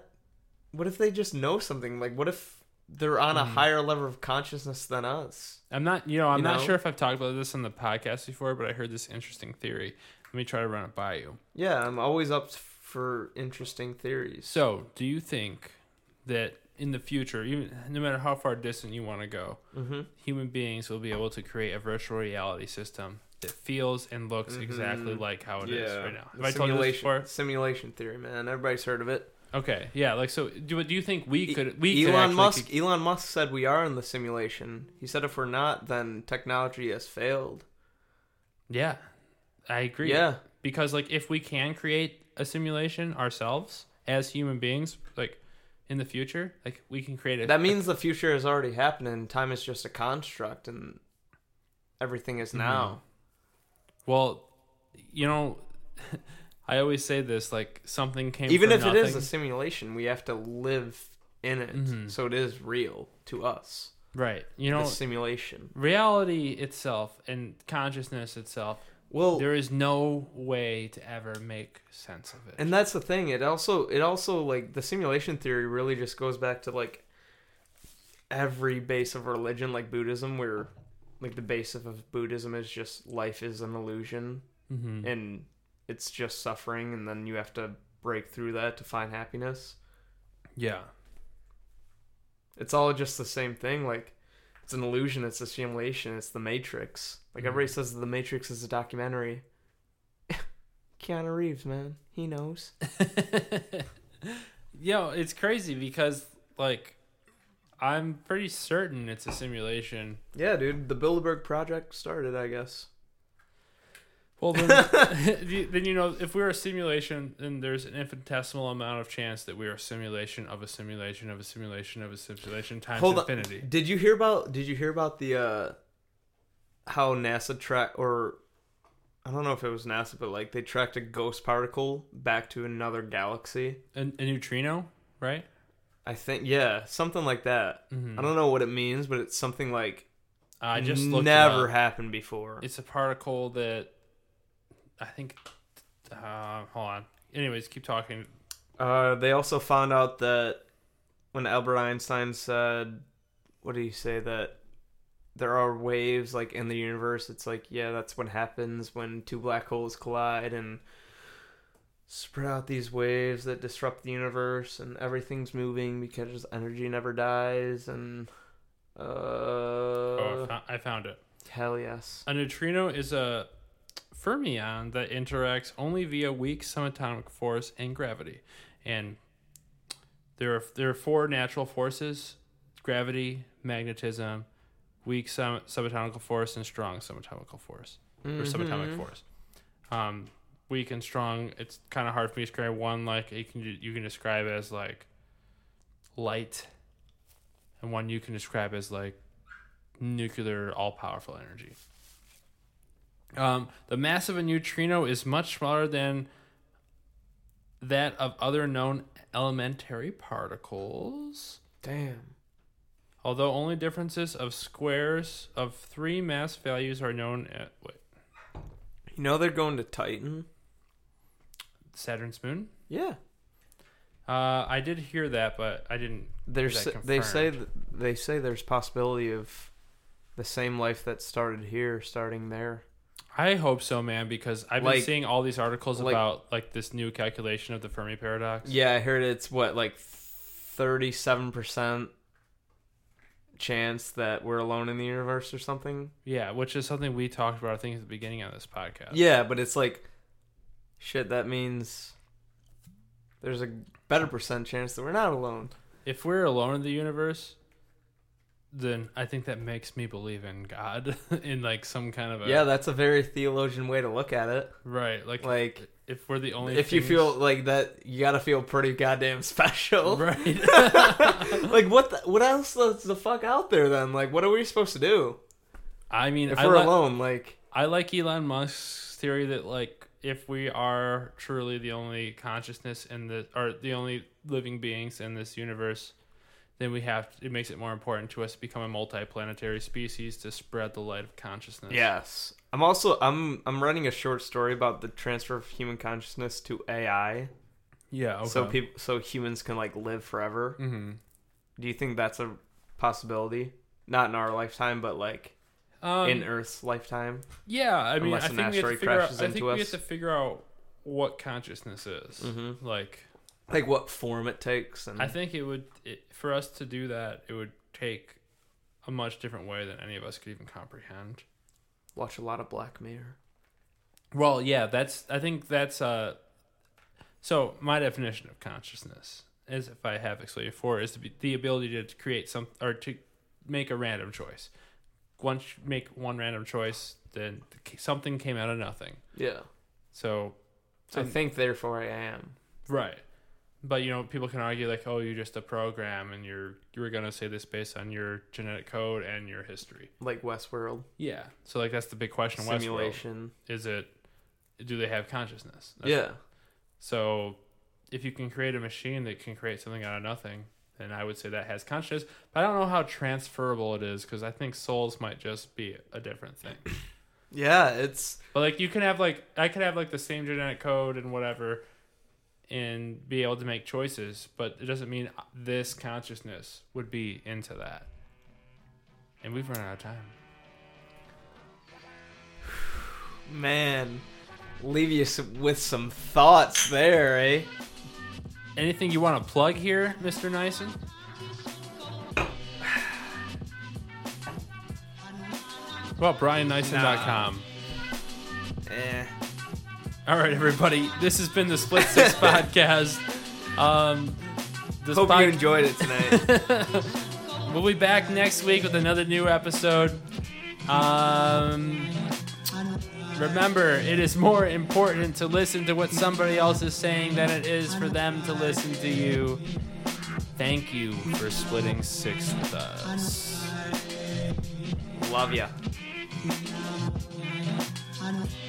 Speaker 2: What if they just know something? Like, what if they're on
Speaker 1: Hmm.
Speaker 2: a higher level of consciousness than us?
Speaker 1: I'm not, you know, I'm
Speaker 2: You
Speaker 1: not
Speaker 2: know?
Speaker 1: sure if I've talked about this on the podcast before, but I heard this interesting theory. Let me try to run it by you.
Speaker 2: Yeah, I'm always up for interesting theories.
Speaker 1: So, do you think that in the future, even no matter how far distant you want to go,
Speaker 2: hmm
Speaker 1: human beings will be able to create a virtual reality system that feels and looks exactly
Speaker 2: Mhm.
Speaker 1: like how Oh, it is right now? Have
Speaker 2: The
Speaker 1: I told you this
Speaker 2: simulation,
Speaker 1: before?
Speaker 2: simulation theory, man. Everybody's heard of it.
Speaker 1: Okay, yeah. Like, so do, do you think we
Speaker 2: E-
Speaker 1: could? We could
Speaker 2: Elon
Speaker 1: actually
Speaker 2: Musk.
Speaker 1: could-
Speaker 2: Elon Musk said we are in the simulation. He said if we're not, then technology has failed.
Speaker 1: yeah, I agree.
Speaker 2: Yeah,
Speaker 1: because like if we can create a simulation ourselves as human beings, like in the future, like we can create a
Speaker 2: that means the future has already happened, and time is just a construct, and everything
Speaker 1: Mm-hmm.
Speaker 2: is now.
Speaker 1: Well, you know, I always say this like something came
Speaker 2: Even
Speaker 1: from
Speaker 2: if it is
Speaker 1: nothing.
Speaker 2: a simulation, we have to live in it, so it is real to us.
Speaker 1: right. You know,
Speaker 2: the simulation.
Speaker 1: reality itself and consciousness itself,
Speaker 2: Well,
Speaker 1: there is no way to ever make sense of it.
Speaker 2: and that's the thing. It also it also like the simulation theory really just goes back to like every base of religion, like Buddhism, where like the base of, of Buddhism is just life is an illusion
Speaker 1: Mhm.
Speaker 2: and it's just suffering, and then you have to break through that to find happiness.
Speaker 1: yeah.
Speaker 2: It's all just the same thing. Like it's an illusion. It's a simulation. It's the Matrix. Like everybody says, that the Matrix is a documentary. Keanu Reeves, man, he knows.
Speaker 1: Yo, it's crazy because like I'm pretty certain it's a simulation.
Speaker 2: Yeah, dude, the Bilderberg project started, I guess.
Speaker 1: Well, then, you- then you know, if we're a simulation, then there's an infinitesimal amount of chance that we are a simulation of a simulation of a simulation of a simulation times
Speaker 2: Hold on.
Speaker 1: infinity.
Speaker 2: Did you hear about did you hear about the uh how NASA track or I don't know if it was NASA, but like they tracked a ghost particle back to another galaxy.
Speaker 1: A, a neutrino, right?
Speaker 2: I think yeah, something like that. I don't know what it means, but it's something like
Speaker 1: Mm-hmm. I just looked it
Speaker 2: never
Speaker 1: up.
Speaker 2: happened before.
Speaker 1: It's a particle that I think. Uh, hold on. Anyways, keep talking.
Speaker 2: Uh, they also found out that when Albert Einstein said, "What do you say that there are waves like in the universe?" It's like, yeah, that's what happens when two black holes collide and sprout these waves that disrupt the universe, and everything's moving because energy never dies. And uh,
Speaker 1: Oh, I found, I found it.
Speaker 2: hell yes,
Speaker 1: A neutrino is a fermion that interacts only via weak subatomic force and gravity. And there are there are four natural forces: gravity, magnetism, weak sum, subatomic force, and strong subatomic force or
Speaker 2: Mm-hmm.
Speaker 1: subatomic force. Um, weak and strong. It's kind of hard for me to describe one. Like you can you can describe as like light, and one you can describe as like nuclear all powerful energy. Um, the mass of a neutrino is much smaller than that of other known elementary particles.
Speaker 2: damn.
Speaker 1: Although only differences of squares of three mass values are known at wait,
Speaker 2: You know they're going to Titan.
Speaker 1: Saturn's moon.
Speaker 2: Yeah,
Speaker 1: Uh, I did hear that, but I didn't.
Speaker 2: There's
Speaker 1: that
Speaker 2: they say
Speaker 1: confirmed?
Speaker 2: th- they say there's possibility of the same life that started here starting there.
Speaker 1: I hope so, man, because I've been
Speaker 2: Like-
Speaker 1: seeing all these articles
Speaker 2: like-
Speaker 1: about like this new calculation of the Fermi paradox.
Speaker 2: Yeah, I heard it's what like 37% chance that we're alone in the universe or something.
Speaker 1: Yeah, which is something we talked about I think at the beginning of this podcast.
Speaker 2: Yeah, but it's like shit that means there's a better percent chance that we're not alone.
Speaker 1: If we're alone in the universe, then I think that makes me believe in God in like some kind of a
Speaker 2: Yeah, that's a very theologian way to look at it.
Speaker 1: right like
Speaker 2: Like
Speaker 1: if we're the only
Speaker 2: if you
Speaker 1: things-
Speaker 2: feel like that you got to feel pretty goddamn special.
Speaker 1: right
Speaker 2: like what the, what else is the fuck out there then like what are we supposed to do
Speaker 1: I mean
Speaker 2: if
Speaker 1: I,
Speaker 2: we're
Speaker 1: li-
Speaker 2: alone like
Speaker 1: I like Elon Musk's theory that like if we are truly the only consciousness in the or the only living beings in this universe then we have it makes it more important to us to become a multiplanetary species to spread the light of consciousness.
Speaker 2: yes i'm also i'm i'm writing a short story about the transfer of human consciousness to ai
Speaker 1: Yeah. Okay.
Speaker 2: so people so humans can like live forever
Speaker 1: hmm
Speaker 2: do you think that's a possibility not in our lifetime but like
Speaker 1: um,
Speaker 2: in earth's lifetime
Speaker 1: Yeah, I mean,
Speaker 2: Unless
Speaker 1: I
Speaker 2: an
Speaker 1: think, we have, to
Speaker 2: asteroid
Speaker 1: figure out,
Speaker 2: crashes
Speaker 1: I think
Speaker 2: into
Speaker 1: we
Speaker 2: us.
Speaker 1: have to figure out what consciousness is. Like,
Speaker 2: like what form it takes and
Speaker 1: I think it would, it, for us to do that, it would take a much different way than any of us could even comprehend.
Speaker 2: watch a lot of black mirror
Speaker 1: Well, yeah, that's, I think that's, uh, so my definition of consciousness, as if I have explained before, is to be, the ability to create some, or to make a random choice. Once you make one random choice, then something came out of nothing.
Speaker 2: yeah
Speaker 1: So
Speaker 2: i think therefore i am
Speaker 1: Right. But you know, people can argue like, "Oh, you're just a program, and you're you were gonna say this based on your genetic code and your history."
Speaker 2: like Westworld
Speaker 1: Yeah. So like, that's the big question. in Westworld.
Speaker 2: simulation.
Speaker 1: Is it? Do they have consciousness? That's-
Speaker 2: Yeah,
Speaker 1: So, if you can create a machine that can create something out of nothing, then I would say that has consciousness. But I don't know how transferable it is because I think souls might just be a different thing.
Speaker 2: yeah, it's
Speaker 1: But like you can have like I could have like the same genetic code and whatever and be able to make choices, but it doesn't mean this consciousness would be into that. And we've run out of time.
Speaker 2: man, leave you s with some thoughts there, eh?
Speaker 1: Anything you want to plug here, Mr. Nyson? Well, BrianNyson.com.
Speaker 2: Eh.
Speaker 1: All right, everybody. This has been the Split Six Podcast. Um, this
Speaker 2: Hope you
Speaker 1: pod-
Speaker 2: enjoyed it tonight.
Speaker 1: We'll be back next week with another new episode. Um, remember, it is more important to listen to what somebody else is saying than it is for them to listen to you. Thank you for splitting six with us.
Speaker 2: Love ya.
Speaker 4: I don't